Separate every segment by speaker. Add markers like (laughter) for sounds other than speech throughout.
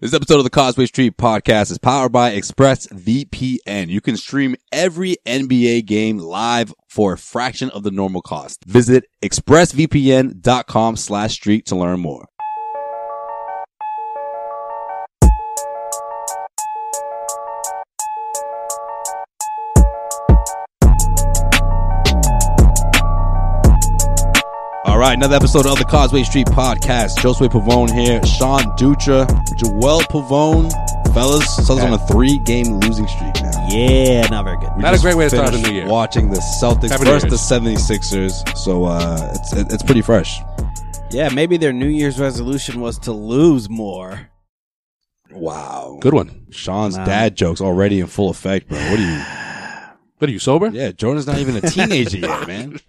Speaker 1: This episode of the Causeway Street Podcast is powered by ExpressVPN. You can stream every NBA game live for a fraction of the normal cost. Visit expressvpn.com slash street to learn more. All right, another episode of the Causeway Street Podcast. Josue Pavone here, Sean Dutra, Joel Pavone. Fellas, Suns on a three-game losing streak now.
Speaker 2: Yeah, not very good.
Speaker 1: We
Speaker 3: Not a
Speaker 1: just
Speaker 3: great way to start
Speaker 1: finished
Speaker 3: the new year.
Speaker 1: Watching the Celtics
Speaker 3: Happy New
Speaker 1: versus the
Speaker 3: Year's.
Speaker 1: 76ers, so uh, it's it- it's pretty fresh.
Speaker 2: Yeah, maybe their New Year's resolution was to lose more.
Speaker 1: Wow,
Speaker 3: Good one.
Speaker 1: Sean's
Speaker 2: Wow.
Speaker 1: dad jokes already in full effect, bro. What are you?
Speaker 3: What are you sober?
Speaker 1: Yeah, Jordan's not even a teenager
Speaker 2: (laughs)
Speaker 1: yet, man.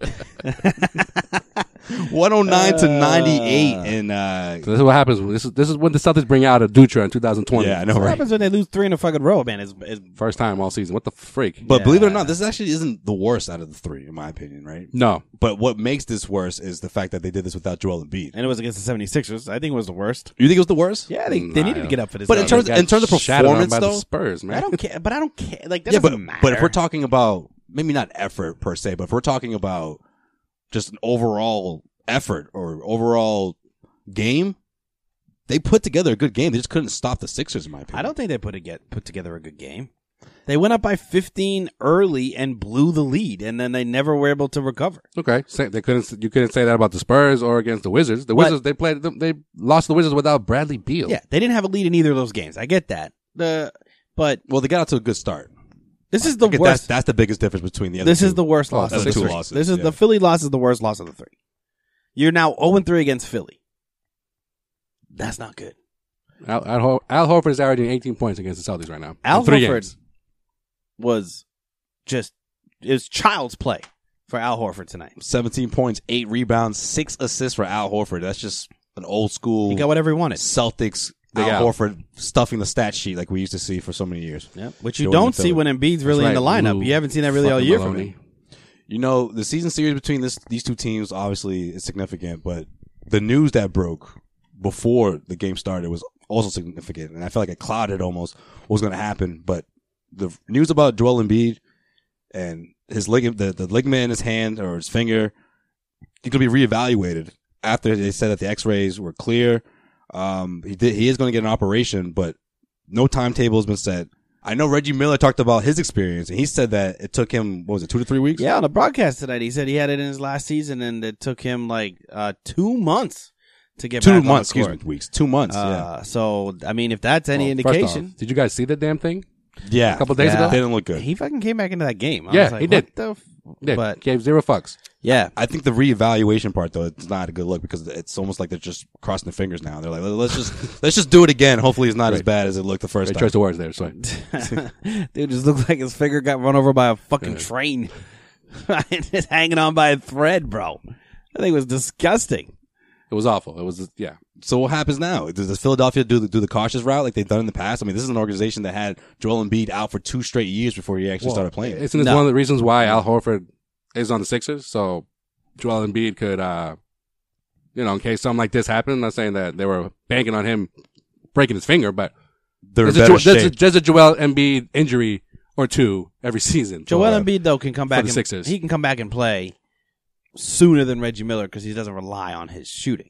Speaker 1: 109 to 98 and uh
Speaker 3: So this is what happens. This is this is when the Celtics bring out a Dutra in 2020.
Speaker 1: yeah, I know
Speaker 2: What
Speaker 1: right.
Speaker 2: happens when they lose three in a fucking row, man? Is
Speaker 3: First time all season. What the freak?
Speaker 1: But believe it or not, this actually isn't the worst out of the 3 in my opinion, right?
Speaker 3: no,
Speaker 1: But what makes this worse is the fact that they did this without Joel Embiid.
Speaker 2: and it was against the 76ers. I think it was the worst.
Speaker 1: You think it was the worst?
Speaker 2: Yeah, they,
Speaker 3: Nah,
Speaker 2: they needed
Speaker 3: yeah.
Speaker 2: to get up for this.
Speaker 1: But in
Speaker 2: game.
Speaker 1: terms-
Speaker 3: They got
Speaker 1: in terms of
Speaker 3: shattered on
Speaker 1: performance,
Speaker 3: by the
Speaker 1: though,
Speaker 3: Spurs, man.
Speaker 1: (laughs)
Speaker 2: I don't care. But I don't care. Like that
Speaker 1: Yeah,
Speaker 2: doesn't
Speaker 1: but
Speaker 2: matter.
Speaker 1: but if we're talking about maybe not effort per se, but if we're talking about just an overall effort or overall game, they put together a good game. They just couldn't stop the Sixers in my opinion.
Speaker 2: I don't think they put a get, put together a good game. They went up by 15 early and blew the lead, and then they never were able to recover.
Speaker 3: Okay, say, they couldn't. You couldn't say that about the Spurs or against the Wizards. The Wizards they played. them- They lost the Wizards without Bradley Beal.
Speaker 2: Yeah, they didn't have a lead in either of those games. I get that. The but
Speaker 1: Well, they got out to a good start.
Speaker 2: this is the
Speaker 1: I guess
Speaker 2: worst.
Speaker 1: That's, that's the biggest difference between the other.
Speaker 2: This
Speaker 1: two.
Speaker 2: is the worst
Speaker 3: Oh,
Speaker 2: loss
Speaker 3: that's
Speaker 2: of the
Speaker 3: two
Speaker 2: three.
Speaker 1: losses,
Speaker 2: This is
Speaker 1: yeah.
Speaker 2: the Philly loss is the worst loss of the three. You're now 0 3 against Philly. That's not good.
Speaker 3: Al, Al, Hor- Al Horford is averaging 18 points against the Celtics right now.
Speaker 2: Al
Speaker 3: In three
Speaker 2: Horford
Speaker 3: games.
Speaker 2: was just it was child's play for Al Horford tonight.
Speaker 1: 17 points, eight rebounds, six assists for Al Horford. That's just an old
Speaker 2: He
Speaker 1: school
Speaker 2: got whatever he wanted.
Speaker 1: Celtics.
Speaker 3: They
Speaker 1: Al
Speaker 3: got-
Speaker 1: Horford stuffing the stat sheet like we used to see for so many years.
Speaker 2: Yeah, which you
Speaker 1: Jordan
Speaker 2: don't see
Speaker 1: Philly.
Speaker 2: when Embiid's really
Speaker 3: That's
Speaker 2: in the
Speaker 3: right,
Speaker 2: lineup.
Speaker 3: Lou
Speaker 2: You haven't seen that really all
Speaker 3: fucking
Speaker 2: year
Speaker 3: Maloney.
Speaker 2: from him.
Speaker 1: You know, the season series between this these two teams obviously is significant, but the news that broke before the game started was also significant, and I felt like it clouded almost what was going to happen. But the news about Joel Embiid and his ligament, the, the ligament in his hand or his finger, he could be reevaluated after they said that the X-rays were clear. Um, he did, he is going to get an operation, but no timetable has been set. I know Reggie Miller talked about his experience, and he said that it took him what was it, two to three weeks?
Speaker 2: Yeah, on the broadcast tonight, he said he had it in his last season, and it took him like uh, two months to get back
Speaker 1: two
Speaker 2: on the
Speaker 1: months, excuse me,
Speaker 2: court.
Speaker 1: weeks, two months.
Speaker 2: Uh, So, I mean, if that's any
Speaker 3: Well, first
Speaker 2: indication,
Speaker 3: off, did you guys see that damn thing?
Speaker 1: yeah, yeah.
Speaker 3: a couple days
Speaker 2: Yeah. ago?
Speaker 1: didn't look good.
Speaker 2: He fucking came back into that game. I
Speaker 3: Yeah,
Speaker 2: was like,
Speaker 3: he did.
Speaker 2: what the f-"
Speaker 3: Yeah,
Speaker 2: But
Speaker 3: gave zero fucks.
Speaker 2: yeah,
Speaker 1: I think the reevaluation part though, it's not a good look because it's almost like they're just crossing the fingers now. They're like, let's just (laughs) let's just do it again. Hopefully, it's not as bad as it looked the first
Speaker 3: Great
Speaker 1: time.
Speaker 3: choice of words there. Sorry.
Speaker 2: (laughs) dude just looked like his finger got run over by a fucking train. (laughs) just hanging on by a thread, bro. I think it was disgusting.
Speaker 3: It was awful. It was yeah.
Speaker 1: So what happens now? Does does Philadelphia do the, do the cautious route like they've done in the past? I mean, this is an organization that had Joel Embiid out for two straight years before he actually started playing.
Speaker 3: Isn't this
Speaker 2: No.
Speaker 3: one of the reasons why Al Horford is on the Sixers? So Joel Embiid could, uh, you know, in case something like this happened. I'm not saying that they were banking on him breaking his finger, but
Speaker 1: They're in
Speaker 3: there's a,
Speaker 1: better
Speaker 3: Jo- there's, a,
Speaker 1: shape.
Speaker 3: there's a Joel Embiid injury or two every season.
Speaker 2: Joel
Speaker 3: for-
Speaker 2: Embiid though can come back
Speaker 3: the
Speaker 2: and
Speaker 3: Sixers.
Speaker 2: he can come back and play sooner than Reggie Miller because he doesn't rely on his shooting.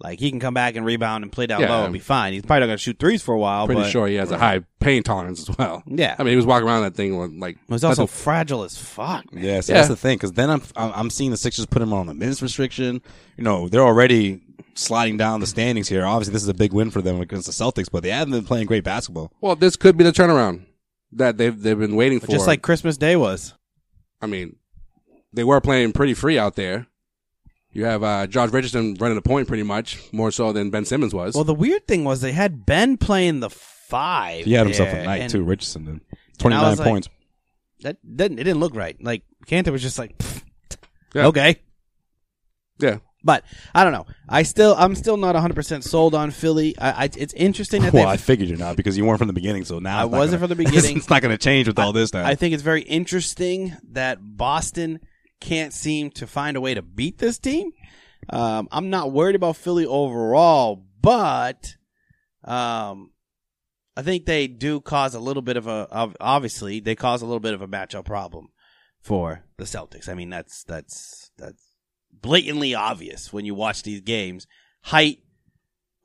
Speaker 2: Like he can come back and rebound and play down
Speaker 3: Yeah. um,
Speaker 2: low and be fine. He's probably not going to shoot threes for a while.
Speaker 3: Pretty
Speaker 2: but
Speaker 3: sure he has a high pain tolerance as well.
Speaker 2: Yeah.
Speaker 3: I mean, he was walking around that thing with like
Speaker 2: He's
Speaker 3: that's
Speaker 2: also
Speaker 3: a-
Speaker 2: fragile as fuck. Man.
Speaker 1: Yeah, so
Speaker 3: Yeah.
Speaker 1: that's the thing. Because then I'm, I'm I'm seeing the Sixers put him on a minutes restriction. You know, they're already sliding down the standings here. Obviously, this is a big win for them against the Celtics, but they haven't been playing great basketball.
Speaker 3: well, this could be the turnaround that they've they've been waiting for.
Speaker 2: Just like Christmas Day was.
Speaker 3: I mean, they were playing pretty free out there. You have uh, Josh Richardson running the point pretty much more so than Ben Simmons was.
Speaker 2: Well, the weird thing was they had Ben playing the five.
Speaker 1: He had himself
Speaker 2: there,
Speaker 1: a night
Speaker 2: and
Speaker 1: too. Richardson did
Speaker 2: and
Speaker 1: twenty
Speaker 2: I
Speaker 1: nine
Speaker 2: was like-
Speaker 1: points.
Speaker 2: That didn't. It didn't look right. Like Cantor was just like, "Pfft,
Speaker 3: Yeah.
Speaker 2: okay.
Speaker 3: yeah,
Speaker 2: But I don't know. I still, I'm still not 100 percent sold on Philly. I, I, it's interesting that
Speaker 1: well,
Speaker 2: they
Speaker 1: I figured you're not because you weren't from the beginning. So now
Speaker 2: I
Speaker 1: it's not
Speaker 2: wasn't
Speaker 1: gonna-
Speaker 2: from the
Speaker 1: (laughs)
Speaker 2: beginning.
Speaker 1: it's not going to change with all this now.
Speaker 2: I think it's very interesting that Boston can't seem to find a way to beat this team. Um, I'm not worried about Philly overall, but um, I think they do cause a little bit of a ob- obviously they cause a little bit of a matchup problem for the Celtics. I mean that's that's that's blatantly obvious when you watch these games. Height,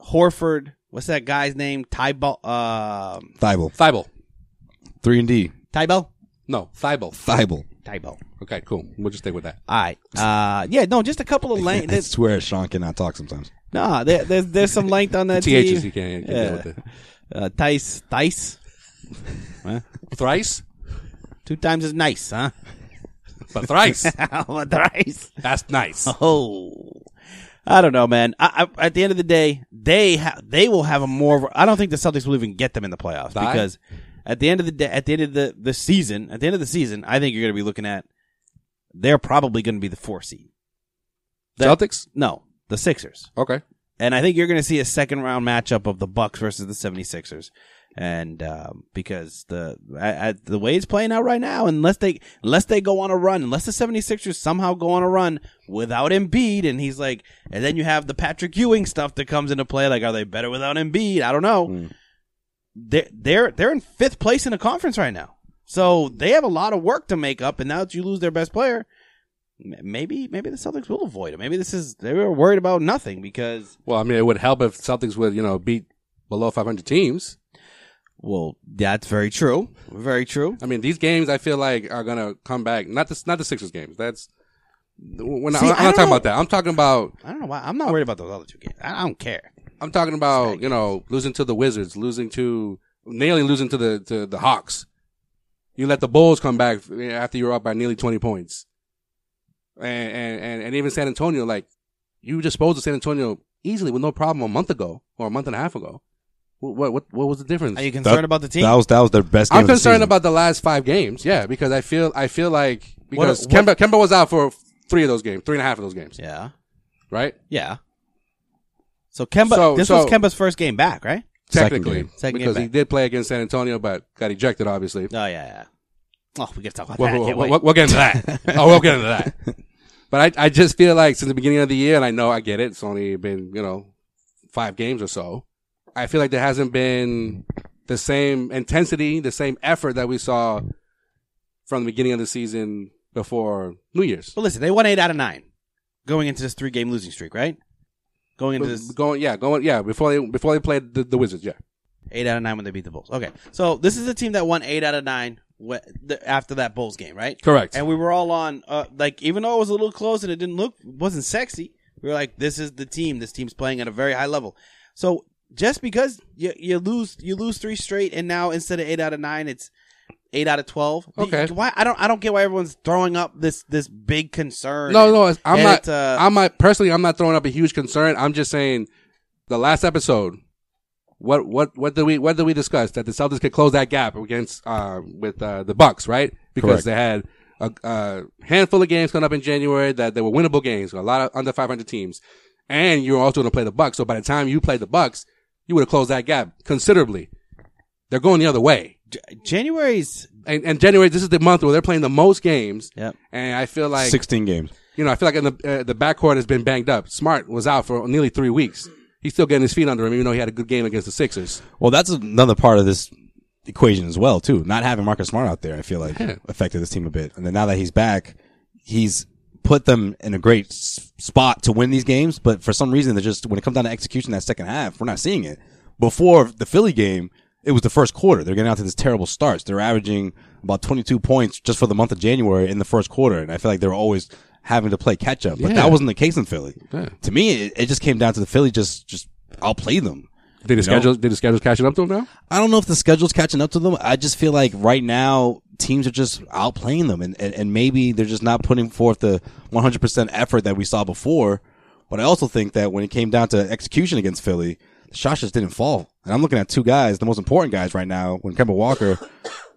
Speaker 2: Horford, what's that guy's name? Tybal, um,
Speaker 1: Thibault,
Speaker 3: Thibault.
Speaker 1: three and D.
Speaker 2: Tybal,
Speaker 3: No, Thibault.
Speaker 1: Thibault.
Speaker 2: Tybal.
Speaker 3: Okay, cool. We'll just stay with that.
Speaker 2: All right. Uh, yeah, no, just a couple
Speaker 3: (laughs)
Speaker 2: of length.
Speaker 1: I
Speaker 2: There's,
Speaker 1: swear, Sean cannot talk sometimes.
Speaker 2: nah, there, there's there's some
Speaker 3: (laughs)
Speaker 2: length on that.
Speaker 3: THs
Speaker 2: team.
Speaker 3: you can't can
Speaker 2: Yeah.
Speaker 3: deal with it.
Speaker 2: Uh, Tice, Tice,
Speaker 3: Thrice,
Speaker 2: two times is nice, huh? (laughs)
Speaker 3: but thrice.
Speaker 2: Thrice.
Speaker 3: That's nice.
Speaker 2: Oh, I don't know, man. I, I, at the end of the day, they ha- they will have a more. I don't think the Celtics will even get them in the playoffs
Speaker 3: Die?
Speaker 2: because at the end of the day, at the end of the, the season, at the end of the season, I think you're going to be looking at they're probably going to be the four seed. That-
Speaker 3: Celtics.
Speaker 2: No, the Sixers.
Speaker 3: Okay.
Speaker 2: And I think you're going to see a second round matchup of the Bucks versus the 76ers. And um, because the I, I, the way it's playing out right now, unless they unless they go on a run, unless the 76ers somehow go on a run without Embiid, and he's like, and then you have the Patrick Ewing stuff that comes into play. Like, are they better without Embiid? I don't know. They're they're they're in fifth place in the conference right now, so they have a lot of work to make up. And now that you lose their best player, m- maybe maybe the Celtics will avoid it. Maybe this is they were worried about nothing because
Speaker 3: Well, I mean, it would help if Celtics would you know beat below 500 teams.
Speaker 2: Well, that's very true. Very true.
Speaker 3: I mean, these games I feel like are gonna come back. Not the not the Sixers games. That's we're not,
Speaker 2: See,
Speaker 3: I'm not talking
Speaker 2: I don't know.
Speaker 3: about that. I'm talking about
Speaker 2: I don't know why. I'm not worried about those other two games. I I don't care.
Speaker 3: I'm talking about you know losing to the Wizards, losing to nearly losing to the to the Hawks. You let the Bulls come back after you're up by nearly 20 points, and and and, and even San Antonio, like you disposed of San Antonio easily with no problem a month ago or a month and a half ago. What what what, what was the difference?
Speaker 2: Are you concerned
Speaker 1: That-
Speaker 2: about the team?
Speaker 1: That was that was their best. Game
Speaker 3: I'm
Speaker 1: of the
Speaker 3: concerned
Speaker 1: season.
Speaker 3: about the last five games, yeah, because I feel I feel like
Speaker 2: What-
Speaker 3: because
Speaker 2: what-
Speaker 3: Kemba Kemba was out for three of those games, three and a half of those games,
Speaker 2: yeah.
Speaker 3: right?
Speaker 2: Yeah. So Kemba,
Speaker 3: So-
Speaker 2: this
Speaker 3: so-
Speaker 2: was Kemba's first game back, right?
Speaker 1: Second
Speaker 3: Technically,
Speaker 1: game.
Speaker 2: Second game
Speaker 3: because he
Speaker 2: back.
Speaker 3: did play against San Antonio, but got ejected, obviously.
Speaker 2: Oh yeah, yeah. Oh, we got to talk about
Speaker 3: We'll,
Speaker 2: that. I
Speaker 3: we'll,
Speaker 2: can't
Speaker 3: we'll,
Speaker 2: wait.
Speaker 3: we'll get into
Speaker 2: (laughs)
Speaker 3: that. oh, we'll get into that. But I, I just feel like since the beginning of the year, and I know I get it, it's only been, you know, five games or so. I feel like there hasn't been the same intensity, the same effort that we saw from the beginning of the season before New Year's.
Speaker 2: But listen, they won eight out of nine going into this three game losing streak, right? Going into this
Speaker 3: Going, yeah, going, yeah, before they, before they played the, the Wizards, yeah.
Speaker 2: eight out of nine when they beat the Bulls. Okay, so this is a team that won eight out of nine wh- the- after that Bulls game, right?
Speaker 3: Correct.
Speaker 2: And we were all on, uh, like, even though it was a little close and it didn't look, wasn't sexy, we were like, this is the team. This team's playing at a very high level. So just because you, you lose, you lose three straight and now instead of eight out of nine, it's eight out of 12.
Speaker 3: Okay.
Speaker 2: Why? I don't, I don't get why everyone's throwing up this, this big concern.
Speaker 3: No,
Speaker 2: And-
Speaker 3: no, it's- I'm
Speaker 2: and
Speaker 3: not.
Speaker 2: it's, uh,
Speaker 3: I'm not personally. I'm not throwing up a huge concern. I'm just saying, the last episode, what what what did we what did we discuss that the Celtics could close that gap against uh, with uh, the Bucks, right? Because
Speaker 1: Correct.
Speaker 3: they had a, a handful of games coming up in January that they were winnable games. A lot of under 500 teams, and you're also going to play the Bucks. So by the time you play the Bucks, you would have closed that gap considerably. They're going the other way.
Speaker 2: J- January's
Speaker 3: And, and January, this is the month where they're playing the most games.
Speaker 2: Yep.
Speaker 3: And I feel like
Speaker 1: Sixteen games.
Speaker 3: you know, I feel like in the uh, the backcourt has been banged up. Smart was out for nearly three weeks. He's still getting his feet under him, even though he had a good game against the Sixers.
Speaker 1: Well, that's another part of this equation as well, too. Not having Marcus Smart out there, I feel like affected this team a bit. And then now that he's back, he's put them in a great s- spot to win these games. But for some reason, they're just when it comes down to execution, that second half, we're not seeing it. Before the Philly game, it was the first quarter. They're getting out to these terrible starts. They're averaging about 22 points just for the month of January in the first quarter, and I feel like they're always having to play catch up. But
Speaker 3: Yeah.
Speaker 1: that wasn't the case in Philly. To me, it, it just came down to the Philly just just outplay them.
Speaker 3: Did the schedule? Did the schedule's catching up to him now?
Speaker 1: I don't know if the schedule's catching up to them. I just feel like right now teams are just outplaying them, and, and, and maybe they're just not putting forth the 100% effort that we saw before. But I also think that when it came down to execution against Philly, the shots just didn't fall. And I'm looking at two guys, the most important guys right now, when Kemba Walker,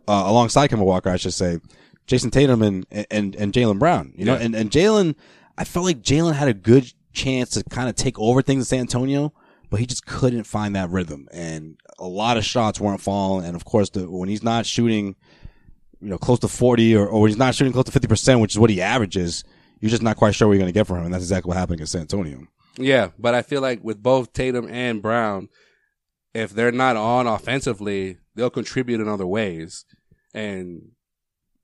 Speaker 1: uh, alongside Kemba Walker, I should say, Jason Tatum and and and Jalen Brown. You know, and and Jalen, I felt like Jalen had a good chance to kind of take over things in San Antonio, but he just couldn't find that rhythm, and a lot of shots weren't falling. And of course, the, when he's not shooting, you know, close to forty, or or when he's not shooting close to fifty percent, which is what he averages, you're just not quite sure what you're going to get from him, and that's exactly what happened against San Antonio.
Speaker 3: Yeah, but I feel like with both Tatum and Brown, if they're not on offensively, they'll contribute in other ways, and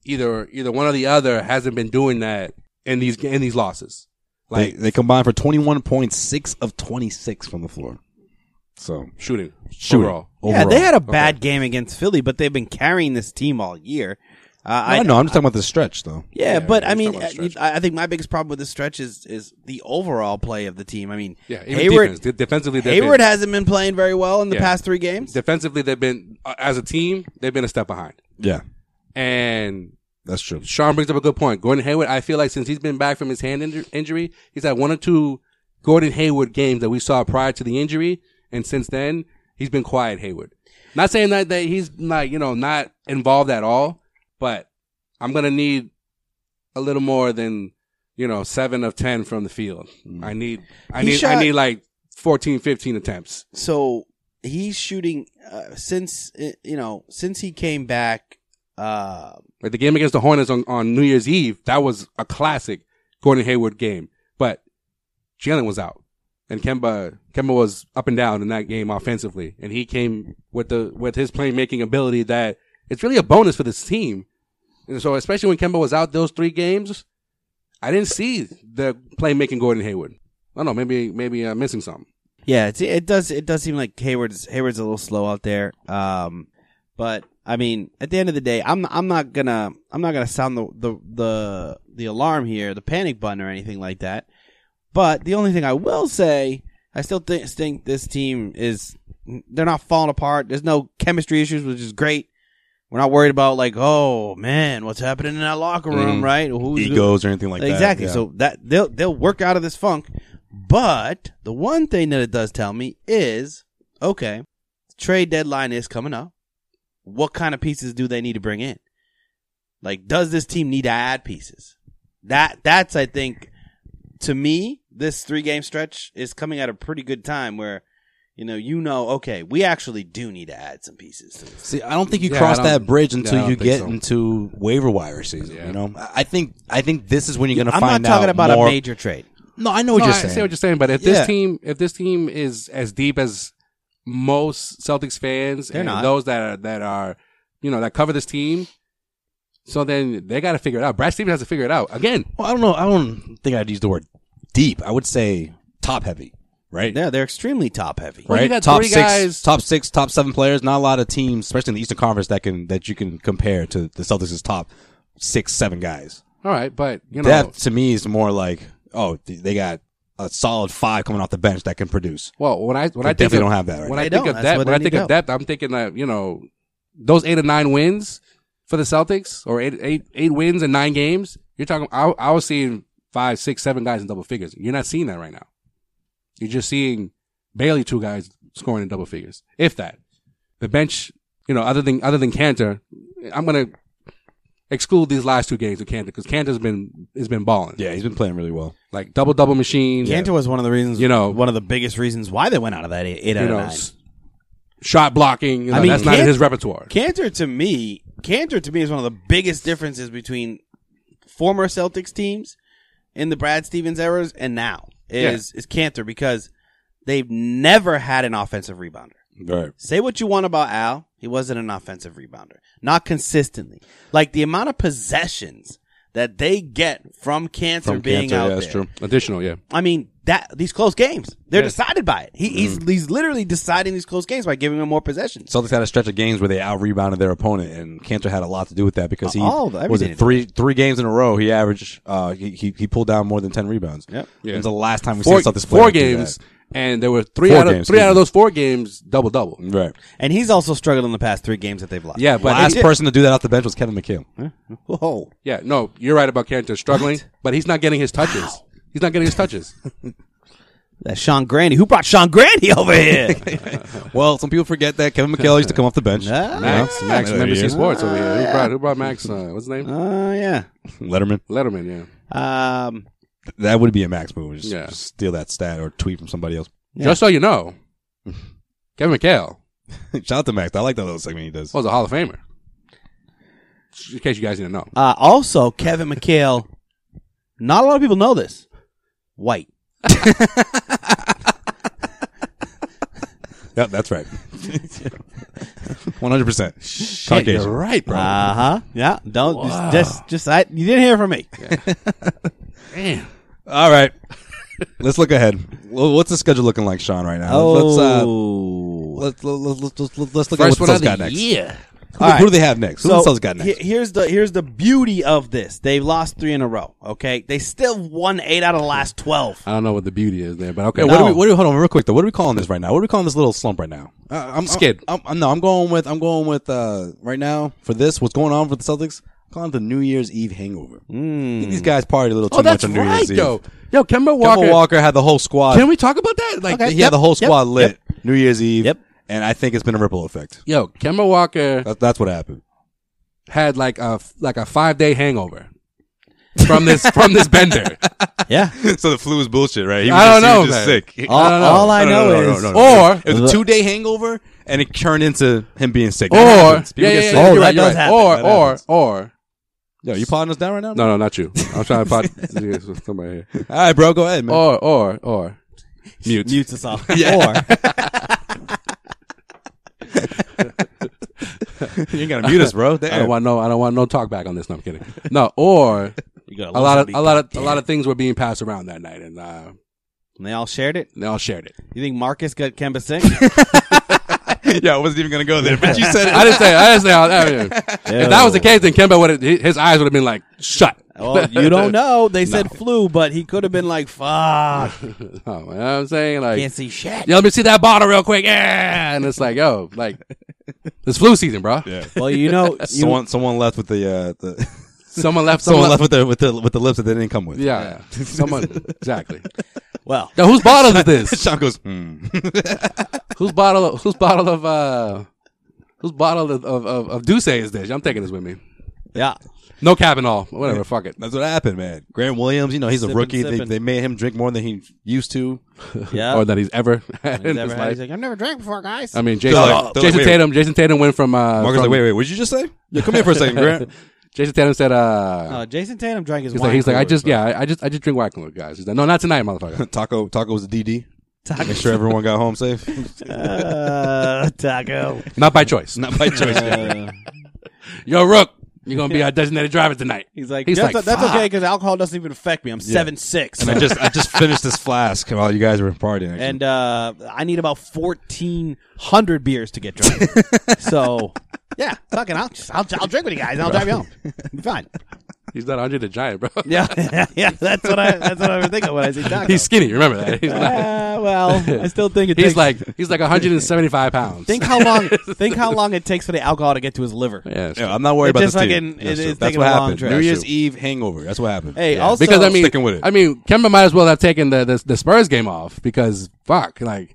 Speaker 3: either either one or the other hasn't been doing that in these in these losses.
Speaker 1: Like
Speaker 3: Like
Speaker 1: they, they combined for twenty one point six of twenty six from the floor. So
Speaker 3: shooting,
Speaker 1: shooting Oh.
Speaker 3: overall.
Speaker 2: yeah, they had a
Speaker 3: Okay.
Speaker 2: bad game against Philly, but they've been carrying this team all year. Uh,
Speaker 1: I know. I'm just talking about the stretch, though.
Speaker 2: Yeah,
Speaker 3: Yeah,
Speaker 2: but I
Speaker 3: we're
Speaker 2: mean,
Speaker 3: talking about
Speaker 2: I
Speaker 3: stretch.
Speaker 2: I think my biggest problem with the stretch is is the overall play of the team. I mean,
Speaker 3: Yeah, even defense.
Speaker 2: Hayward
Speaker 3: De- defensively, they've
Speaker 2: Hayward
Speaker 3: been,
Speaker 2: hasn't been playing very well in the
Speaker 3: Yeah.
Speaker 2: past three games.
Speaker 3: defensively they've been uh, as a team they've been a step behind,
Speaker 1: Yeah,
Speaker 3: and
Speaker 1: that's true.
Speaker 3: Sean brings up a good point. Gordon Hayward, I feel like since he's been back from his hand inju- injury, he's had one or two Gordon Hayward games that we saw prior to the injury, and since then he's been quiet. Hayward, not saying that that he's not you know not involved at all, but I'm gonna need a little more than you know seven of ten from the field. I need I
Speaker 2: Mm. He
Speaker 3: need
Speaker 2: shot-
Speaker 3: I need like 14, 15 attempts.
Speaker 2: So he's shooting uh, since uh, you know since he came back. Uh,
Speaker 3: Like the game against the Hornets on, on New Year's Eve, that was a classic Gordon Hayward game. But Jalen was out. And Kemba Kemba was up and down in that game offensively. And he came with the with his playmaking ability that it's really a bonus for this team. And so especially when Kemba was out those three games, I didn't see the playmaking Gordon Hayward. I don't know, maybe maybe I'm missing something.
Speaker 2: yeah, it's, it does it does seem like Hayward's Hayward's a little slow out there. Um, but I mean, at the end of the day, I'm I'm not gonna I'm not gonna sound the the the, the alarm here, the panic button or anything like that. But the only thing I will say, I still thi- think this team is they're not falling apart. There's no chemistry issues, which is great. We're not worried about like, oh man, what's happening in that locker room,
Speaker 1: Mhm.
Speaker 2: right? Who's
Speaker 1: Egos or anything like that.
Speaker 2: exactly.
Speaker 1: yeah.
Speaker 2: So that they'll they'll work out of this funk. But the one thing that it does tell me is okay, trade deadline is coming up. What kind of pieces do they need to bring in? Like, does this team need to add pieces? That that's I think to me, this three game stretch is coming at a pretty good time where you know, you know, okay, we actually do need to add some pieces to this.
Speaker 1: See, I don't think you
Speaker 3: Yeah,
Speaker 1: cross
Speaker 3: I don't-
Speaker 1: that bridge until
Speaker 3: yeah, I
Speaker 1: you
Speaker 3: don't
Speaker 1: get
Speaker 3: think so.
Speaker 1: into waiver wire season.
Speaker 3: Yeah.
Speaker 1: You know, I I think I think this is when you're going to
Speaker 2: I'm
Speaker 1: find out.
Speaker 2: not talking about
Speaker 1: more-
Speaker 2: a major trade.
Speaker 1: No, I know what
Speaker 3: No,
Speaker 1: you're
Speaker 3: I
Speaker 1: saying.
Speaker 3: see what you're saying, but if this
Speaker 1: Yeah.
Speaker 3: team, if this team is as deep as most Celtics fans
Speaker 2: They're
Speaker 3: and
Speaker 2: not.
Speaker 3: those that are that are, you know, that cover this team, so then they got to figure it out. Brad Stevens has to figure it out again.
Speaker 1: well, I don't know. I don't think I'd use the word deep. I would say top heavy. Right.
Speaker 2: Yeah, they're extremely top heavy.
Speaker 3: Well, you
Speaker 1: right.
Speaker 3: got
Speaker 1: top
Speaker 3: three
Speaker 1: six,
Speaker 3: guys-
Speaker 1: top six, top seven players. Not a lot of teams, especially in the Eastern Conference, that can that you can compare to the Celtics' top six, seven guys.
Speaker 3: All right, but you know,
Speaker 1: That to me is more like oh, th- they got a solid five coming off the bench that can produce.
Speaker 3: well, when I when
Speaker 1: They
Speaker 3: I think
Speaker 1: definitely
Speaker 3: of,
Speaker 1: don't have that right
Speaker 3: when
Speaker 1: now.
Speaker 3: I
Speaker 2: They
Speaker 3: think
Speaker 2: don't.
Speaker 3: of
Speaker 2: That's why
Speaker 3: depth,
Speaker 2: they
Speaker 3: when I
Speaker 2: need
Speaker 3: think
Speaker 2: help.
Speaker 3: of depth, I'm thinking that you know, those eight or nine wins for the Celtics or eight eight eight wins in nine games. You're talking. I, I was seeing five, six, seven guys in double figures. You're not seeing that right now. You're just seeing barely two guys scoring in double figures, if that. The bench, you know, other than other than Cantor, I'm gonna Exclude these last two games with Cantor because Cantor's been has been balling.
Speaker 1: Yeah, he's been playing really well.
Speaker 3: like double double machine.
Speaker 2: Cantor was one of the reasons,
Speaker 3: You know-
Speaker 2: one of the biggest reasons why they went out of that eight, eight
Speaker 3: you
Speaker 2: out
Speaker 3: know,
Speaker 2: of nine.
Speaker 3: s- shot blocking. You know,
Speaker 2: I mean,
Speaker 3: that's not in
Speaker 2: Kant-
Speaker 3: his repertoire.
Speaker 2: Cantor to me, Cantor to me is one of the biggest differences between former Celtics teams in the Brad Stevens eras and now is is Cantor because they've never had an offensive rebounder.
Speaker 1: Right.
Speaker 2: Say what you want about Al, he wasn't an offensive rebounder, not consistently. Like the amount of possessions that they get from Cantor
Speaker 1: From
Speaker 2: being
Speaker 1: Cantor,
Speaker 2: out
Speaker 1: yeah, that's
Speaker 2: there.
Speaker 1: true.
Speaker 3: Additional, yeah.
Speaker 2: I mean that these close games they're
Speaker 3: Yeah. Mm-hmm.
Speaker 2: decided by it. He, he's he's literally deciding these close games by giving them more possessions.
Speaker 1: Celtics had a stretch of games where they out rebounded their opponent, and Cantor had a lot to do with that because he
Speaker 2: All of that,
Speaker 1: was
Speaker 2: everything.
Speaker 1: it three three games in a row. He averaged uh, he, he he pulled down more than ten rebounds.
Speaker 2: Yep.
Speaker 3: Yeah.
Speaker 1: It was the last time we
Speaker 3: Four,
Speaker 1: saw Celtics play
Speaker 3: four
Speaker 1: like that.
Speaker 3: games, and there were three
Speaker 1: Four
Speaker 3: out of
Speaker 1: games,
Speaker 3: three
Speaker 1: excuse
Speaker 3: out of
Speaker 1: me.
Speaker 3: those four games double double.
Speaker 1: Right.
Speaker 2: And he's also struggled in the past three games that they've lost.
Speaker 3: Yeah, but
Speaker 1: last
Speaker 3: he-
Speaker 1: person to do that off the bench was Kevin
Speaker 3: (laughs)
Speaker 1: McHale.
Speaker 2: (laughs) Whoa.
Speaker 3: yeah, no, you're right about Cantor struggling, but he's not getting his touches. He's not getting
Speaker 1: (laughs)
Speaker 3: his touches.
Speaker 2: That Sean Grandy. Who brought Sean Grandy (laughs) over here?
Speaker 1: Well, some people forget that Kevin McHale used to come off the bench.
Speaker 2: Ah.
Speaker 3: Max, Max from
Speaker 1: there he
Speaker 3: NBC
Speaker 1: is.
Speaker 3: Sports over here. Who brought, who brought Max? Uh, what's his name?
Speaker 2: Oh, yeah.
Speaker 1: Letterman.
Speaker 3: Letterman. Yeah.
Speaker 2: Um,
Speaker 1: That would be a Max move. Just,
Speaker 3: Yeah.
Speaker 1: just steal that stat or tweet from somebody else.
Speaker 3: Just so you know, Kevin McHale
Speaker 1: (laughs) Shout out to Max. I like that little segment he does.
Speaker 3: was a Hall of Famer. In case you guys didn't know,
Speaker 2: uh, also, Kevin McHale. Not a lot of people know this. White.
Speaker 1: Yep, that's (laughs) right. One hundred percent.
Speaker 3: you're
Speaker 1: Caucasian.
Speaker 3: right, bro.
Speaker 2: Uh huh. Yeah. Don't just, just just I you didn't hear from me.
Speaker 3: (laughs) Damn.
Speaker 1: All right. Let's look ahead. Well, What's the schedule looking like, Sean? Right now. Let's, let's, uh,
Speaker 2: Oh.
Speaker 1: let's let's let's let's, let's look
Speaker 3: First
Speaker 1: at
Speaker 3: one
Speaker 1: what
Speaker 3: of
Speaker 1: the Celtics got
Speaker 3: the
Speaker 1: next.
Speaker 3: year.
Speaker 1: Who,
Speaker 2: All right.
Speaker 1: who do they have next? Who the Celtics got
Speaker 2: he-
Speaker 1: next?
Speaker 2: here's the here's the beauty of this. They've lost three in a row. Okay, they still won eight out of the last twelve. (laughs)
Speaker 3: I don't know what the beauty is there, but okay.
Speaker 1: Okay, what do we?
Speaker 2: No.
Speaker 1: What do we? Hold on, real quick though. What are we calling this right now? What are we calling this little slump right now? Uh, I'm
Speaker 3: Skid.
Speaker 1: I'm, I'm- no, I'm going with. I'm going with. Uh, right now for this, what's going on for the Celtics? I'm calling it the New Year's Eve hangover. I think These guys partied a little too
Speaker 3: oh,
Speaker 1: much
Speaker 3: that's
Speaker 1: on New
Speaker 3: right,
Speaker 1: Year's
Speaker 3: yo.
Speaker 1: Eve.
Speaker 3: Yo, Kemba Walker.
Speaker 1: Walker. Walker had the whole squad.
Speaker 3: Can we talk about that? Like,
Speaker 1: he had the whole squad lit New Year's Eve.
Speaker 2: Yep.
Speaker 1: And I think it's been a ripple effect.
Speaker 3: Yo, Kemba Walker
Speaker 1: That, that's what happened.
Speaker 3: had like a like a five day hangover from this from this
Speaker 1: (laughs)
Speaker 3: bender.
Speaker 2: Yeah.
Speaker 1: so the flu is bullshit, right? He
Speaker 3: I don't know,
Speaker 1: He was just
Speaker 3: man.
Speaker 1: sick.
Speaker 2: All-
Speaker 1: I don't know.
Speaker 2: all I
Speaker 1: No, no,
Speaker 2: know
Speaker 1: no, no,
Speaker 2: is-
Speaker 1: no, no, no.
Speaker 3: Or
Speaker 1: it was a two day hangover, and it turned into him being sick.
Speaker 3: or
Speaker 1: That
Speaker 3: yeah,
Speaker 1: happens.
Speaker 3: yeah,
Speaker 1: People get
Speaker 3: yeah,
Speaker 1: sick.
Speaker 2: Oh,
Speaker 3: you're right,
Speaker 2: that
Speaker 3: you're
Speaker 2: does
Speaker 3: right.
Speaker 2: happen.
Speaker 3: Or
Speaker 1: That
Speaker 3: or
Speaker 1: happens.
Speaker 3: or
Speaker 1: Yo, you potting us down right now?
Speaker 3: no no not you. I'm trying to pot
Speaker 1: (laughs)
Speaker 3: yeah, so somebody here.
Speaker 1: All right, bro, go ahead, man.
Speaker 3: Or or or mute
Speaker 2: Mutes us all.
Speaker 1: you ain't gotta mute us, bro.
Speaker 3: I don't want no I don't want no talk back on this. No, I'm kidding. No or
Speaker 2: Or
Speaker 3: a lot of a lot of a lot of things were being passed around that night, and uh,
Speaker 2: And they all shared it.
Speaker 3: they all shared it.
Speaker 2: You think Marcus got Kemba sick?
Speaker 1: yeah, I wasn't even gonna go there,
Speaker 2: (laughs)
Speaker 1: but you said
Speaker 3: I didn't say. I didn't say. How, I mean,
Speaker 1: (laughs)
Speaker 3: If that was the case, then Kemba would have his eyes would have been like shut.
Speaker 2: well,
Speaker 3: (laughs)
Speaker 2: you don't know. They said flu, but he could have been like, "Fuck,
Speaker 3: (laughs) Oh, you know what I'm saying like,
Speaker 2: can't see shit."
Speaker 3: yo, let me see that bottle real quick. Yeah, and it's like, yo, like it's flu season, bro.
Speaker 2: Well, you
Speaker 1: (laughs)
Speaker 2: know, you,
Speaker 1: someone someone left with the uh, the
Speaker 3: Someone
Speaker 1: (laughs)
Speaker 3: left.
Speaker 1: someone
Speaker 3: Someone,
Speaker 1: left with the with the with the lips that they didn't come with.
Speaker 3: Yeah, yeah. someone exactly.
Speaker 2: well,
Speaker 3: Yo, whose bottle is
Speaker 1: (laughs) (laughs)
Speaker 3: this?
Speaker 1: Sean goes, hmm.
Speaker 3: whose bottle? Whose bottle of? uh Whose bottle of of, of, of Douce is this? I'm taking this with me.
Speaker 2: yeah.
Speaker 3: No cap and all. Whatever. Fuck it.
Speaker 1: That's what happened, man. Grant Williams, you know, he's a
Speaker 2: Sippin',
Speaker 1: rookie. They,
Speaker 2: sippin'.
Speaker 1: they made him drink more than he used to.
Speaker 2: Yeah.
Speaker 3: Or that he's ever (laughs) had in
Speaker 2: He's
Speaker 3: his
Speaker 2: never had- he's
Speaker 3: life.
Speaker 2: like, I've never drank before, guys.
Speaker 3: I mean, Jason,
Speaker 1: They're like- they're like,
Speaker 3: Jason
Speaker 1: wait,
Speaker 3: Tatum. Jason Tatum went from. Uh,
Speaker 1: Marcus,
Speaker 3: from-
Speaker 1: like, wait, wait, what did you just say? Yeah, come here for a second, (laughs) Grant.
Speaker 3: (laughs) Jason Tatum said, uh,
Speaker 2: uh, Jason Tatum drank his
Speaker 3: He's
Speaker 2: wine.
Speaker 3: like, he's like, I
Speaker 2: coolers,
Speaker 3: just,
Speaker 2: bro.
Speaker 3: yeah, I I just, I just drink white Claw, guys. He's like, no, not tonight, motherfucker.
Speaker 1: Taco, Taco was a DD. Make sure everyone got home (laughs) safe.
Speaker 2: Uh, (laughs) taco.
Speaker 3: not by choice.
Speaker 1: Not by choice.
Speaker 3: (laughs)
Speaker 2: Uh,
Speaker 3: Yo, Rook, you're gonna be our designated driver tonight.
Speaker 2: he's like,
Speaker 3: He's
Speaker 2: that's,
Speaker 3: like,
Speaker 2: that's
Speaker 3: "Fuck."
Speaker 2: okay because alcohol doesn't even affect me. I'm seven six,
Speaker 1: and I just, I just finished this flask while you guys were partying. actually.
Speaker 2: and uh, I need about fourteen hundred beers to
Speaker 3: (laughs)
Speaker 2: get drunk. so, yeah, fucking, I'll, just, I'll I'll drink with you guys. and I'll drive you home. Be fine.
Speaker 3: (laughs) He's not Andre the Giant, bro.
Speaker 2: Yeah, (laughs) yeah, that's what I that's what I was thinking when I say
Speaker 3: (laughs)
Speaker 2: taco.
Speaker 3: he's skinny. Remember that? He's, not-
Speaker 2: Uh, well, I still think it
Speaker 3: he's
Speaker 2: takes,
Speaker 3: like, he's like 175 pounds.
Speaker 2: think how
Speaker 3: (laughs)
Speaker 2: long think how long it takes for the alcohol to get to his liver.
Speaker 3: yeah, it's
Speaker 1: Yeah,
Speaker 3: true.
Speaker 1: I'm not worried about
Speaker 2: It just
Speaker 1: this
Speaker 2: like
Speaker 1: team.
Speaker 2: an-
Speaker 1: That's
Speaker 2: it is
Speaker 1: true. That's
Speaker 2: taking
Speaker 1: what
Speaker 2: a long
Speaker 1: happened.
Speaker 2: trip.
Speaker 1: New
Speaker 2: That's
Speaker 1: Year's
Speaker 2: true.
Speaker 1: Eve hangover. That's what happened.
Speaker 2: Hey,
Speaker 1: Yeah.
Speaker 2: also
Speaker 3: because I mean,
Speaker 1: sticking with it.
Speaker 3: I mean, Kemba might as well have taken the the, the Spurs game off because fuck, like.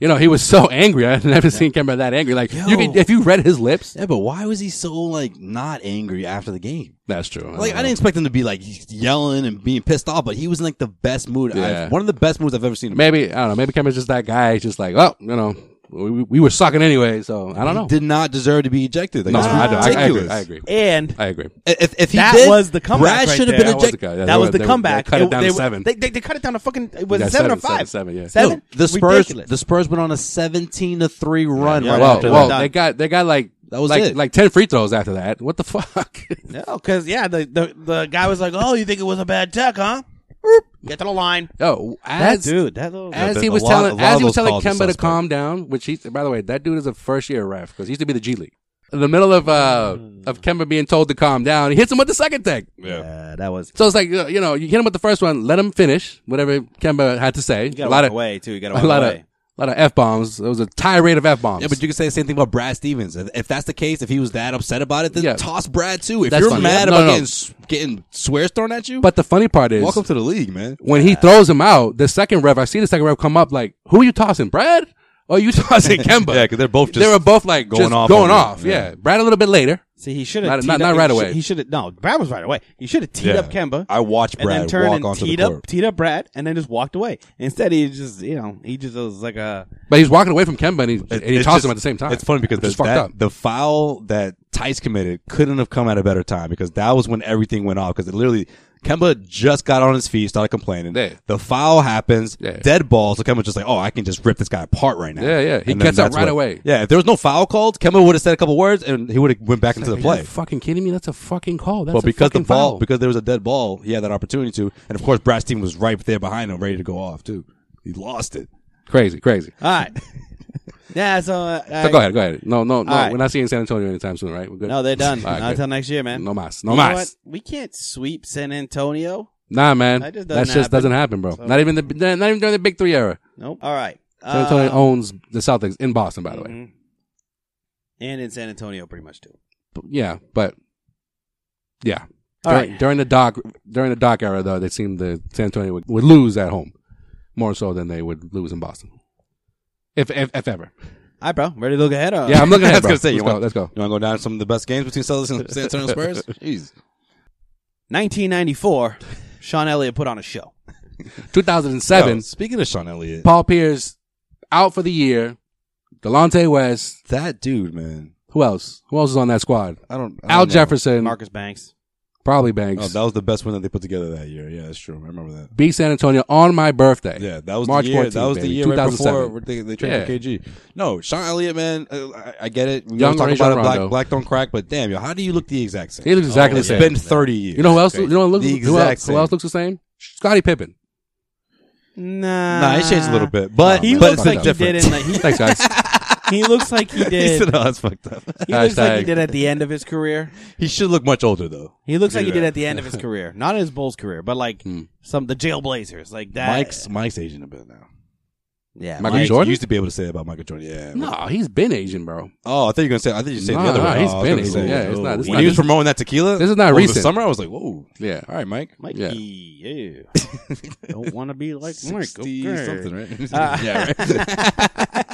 Speaker 3: You know, he was so angry. (laughs) I've never seen Kemba that angry. Like you
Speaker 1: Yo.
Speaker 3: could, if you read his lips,
Speaker 1: Yeah, but why was he so like not angry after the game?
Speaker 3: that's true.
Speaker 1: Like I didn't expect him to be like yelling and being pissed off, but he was in like the best mood.
Speaker 3: Yeah.
Speaker 1: I've, one of the best moods I've ever seen. Him.
Speaker 3: Maybe I don't know. Maybe Kemba's just that guy. Just like, oh, you know, we, we were sucking anyway. So I don't
Speaker 1: he
Speaker 3: know.
Speaker 1: did not deserve to be ejected. Like,
Speaker 3: no,
Speaker 1: it's
Speaker 3: I, don't- I- I agree.
Speaker 1: ridiculous.
Speaker 3: I agree.
Speaker 2: And
Speaker 3: I agree.
Speaker 1: If, if he
Speaker 2: that
Speaker 1: did,
Speaker 2: was the comeback.
Speaker 1: Brad
Speaker 2: right
Speaker 1: should have
Speaker 2: there.
Speaker 1: been
Speaker 3: That was
Speaker 1: ejected.
Speaker 3: the guy. Yeah,
Speaker 2: that
Speaker 3: they
Speaker 2: was
Speaker 3: were-
Speaker 2: the
Speaker 3: they were-
Speaker 2: comeback.
Speaker 3: They cut it down
Speaker 2: they,
Speaker 3: to seven.
Speaker 2: They, they, they cut it down to fucking. It was
Speaker 3: Yeah,
Speaker 2: it seven,
Speaker 3: seven,
Speaker 2: or five.
Speaker 3: seven, seven, yeah.
Speaker 1: No,
Speaker 2: Seven?
Speaker 1: the Spurs.
Speaker 2: Ridiculous.
Speaker 1: The Spurs went on a seventeen to three run.
Speaker 2: Yeah,
Speaker 1: right
Speaker 2: well,
Speaker 3: Whoa,
Speaker 1: after
Speaker 2: well,
Speaker 1: that.
Speaker 3: whoa! They got they got like
Speaker 1: That was
Speaker 3: like
Speaker 1: it.
Speaker 3: like ten free throws after that. What the (laughs) fuck?
Speaker 2: No, because yeah, the, the the guy was like, "Oh, you think it was a bad tech, huh?" Boop. Get to the line.
Speaker 3: Yo,
Speaker 2: That
Speaker 3: as
Speaker 2: dude, that little
Speaker 3: as
Speaker 1: Yeah,
Speaker 3: he
Speaker 1: the-
Speaker 3: was
Speaker 1: a lot- a
Speaker 3: telling
Speaker 1: lot
Speaker 3: as
Speaker 1: of
Speaker 3: he
Speaker 1: those
Speaker 3: was telling
Speaker 1: calls are
Speaker 3: Kemba to
Speaker 1: suspect.
Speaker 3: calm down, which he by the way, that dude is a first year ref because he used to be the G League. In the middle of uh
Speaker 1: Mm.
Speaker 3: of Kemba being told to calm down, he hits him with the second tech.
Speaker 2: Yeah, that was.
Speaker 3: So it's like uh, you know you hit him with the first one, let him finish whatever Kemba had to say.
Speaker 2: You got
Speaker 3: A lot of
Speaker 2: away too. You got
Speaker 3: a lot of
Speaker 2: away.
Speaker 3: a lot of f bombs. It was a tirade of f bombs.
Speaker 1: Yeah, but you can say the same thing about Brad Stevens. If, if that's the case, if he was that upset about it, then
Speaker 3: Yeah.
Speaker 1: toss Brad too. If
Speaker 3: That's
Speaker 1: you're
Speaker 3: funny.
Speaker 1: mad
Speaker 3: No,
Speaker 1: about
Speaker 3: no.
Speaker 1: getting s- getting swears thrown at you,
Speaker 3: But the funny part is
Speaker 1: welcome to the league, man.
Speaker 3: when he throws him out, the second ref, I see the second ref come up like, who you tossing, Brad? Or you (laughs) tossing
Speaker 1: (laughs)
Speaker 3: Kemba?
Speaker 1: Yeah, 'cause they're both just
Speaker 3: they were both like
Speaker 1: going
Speaker 3: going off,
Speaker 1: off on
Speaker 3: going
Speaker 1: him.
Speaker 3: off. Yeah.
Speaker 1: Yeah.
Speaker 3: Brad a little bit later.
Speaker 2: See, he should
Speaker 3: Not-
Speaker 2: have
Speaker 3: not- not right away.
Speaker 2: He should have no. Brad was right away. He should have teed
Speaker 1: Yeah.
Speaker 2: up Kemba.
Speaker 1: I watched
Speaker 2: and then
Speaker 1: Brad
Speaker 2: turned
Speaker 1: walk
Speaker 2: and
Speaker 1: onto the
Speaker 2: teed up,
Speaker 1: court.
Speaker 2: teed up Brad, and then just walked away. Instead, he just you know he just was like a
Speaker 3: But he's walking away from Kemba and he, and he
Speaker 1: It's
Speaker 3: tosses
Speaker 1: just-
Speaker 3: him at the same time.
Speaker 1: It's funny because
Speaker 3: Which is
Speaker 1: the,
Speaker 3: fucked
Speaker 1: that-
Speaker 3: up.
Speaker 1: the foul that Tice committed couldn't have come at a better time because that was when everything went off. Because it literally, Kemba just got on his feet, started complaining.
Speaker 3: Yeah.
Speaker 1: The foul happens,
Speaker 3: Yeah.
Speaker 1: dead ball. So Kemba's just like, oh, I can just rip this guy apart right now.
Speaker 3: Yeah, yeah. He
Speaker 1: And then
Speaker 3: gets up
Speaker 1: that's
Speaker 3: right
Speaker 1: what-
Speaker 3: away.
Speaker 1: Yeah, if there was no foul called, Kemba would have said a couple words and he would have went back into the
Speaker 3: Are
Speaker 1: play.
Speaker 3: you fucking kidding me? That's a fucking call. That's
Speaker 1: But
Speaker 3: a
Speaker 1: because the
Speaker 3: fucking
Speaker 1: ball,
Speaker 3: foul.
Speaker 1: because there was a dead ball, he had that opportunity to. And of course, Brad's team was right there behind him, ready to go off too. He lost it.
Speaker 3: crazy, crazy.
Speaker 2: all right. yeah, so, uh,
Speaker 3: So go ahead, go ahead. No, no, no.
Speaker 2: All right.
Speaker 3: We're not seeing San Antonio anytime soon, right? We're good.
Speaker 2: No, they're done.
Speaker 3: All right,
Speaker 2: Not
Speaker 3: good.
Speaker 2: until next year, man.
Speaker 3: No mas, no
Speaker 2: You know
Speaker 3: mas.
Speaker 2: what? We can't sweep San Antonio.
Speaker 3: Nah, man.
Speaker 2: That
Speaker 3: That
Speaker 2: just
Speaker 3: just,
Speaker 2: doesn't happen.
Speaker 3: doesn't happen, bro. Not even the not even during the Big Three era.
Speaker 2: Nope. All right.
Speaker 3: San Antonio
Speaker 2: Uh,
Speaker 3: owns the Celtics in Boston, by the way.
Speaker 2: mhm. And in San Antonio, pretty much too.
Speaker 3: But- yeah, but yeah.
Speaker 2: All
Speaker 3: during,
Speaker 2: right.
Speaker 3: during the doc during the doc era though, they seemed the San Antonio would, would lose at home more so than they would lose in Boston. If if, if ever.
Speaker 2: All right, bro. Ready to look ahead? Uh, Or?
Speaker 3: Yeah, I'm
Speaker 1: (laughs)
Speaker 3: looking
Speaker 1: I
Speaker 3: at
Speaker 1: was
Speaker 3: it, bro.
Speaker 1: gonna say,
Speaker 3: let's
Speaker 1: you
Speaker 3: go,
Speaker 1: want-
Speaker 3: let's go.
Speaker 1: You want to go down some of the best games between Celtics and San Antonio
Speaker 3: (laughs)
Speaker 1: Spurs? Jeez.
Speaker 2: 1994. Sean Elliott put on a show.
Speaker 3: 2007,
Speaker 1: Yo, speaking of Sean Elliott,
Speaker 3: Paul Pierce out for the year. Delonte West,
Speaker 1: that dude, man.
Speaker 3: who else? Who else is on that squad?
Speaker 1: I don't. I don't know.
Speaker 3: Al Jefferson,
Speaker 2: Marcus Banks.
Speaker 3: probably Banks.
Speaker 1: Oh, that was the best win that they put together that year. Yeah, that's true. I remember that.
Speaker 3: beat San Antonio on my birthday.
Speaker 1: Yeah, that was
Speaker 3: March
Speaker 1: the year.
Speaker 3: 14th,
Speaker 1: that was
Speaker 3: baby,
Speaker 1: the year right
Speaker 3: 2007.
Speaker 1: before they, they traded for
Speaker 3: Yeah.
Speaker 1: KG. No, Sean Elliott, man. uh, I, I get it. We
Speaker 3: Young
Speaker 1: Young talk
Speaker 3: Rajon
Speaker 1: about it,
Speaker 3: Rondo.
Speaker 1: black, black don't crack. But damn, yo, how do you look the exact same? Oh,
Speaker 3: He looks exactly
Speaker 1: It's
Speaker 3: the same.
Speaker 1: been thirty years.
Speaker 3: you know who else? You know who looks
Speaker 1: The
Speaker 3: who
Speaker 1: exact
Speaker 3: else, who else
Speaker 1: same.
Speaker 3: looks the same?
Speaker 1: (laughs)
Speaker 3: Scottie Pippen.
Speaker 2: Nah.
Speaker 1: Nah, it changed a little bit, but
Speaker 2: He
Speaker 1: but it's
Speaker 2: looks
Speaker 1: been
Speaker 2: like he
Speaker 1: different.
Speaker 2: did in the, he,
Speaker 3: Thanks, guys.
Speaker 2: he looks like
Speaker 1: (laughs)
Speaker 2: he
Speaker 1: He
Speaker 2: did.
Speaker 1: said, "Oh, that's fucked
Speaker 3: (laughs)
Speaker 1: up."
Speaker 2: He looks like he
Speaker 3: Hashtag.
Speaker 2: did at the end of his career.
Speaker 1: He should look much older though.
Speaker 2: He looks like he
Speaker 1: Yeah.
Speaker 2: did at the end of his career, not in his Bulls career, but like some the Jail Blazers, like that.
Speaker 1: Mike's Mike's aging a bit now.
Speaker 2: yeah,
Speaker 3: Michael
Speaker 2: Mike-
Speaker 1: Mike
Speaker 3: Jordan?
Speaker 1: used to be able to say that about Michael Jordan. Yeah.
Speaker 3: no, he's been Asian, bro.
Speaker 1: Oh, I thought you were gonna say. I thought you said
Speaker 3: Nah,
Speaker 1: the other
Speaker 3: nah,
Speaker 1: way.
Speaker 3: he's
Speaker 1: oh, I was gonna
Speaker 3: been
Speaker 1: say,
Speaker 3: Asian. Yeah, it's not- it's
Speaker 1: when
Speaker 3: not-
Speaker 1: he was promoting that tequila,
Speaker 3: this is not
Speaker 1: over the
Speaker 3: recent.
Speaker 1: summer, I was like, whoa.
Speaker 3: Yeah.
Speaker 1: All right, Mike.
Speaker 2: Mikey,
Speaker 3: Yeah.
Speaker 2: yeah,
Speaker 1: (laughs)
Speaker 2: don't want to be like Mike.
Speaker 1: 60
Speaker 2: okay.
Speaker 1: something,
Speaker 3: (laughs)
Speaker 1: right?
Speaker 2: Uh,
Speaker 1: yeah, right.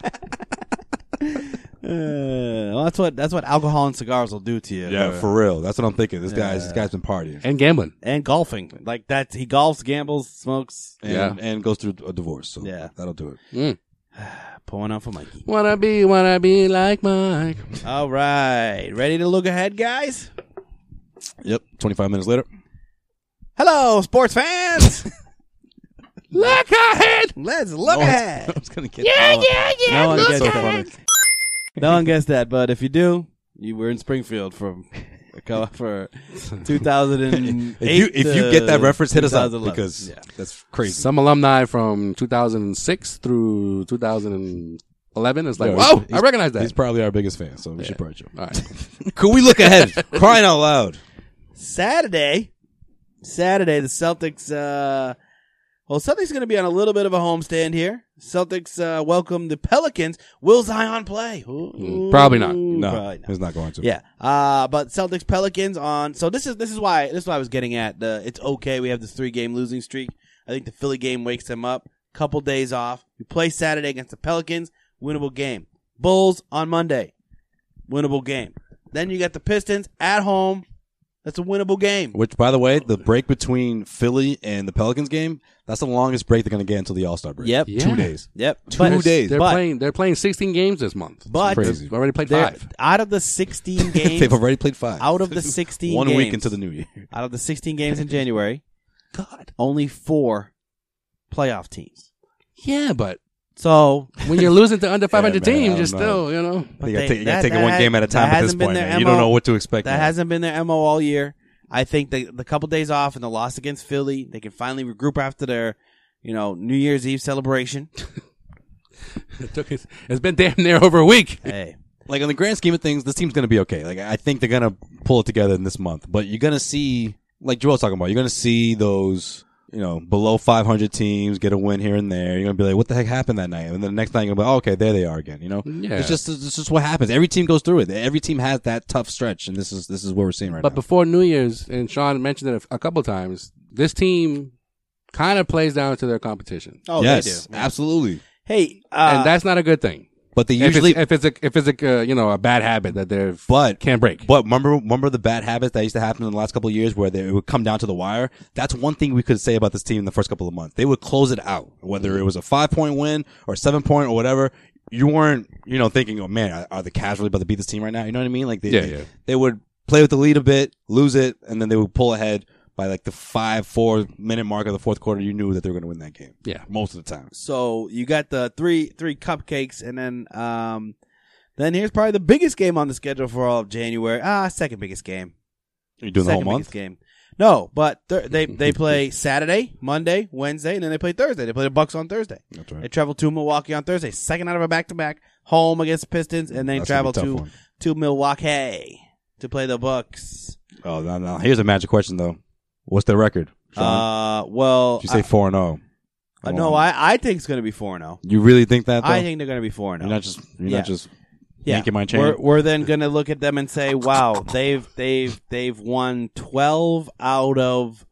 Speaker 2: Uh, well, that's what that's what alcohol and cigars will do to you.
Speaker 1: Yeah, for real. That's what I'm thinking. This guy's this guy's been partying
Speaker 3: And gambling.
Speaker 2: and golfing like that. He golfs, gambles, smokes.
Speaker 1: and,
Speaker 3: Yeah.
Speaker 1: and goes through a divorce. So
Speaker 2: Yeah.
Speaker 1: that'll do it.
Speaker 2: Pulling out for Mikey.
Speaker 3: Wanna be, wanna be like Mike.
Speaker 2: All right, ready to look ahead, guys.
Speaker 1: Yep. 25 minutes later.
Speaker 2: Hello, sports fans.
Speaker 1: (laughs)
Speaker 3: Look ahead!
Speaker 2: Let's look
Speaker 1: No one's-
Speaker 2: ahead.
Speaker 1: I was gonna get yeah, yeah,
Speaker 2: No one gets
Speaker 1: so
Speaker 2: that. No one gets that. But if you do, you were in Springfield from for 2008.
Speaker 1: If you if you get that
Speaker 2: to
Speaker 1: reference, hit us up
Speaker 2: 2011.
Speaker 1: because
Speaker 2: Yeah.
Speaker 1: that's crazy.
Speaker 3: Some alumni from 2006 through 2011 is like,
Speaker 1: Yeah,
Speaker 3: whoa,
Speaker 1: he's-
Speaker 3: I recognize that.
Speaker 1: He's probably our biggest fan, so we should probably chill.
Speaker 3: All right. (laughs)
Speaker 1: Could we look ahead? (laughs) Crying out loud.
Speaker 2: Saturday, Saturday, the Celtics. Uh, well, Celtics going to be on a little bit of a homestand here. Celtics uh, welcome the Pelicans. Will Zion play? Ooh,
Speaker 3: Probably not.
Speaker 1: Mm, No,
Speaker 2: probably not.
Speaker 1: he's not going to.
Speaker 2: Yeah. Uh, but Celtics Pelicans on. So this is this is why this is why I was getting at. The, it's okay. We have this three game losing streak. I think the Philly game wakes them up. couple days off. You play Saturday against the Pelicans, winnable game. Bulls on Monday, winnable game. Then you got the Pistons at home. That's a winnable game.
Speaker 1: Which, by the way, the break between Philly and the Pelicans game, that's the longest break they're going to get until the All Star break.
Speaker 2: Yep.
Speaker 3: Yeah.
Speaker 1: Two days.
Speaker 2: Yep.
Speaker 1: Two
Speaker 2: But-
Speaker 1: days.
Speaker 3: They're
Speaker 2: but-
Speaker 3: playing. They're playing 16 games this month.
Speaker 2: But-
Speaker 1: Crazy.
Speaker 3: They've already played
Speaker 2: They're-
Speaker 3: five.
Speaker 2: Out of the 16
Speaker 1: (laughs) (laughs)
Speaker 2: games,
Speaker 1: They've already played five. (laughs)
Speaker 2: out of the 16
Speaker 1: One week
Speaker 2: games-
Speaker 1: into the new year.
Speaker 2: out of the 16 games in January,
Speaker 3: God.
Speaker 2: only four playoff teams.
Speaker 3: Yeah, but
Speaker 2: So
Speaker 3: when you're losing (laughs) to under 500
Speaker 1: man, I
Speaker 3: teams,
Speaker 1: don't
Speaker 3: you're
Speaker 1: know.
Speaker 3: still, you know. (laughs)
Speaker 2: But
Speaker 1: you gotta
Speaker 2: they-
Speaker 1: take, you gotta
Speaker 2: that-
Speaker 1: take it
Speaker 2: that
Speaker 1: one
Speaker 2: ha-
Speaker 1: game at a
Speaker 2: that
Speaker 1: time at this
Speaker 2: hasn't been
Speaker 1: point.
Speaker 2: their
Speaker 1: man. You don't
Speaker 2: MO.
Speaker 1: know what to expect.
Speaker 2: that
Speaker 1: now.
Speaker 2: hasn't been their mo all year. I think the the couple days off and the loss against Philly, they can finally regroup after their, you know, New Year's Eve (laughs) celebration.
Speaker 3: It took us- it's been damn near over a week.
Speaker 2: hey,
Speaker 1: like in the grand scheme of things, this team's gonna be okay. Like I think they're gonna pull it together in this month. But you're gonna see, like Joel's talking about, you're gonna see those, you know, below 500 teams get a win here and there. You're gonna be like, what the heck happened that night? And then the next night you're gonna be like, oh, okay, there they are again. You know,
Speaker 3: Yeah.
Speaker 1: it's just it's just what happens. Every team goes through it. Every team has that tough stretch, and this is this is what we're seeing right
Speaker 3: But
Speaker 1: now.
Speaker 3: before New Year's, and Sean mentioned it a, a couple times, this team kind of plays down to their competition,
Speaker 2: oh,
Speaker 1: yes,
Speaker 2: they do.
Speaker 1: absolutely.
Speaker 2: Hey, uh,
Speaker 3: and that's not a good thing.
Speaker 1: But they
Speaker 3: If
Speaker 1: usually.
Speaker 3: it's, if it's a if it's a uh, you know a bad habit that they're
Speaker 1: but
Speaker 3: can't break.
Speaker 1: But remember, remember the bad habits that used to happen in the last couple of years, where they, it would come down to the wire. That's one thing we could say about this team in the first couple of months. They would close it out, whether it was a five point win or seven point or whatever. You weren't, you know, thinking, "Oh man, are, are the Cavs really about to beat this team right now?" You know what I mean? Like, they,
Speaker 3: Yeah,
Speaker 1: they,
Speaker 3: yeah.
Speaker 1: they would play with the lead a bit, lose it, and then they would pull ahead by like the five four minute mark of the fourth quarter. You knew that they were going to win that game.
Speaker 3: Yeah.
Speaker 1: most of the time.
Speaker 2: so you got the three three cupcakes, and then um, then here's probably the biggest game on the schedule for all of January. Ah, second biggest game.
Speaker 1: You're doing
Speaker 2: second
Speaker 1: the whole
Speaker 2: biggest
Speaker 1: month.
Speaker 2: game. No, but th-
Speaker 1: (laughs)
Speaker 2: they they play Saturday, Monday, Wednesday, and then they play Thursday. They play the Bucks on Thursday.
Speaker 1: That's right.
Speaker 2: They travel to Milwaukee on Thursday, second out of a back to back, home against the Pistons, and then
Speaker 1: That's gonna be
Speaker 2: travel
Speaker 1: a tough
Speaker 2: to
Speaker 1: one.
Speaker 2: to Milwaukee to play the Bucks.
Speaker 1: Oh, no, no. Here's a magic question though. What's their record? Sean?
Speaker 2: Uh, well,
Speaker 1: Did you say four and zero.
Speaker 2: I, Uh, no, I I think it's going to be four and zero.
Speaker 1: You really think that? Though?
Speaker 2: I think they're going to be four and
Speaker 1: you're
Speaker 2: zero.
Speaker 1: not just you're
Speaker 2: Yeah.
Speaker 1: not just
Speaker 2: Yeah.
Speaker 1: yanking my chain.
Speaker 2: We're, we're then going to look at them and say, "Wow, they've they've they've won twelve
Speaker 1: (laughs)
Speaker 2: out of."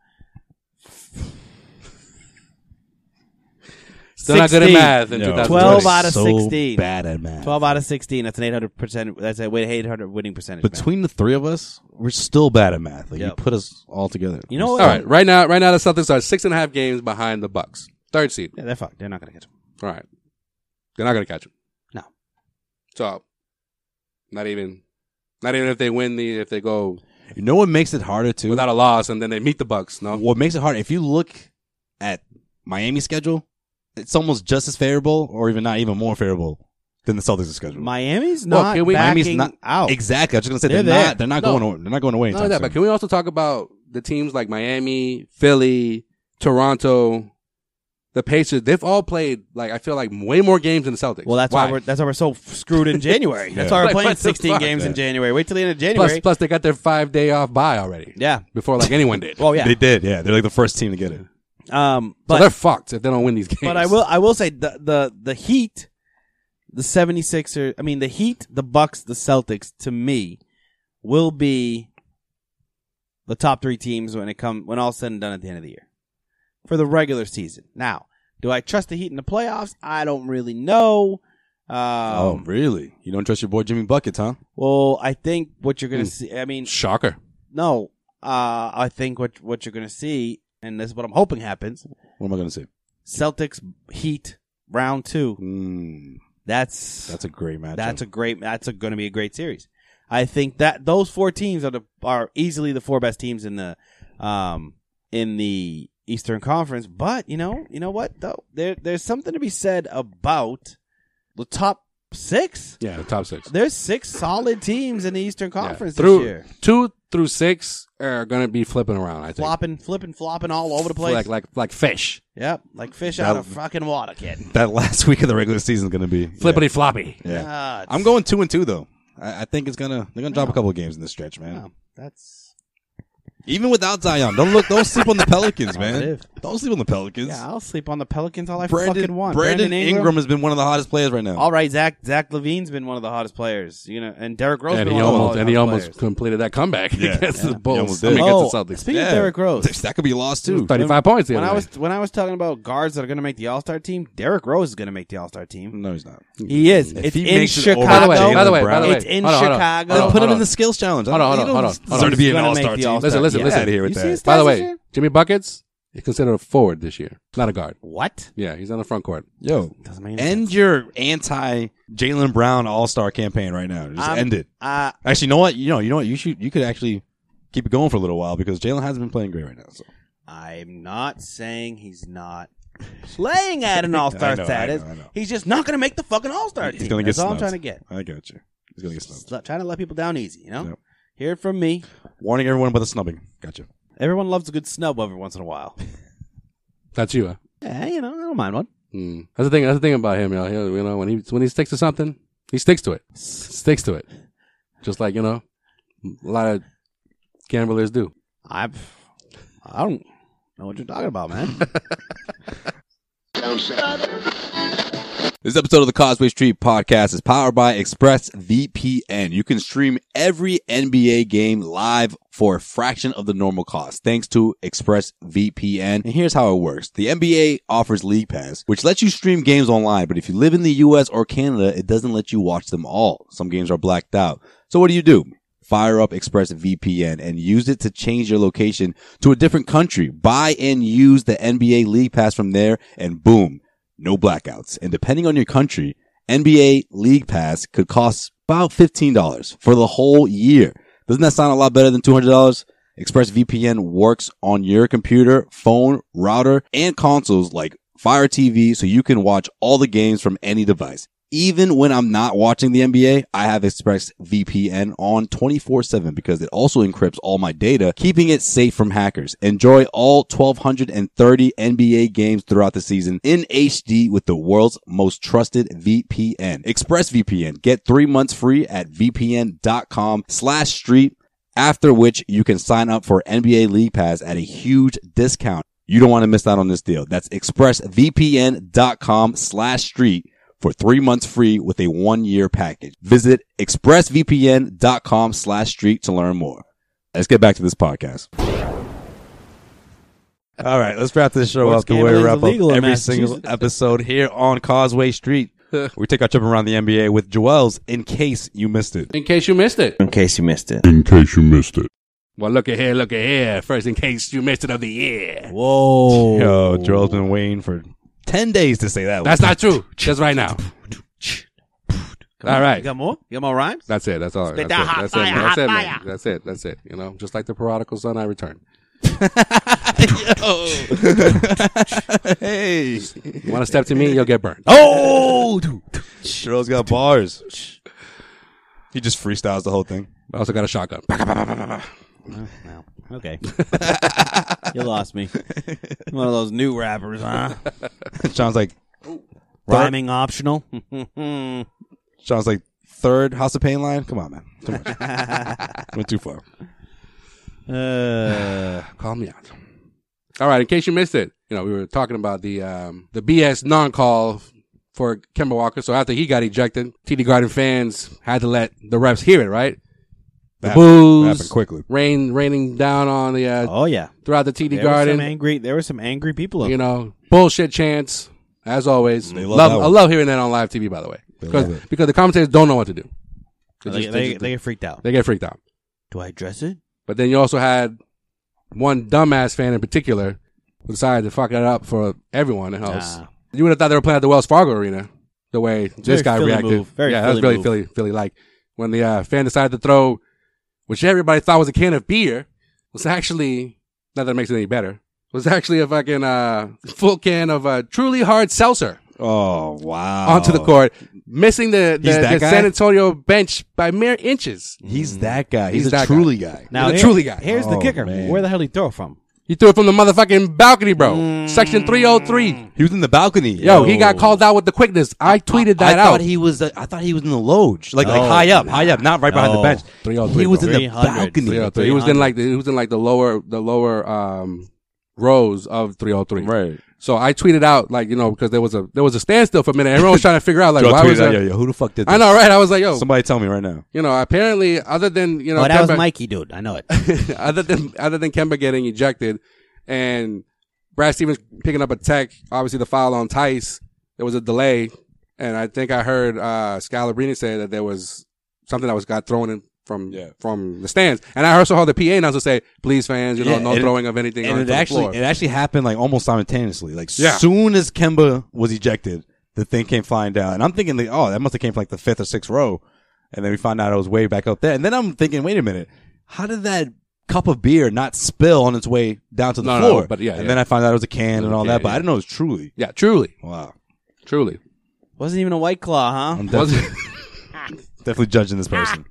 Speaker 3: Still not good at
Speaker 2: 16.
Speaker 3: math in
Speaker 1: No.
Speaker 3: 2020.
Speaker 2: 12 out of
Speaker 1: So
Speaker 2: 16.
Speaker 1: Bad at math.
Speaker 2: 12 out of 16. That's an 800%. That's a 800 winning percentage. man.
Speaker 1: Between the three of us, we're still bad at math. Like you
Speaker 2: Yep.
Speaker 1: put us all together.
Speaker 2: You know
Speaker 1: We're
Speaker 2: what?
Speaker 3: All right, right now, right now the Celtics are six and a half games behind the Bucks, third seed.
Speaker 2: Yeah, they're fucked. They're not going to catch them.
Speaker 3: All right, they're not gonna catch them.
Speaker 2: No.
Speaker 3: So, not even, not even if they win the if they go
Speaker 1: still- you know what makes it harder too?
Speaker 3: without a loss and then they meet the Bucks. No,
Speaker 1: what makes it hard? If you look at Miami's schedule, it's almost just as favorable, or even not even more favorable than the Celtics' schedule.
Speaker 2: Miami's
Speaker 3: Well,
Speaker 2: not
Speaker 3: can we-
Speaker 2: backing
Speaker 1: Miami's not
Speaker 2: out.
Speaker 1: Exactly. I was just gonna say
Speaker 2: oh. They're
Speaker 1: they're,
Speaker 2: there.
Speaker 1: not. They're not
Speaker 3: No.
Speaker 1: going. Away, they're not going away.
Speaker 3: Not
Speaker 1: anytime
Speaker 3: only that,
Speaker 1: soon.
Speaker 3: but can we also talk about the teams like Miami, Philly, Toronto, the Pacers? They've all played like I feel like way more games than the Celtics.
Speaker 2: Well, that's why, we're that's why we're so
Speaker 3: (laughs)
Speaker 2: screwed in January. That's why
Speaker 3: Like,
Speaker 2: we're playing
Speaker 3: what the
Speaker 2: 16
Speaker 3: fuck?
Speaker 2: games in
Speaker 1: Yeah.
Speaker 2: January. Wait till the end of January.
Speaker 3: plus plus they got their five day off bye already.
Speaker 2: Yeah.
Speaker 3: before like anyone did.
Speaker 2: (laughs) Well, yeah.
Speaker 1: They did. Yeah, they're like the first team to get it.
Speaker 2: Um,
Speaker 3: so
Speaker 2: but
Speaker 3: they're fucked if they don't win these games.
Speaker 2: but I will I will say the the the Heat, the 76ers, I mean the Heat, the Bucks, the Celtics to me will be the top 3 teams when it come when all said and done at the end of the year for the regular season. Now, do I trust the Heat in the playoffs? I don't really know. Um,
Speaker 1: oh, really? You don't trust your boy Jimmy Buckets, huh?
Speaker 2: Well, I think what you're going to see. I mean,
Speaker 3: Shocker.
Speaker 2: no, uh, I think what what you're going to see, and this is what I'm hoping happens:
Speaker 1: What am I gonna say?
Speaker 2: Celtics Heat round two.
Speaker 1: Mm,
Speaker 2: That's
Speaker 1: that's a great matchup.
Speaker 2: that's a great that's going to be a great series. I think that those four teams are the are easily the four best teams in the um in the Eastern Conference. But you know, you know what though, there there's something to be said about the top six.
Speaker 3: Yeah, the top six.
Speaker 2: There's six solid teams in the Eastern
Speaker 3: Yeah.
Speaker 2: Conference
Speaker 3: Through
Speaker 2: this year.
Speaker 3: two through six are gonna be flipping around. I think
Speaker 2: flopping, flipping, flopping all over the place.
Speaker 3: like like like fish,
Speaker 2: yep, like fish
Speaker 1: That-
Speaker 2: out of fucking water, kid.
Speaker 1: that last week of the regular season is going to be
Speaker 3: flippity floppy.
Speaker 1: (laughs) Yeah. Yeah.
Speaker 2: Ah, it's-
Speaker 1: I'm going two and two though. I, I think it's gonna they're gonna drop a couple of games in this stretch, man.
Speaker 2: oh, that's
Speaker 1: Even without Zion, don't look, don't sleep on the Pelicans, man.
Speaker 2: positive.
Speaker 1: Don't sleep on the Pelicans.
Speaker 2: Yeah, I'll sleep on the Pelicans all I
Speaker 1: Brandon,
Speaker 2: fucking want.
Speaker 1: Brandon Ingram. has been one of the hottest players right now.
Speaker 2: All right, Zach Zach Levine's been one of the hottest players, you know, and Derrick Rose.
Speaker 3: and
Speaker 2: been
Speaker 3: he
Speaker 2: one of
Speaker 3: almost
Speaker 2: the
Speaker 3: and he
Speaker 2: hottest
Speaker 3: almost
Speaker 2: oh, players.
Speaker 3: completed that comeback (laughs)
Speaker 1: Yeah.
Speaker 3: against
Speaker 1: Yeah.
Speaker 3: the Bulls.
Speaker 1: almost
Speaker 3: I mean,
Speaker 1: did.
Speaker 3: against
Speaker 2: Oh,
Speaker 3: the Celtics.
Speaker 2: speaking of Derrick Rose,
Speaker 1: (laughs) That could be lost too.
Speaker 3: Thirty-five points. The
Speaker 2: when
Speaker 3: other
Speaker 2: I
Speaker 3: night.
Speaker 2: was when I was talking about guards that are going to make the All Star team, Derrick Rose is going to make the All Star team.
Speaker 1: No, he's not.
Speaker 2: He is.
Speaker 1: If
Speaker 2: it's
Speaker 1: he
Speaker 2: in
Speaker 1: makes it over
Speaker 3: by the
Speaker 2: Chicago.
Speaker 3: way, by the way, by
Speaker 1: Brown.
Speaker 3: the way,
Speaker 2: It's in
Speaker 3: hold on, hold on,
Speaker 2: Chicago.
Speaker 3: hold on,
Speaker 1: Put
Speaker 3: hold
Speaker 1: him in
Speaker 3: on.
Speaker 1: the skills challenge.
Speaker 3: Hold on, hold
Speaker 1: He
Speaker 3: on,
Speaker 1: don't
Speaker 3: hold on, hold
Speaker 1: Deserve
Speaker 3: on.
Speaker 1: to be an
Speaker 2: He's gonna
Speaker 1: All
Speaker 2: make
Speaker 1: Star
Speaker 2: the
Speaker 1: team.
Speaker 2: All-Star
Speaker 3: Listen, listen,
Speaker 1: Get
Speaker 3: listen.
Speaker 1: out of here with
Speaker 2: You see
Speaker 1: that.
Speaker 2: his
Speaker 3: By the
Speaker 2: stats
Speaker 3: way,
Speaker 2: this year?
Speaker 3: Jimmy Buckets is considered a forward this year, not a guard.
Speaker 2: what?
Speaker 3: Yeah, he's on the front court.
Speaker 1: Yo,
Speaker 2: Doesn't make any
Speaker 1: end your anti Jalen Brown All Star campaign right now. Just
Speaker 2: I'm-
Speaker 1: end it.
Speaker 2: Uh,
Speaker 1: Actually, you know what? You know, you know what? You should. You could actually keep it going for a little while because Jalen hasn't been playing great right now. So
Speaker 2: I'm not saying he's not playing at an All
Speaker 1: (laughs)
Speaker 2: Star
Speaker 1: I know, I
Speaker 2: status.
Speaker 1: know, I know.
Speaker 2: He's just not going to make the fucking All Star team.
Speaker 1: he's gonna get.
Speaker 2: That's all I'm
Speaker 1: snubbed.
Speaker 2: trying to get.
Speaker 1: I got you. He's gonna get snubbed.
Speaker 2: Sl- Trying to let people down easy, you know.
Speaker 1: Yep.
Speaker 2: Hear it from me.
Speaker 1: Warning everyone about the snubbing. Gotcha.
Speaker 2: Everyone loves a good snub every once in a
Speaker 1: (laughs)
Speaker 2: while.
Speaker 3: That's you. Huh?
Speaker 2: yeah, you know, I don't mind one.
Speaker 3: Mm. That's the thing. That's the thing about him, y'all. He- You know, when he when he sticks to something, he sticks to it. Sticks to it. Just like you know, a lot of gamblers do.
Speaker 2: I, I don't know what you're talking
Speaker 1: (laughs)
Speaker 2: about, man.
Speaker 1: This episode of the Causeway Street Podcast is powered by ExpressVPN. You can stream every NBA game live for a fraction of the normal cost thanks to ExpressVPN. And here's how it works. The NBA offers League Pass, which lets you stream games online, but if you live in the US or Canada, it doesn't let you watch them all. Some games are blacked out. So what do you do? Fire up ExpressVPN and use it to change your location to a different country. Buy and use the NBA League Pass from there and boom, no blackouts. And depending on your country, NBA League Pass could cost about $15 for the whole year. Doesn't that sound a lot better than $200? ExpressVPN works on your computer, phone, router, and consoles like Fire TV so you can watch all the games from any device. Even when I'm not watching the NBA, I have ExpressVPN on 24-7 because it also encrypts all my data, keeping it safe from hackers. Enjoy all 1,230 NBA games throughout the season in HD with the world's most trusted VPN. ExpressVPN. Get three months free at vpn.com slash street, after which you can sign up for NBA League Pass at a huge discount. You don't want to miss out on this deal. That's expressvpn.com slash street for three months free with a one year package. Visit expressvpn.com slash street to learn more. Let's get back to this podcast. All right, let's wrap this show
Speaker 2: Sports
Speaker 1: up the way we
Speaker 2: gambling's
Speaker 1: wrap
Speaker 2: illegal
Speaker 1: up
Speaker 2: in
Speaker 1: every single
Speaker 2: Massachusetts.
Speaker 1: episode here on Causeway
Speaker 2: (laughs)
Speaker 1: Street. we take our trip around the NBA with Joel's in case you missed it.
Speaker 3: In case you missed it.
Speaker 2: In case you missed it.
Speaker 4: In case you missed it.
Speaker 3: Well, look at here, look at here. First, in case you missed it of the year.
Speaker 2: Whoa.
Speaker 1: Yo, Joel's been waiting for 10 days to say that.
Speaker 3: That's not true. Just right now.
Speaker 2: Come on.
Speaker 3: All right.
Speaker 2: You got more? You got more rhymes?
Speaker 3: That's it. That's all. That's
Speaker 2: Spit
Speaker 3: it.
Speaker 2: that hot
Speaker 3: That's it.
Speaker 2: fire,
Speaker 3: That's
Speaker 2: hot
Speaker 3: it, man.
Speaker 2: fire.
Speaker 3: That's it. That's it. You know, just like the prodigal son, I return.
Speaker 1: (laughs) hey.
Speaker 3: You want to step to me, you'll get burned.
Speaker 1: Oh, Joel's got bars. He just freestyles the whole thing. (laughs)
Speaker 3: I also got a shotgun.
Speaker 2: No.
Speaker 1: (laughs)
Speaker 2: Okay. you lost me. One of those new
Speaker 1: (laughs)
Speaker 2: rappers, huh?
Speaker 1: Sean's like,
Speaker 2: Rhyming optional. (laughs) All
Speaker 1: Sean's like, third House of Pain line? Come on, man. Too much.
Speaker 3: (laughs)
Speaker 1: Went too far.
Speaker 2: Uh,
Speaker 3: (laughs) Call me out. All right. In case you missed it, you know, we were talking about the um, the BS non call for Kemba Walker. So after he got ejected, TD Garden fans had to let the refs hear it. Right. The
Speaker 1: That
Speaker 3: boos
Speaker 1: happened quickly.
Speaker 3: Rain raining down on the uh,
Speaker 2: Oh, yeah.
Speaker 3: throughout the TD
Speaker 2: There were
Speaker 3: Garden.
Speaker 2: some angry, there were some angry people. up
Speaker 3: you know, bullshit chants. As always,
Speaker 1: They love
Speaker 3: love,
Speaker 1: that
Speaker 3: I
Speaker 1: one.
Speaker 3: love hearing that on live TV. By the way,
Speaker 1: love
Speaker 3: because
Speaker 1: it.
Speaker 3: because the commentators don't know what to do.
Speaker 2: there.
Speaker 3: They
Speaker 2: They,
Speaker 3: just-
Speaker 2: they-
Speaker 3: they just-
Speaker 2: they get freaked out.
Speaker 3: They get freaked out.
Speaker 2: Do I dress it?
Speaker 3: But then you also had one dumbass fan in particular who decided to fuck it up for everyone else.
Speaker 2: Nah.
Speaker 3: You would have thought they were playing at the Wells Fargo Arena the way this guy
Speaker 2: Philly
Speaker 3: reacted.
Speaker 2: move. Very
Speaker 3: yeah, that was
Speaker 2: Philly
Speaker 3: really
Speaker 2: move.
Speaker 3: Philly, Philly like when the uh, fan decided to throw, which everybody thought was a can of beer, was actually not that it makes it any better. Was actually a fucking uh, full can of uh, truly hard seltzer
Speaker 1: Oh, wow.
Speaker 3: onto the court, missing the, the,
Speaker 1: He's that
Speaker 3: the
Speaker 1: guy?
Speaker 3: San Antonio bench by mere inches.
Speaker 1: He's that guy. He's,
Speaker 3: He's
Speaker 1: a
Speaker 3: that
Speaker 1: truly guy.
Speaker 2: Now,
Speaker 3: The
Speaker 2: here-
Speaker 3: truly guy.
Speaker 2: Here's the
Speaker 1: Oh,
Speaker 2: kicker.
Speaker 1: man.
Speaker 2: Where the hell did he throw it from?
Speaker 3: He threw it from the motherfucking balcony, bro. Section 303.
Speaker 1: He was in the balcony.
Speaker 3: Yo, he got called out with the quickness. I tweeted that
Speaker 1: I
Speaker 3: out. Oh.
Speaker 1: thought he was. uh, I thought he was in the loge, like like
Speaker 2: No.
Speaker 1: high up, high up, not right behind
Speaker 2: No.
Speaker 1: the bench.
Speaker 3: 303,
Speaker 1: He was
Speaker 3: bro.
Speaker 1: in the
Speaker 2: 300.
Speaker 1: balcony.
Speaker 2: 303.
Speaker 3: he was in like the he was in like the lower the lower um rows of 303.
Speaker 1: Right.
Speaker 3: So I tweeted out like you know because there was a there was a standstill for a minute. Everyone was trying to figure out like
Speaker 1: Yo, I
Speaker 3: why
Speaker 1: tweeted
Speaker 3: was
Speaker 1: out,
Speaker 3: that?
Speaker 1: yo, yo, who the fuck did this?
Speaker 3: I know, right? I was like, yo,
Speaker 1: Somebody tell me right now.
Speaker 3: you know, apparently other than you know,
Speaker 2: oh, that was
Speaker 3: Kemba-
Speaker 2: Mikey, dude.
Speaker 3: (laughs)
Speaker 2: I know it.
Speaker 3: other than other than Kemba getting ejected and Brad Stevens picking up a tech, obviously the foul on Tice, there was a delay, and I think I heard uh, Scalabrini say that there was something that was got thrown in from
Speaker 1: Yeah.
Speaker 3: from the stands, and I also heard the PA announcer say, "Please, fans, you know,
Speaker 1: Yeah,
Speaker 3: no
Speaker 1: and-
Speaker 3: throwing of anything
Speaker 1: And
Speaker 3: onto
Speaker 1: it
Speaker 3: the
Speaker 1: actually
Speaker 3: floor."
Speaker 1: it actually happened like almost simultaneously. Like
Speaker 3: Yeah.
Speaker 1: soon as Kemba was ejected, the thing came flying down. And I'm thinking like, oh, that must have came from like the fifth or sixth row. And then we found out it was way back up there. And then I'm thinking, wait a minute, how did that cup of beer not spill on its way down to the
Speaker 3: No, no,
Speaker 1: floor?
Speaker 3: but yeah,
Speaker 1: And
Speaker 3: yeah.
Speaker 1: then I found out it was a can and all that, but I didn't know it was truly.
Speaker 3: yeah, truly,
Speaker 1: Wow.
Speaker 3: truly.
Speaker 2: Wasn't even a white claw,
Speaker 3: Mm.
Speaker 2: huh?
Speaker 1: I'm (laughs) definitely, definitely judging
Speaker 3: Ah.
Speaker 1: this person.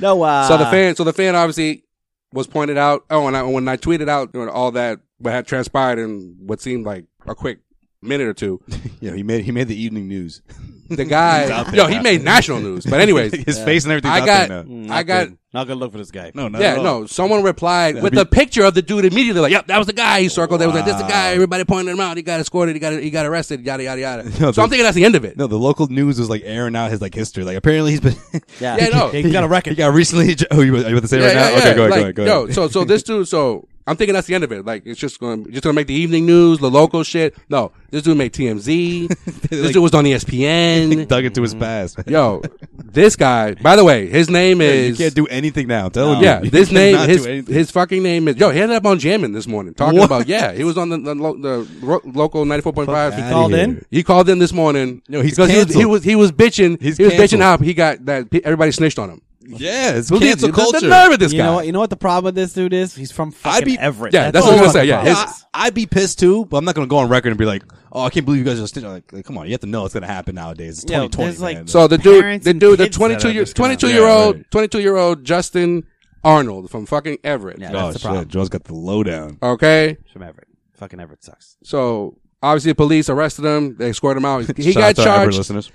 Speaker 2: No. Uh,
Speaker 3: So the fan, so the fan obviously was pointed out. Oh, and I, when I tweeted out you know, all that what had transpired in what seemed like a quick minute or two,
Speaker 1: Yeah, he made he made the evening news.
Speaker 3: (laughs) the guy, yo, he made national news. But anyways,
Speaker 1: (laughs) his face and everything.
Speaker 3: I got-
Speaker 2: Mm,
Speaker 3: I
Speaker 2: not
Speaker 3: got-
Speaker 2: good. not good look for this guy.
Speaker 1: no, not
Speaker 3: yeah,
Speaker 1: at all.
Speaker 3: no, someone replied with
Speaker 1: be-
Speaker 3: a picture of the dude immediately. Like, yep, that was the guy. He circled. They was like, this is the guy. Everybody pointed him out. He got escorted. He got he got arrested. Yada yada
Speaker 1: (laughs)
Speaker 3: yada. so
Speaker 1: the-
Speaker 3: I'm thinking that's the end of it.
Speaker 1: No, the local news was like airing out his like history. Like apparently he's been. (laughs)
Speaker 2: Yeah.
Speaker 3: Yeah,
Speaker 2: (laughs)
Speaker 3: no.
Speaker 1: got
Speaker 3: (laughs)
Speaker 1: a record. He got recently. (laughs) eje- Oh, you were- you about to say it right now? okay, go ahead, go
Speaker 3: like,
Speaker 1: ahead, go ahead.
Speaker 3: Yo, so so this dude, so I'm thinking that's the end of it. Like it's just going to just gonna make the evening news, the local shit. No, this dude
Speaker 1: (laughs)
Speaker 3: made TMZ. this dude was on E ESPN.
Speaker 1: dug into his past. (laughs) man.
Speaker 3: yo, this guy. By the way, his name
Speaker 1: you
Speaker 3: is
Speaker 1: can't do anything now. Tell him.
Speaker 3: yeah.
Speaker 1: Um, (laughs) you
Speaker 3: This name,
Speaker 1: cannot
Speaker 3: his
Speaker 1: do anything.
Speaker 3: his fucking name is yo. He ended up on jamming this morning talking
Speaker 1: What?
Speaker 3: about yeah. He was on the the, lo- the ro- local ninety four point five.
Speaker 1: Fuck outta
Speaker 2: called
Speaker 1: here.
Speaker 2: in?
Speaker 3: He called in this morning.
Speaker 1: No, he's
Speaker 3: because he was, he
Speaker 1: canceled.
Speaker 3: was he was bitching.
Speaker 1: He's
Speaker 3: he was
Speaker 1: canceled.
Speaker 3: bitching how he got that pe- everybody snitched on him.
Speaker 1: Yeah, it's
Speaker 3: Who needs
Speaker 1: cancel
Speaker 3: the, the
Speaker 1: culture.
Speaker 3: nerve of this
Speaker 2: you
Speaker 3: guy?
Speaker 2: know what? You know what the problem with this dude is? He's from fucking
Speaker 1: be-
Speaker 2: Everett.
Speaker 3: yeah, that's what
Speaker 2: the
Speaker 3: I was gonna say,
Speaker 2: fucking
Speaker 3: yeah,
Speaker 2: problem.
Speaker 1: Yeah, I, I'd be pissed too, but I'm not gonna go on record and be like, "Oh, I can't believe you guys are stitching." Like, like, come on, you have to know it's gonna happen nowadays. It's
Speaker 2: Yo,
Speaker 1: 2020.
Speaker 2: there's, like,
Speaker 1: man.
Speaker 3: So the dude,
Speaker 2: parents
Speaker 3: the
Speaker 2: and
Speaker 3: dude, the
Speaker 2: kids that are
Speaker 3: 22 year,
Speaker 2: just gonna-
Speaker 3: 22
Speaker 1: Yeah,
Speaker 3: year old,
Speaker 1: right.
Speaker 3: 22 year old Justin Arnold from fucking Everett.
Speaker 2: Yeah,
Speaker 1: oh
Speaker 2: that's the problem.
Speaker 1: shit, Joe's got the lowdown.
Speaker 3: Okay.
Speaker 2: He's Ah! From Everett. Fucking Everett sucks.
Speaker 3: So obviously police arrested him. They escorted him out.
Speaker 1: (laughs)
Speaker 3: He
Speaker 1: Shout
Speaker 3: got
Speaker 1: out to our Everett
Speaker 3: charged.
Speaker 1: listeners,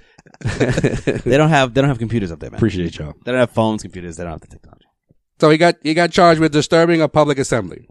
Speaker 2: they don't have. They don't have computers up there, man.
Speaker 1: appreciate y'all.
Speaker 2: They don't have phones, computers. They don't have the technology.
Speaker 3: So he got, he got charged with disturbing a public assembly.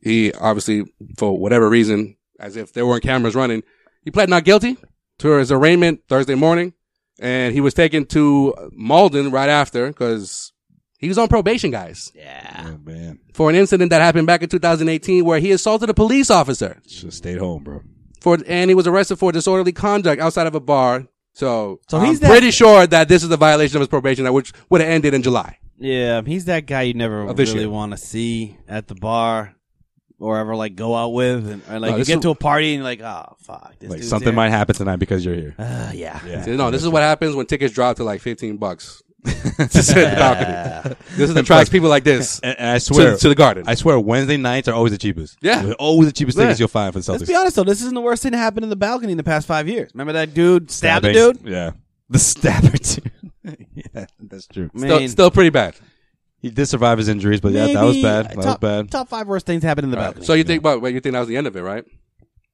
Speaker 3: He obviously, for whatever reason, as if there weren't cameras running, he pled not guilty to his arraignment Thursday morning. And he was taken to Malden right after because he was on probation, guys,
Speaker 2: Yeah.
Speaker 1: Oh man,
Speaker 3: for an incident that happened back in 2018 where he assaulted a police officer.
Speaker 1: just stayed home, bro.
Speaker 3: for and he was arrested for disorderly conduct outside of a bar. So,
Speaker 2: So
Speaker 3: I'm
Speaker 2: he's that-
Speaker 3: pretty sure that this is a violation of his probation, that which would have ended in July.
Speaker 2: Yeah, he's that guy you never
Speaker 3: Of this
Speaker 2: really
Speaker 3: year.
Speaker 2: want to see at the bar or ever like go out with, and or,
Speaker 3: No,
Speaker 2: like you
Speaker 3: this
Speaker 2: get
Speaker 3: is-
Speaker 2: to a party and you're like, oh fuck, this
Speaker 1: Like
Speaker 2: dude's
Speaker 1: something
Speaker 2: here."
Speaker 1: might happen tonight because you're here.
Speaker 2: Ah, yeah.
Speaker 1: Yeah.
Speaker 3: So, no, this is what happens when tickets drop to like fifteen
Speaker 2: (laughs)
Speaker 3: bucks. To sit in the balcony. This is attracts people like
Speaker 2: (laughs)
Speaker 3: this
Speaker 1: And, and I swear
Speaker 3: to, to the garden.
Speaker 1: I swear, Wednesday nights are always the cheapest.
Speaker 3: Yeah.
Speaker 1: They're always the cheapest tickets
Speaker 3: Yeah.
Speaker 1: you'll find for the Celtics.
Speaker 2: Let's be honest though, this isn't the worst thing that happened in the balcony in the past five years. Remember that dude stabbed a
Speaker 1: Stabbings.
Speaker 2: dude?
Speaker 1: Yeah. The stabber, dude. yeah, that's true.
Speaker 3: still,
Speaker 2: Man,
Speaker 3: still pretty bad.
Speaker 1: He did survive his injuries, but yeah, that was
Speaker 2: maybe
Speaker 1: bad. That
Speaker 2: top,
Speaker 1: was bad.
Speaker 2: Top five worst things happened in the balcony.
Speaker 3: So you think, but wait, you think that was the end of it, right?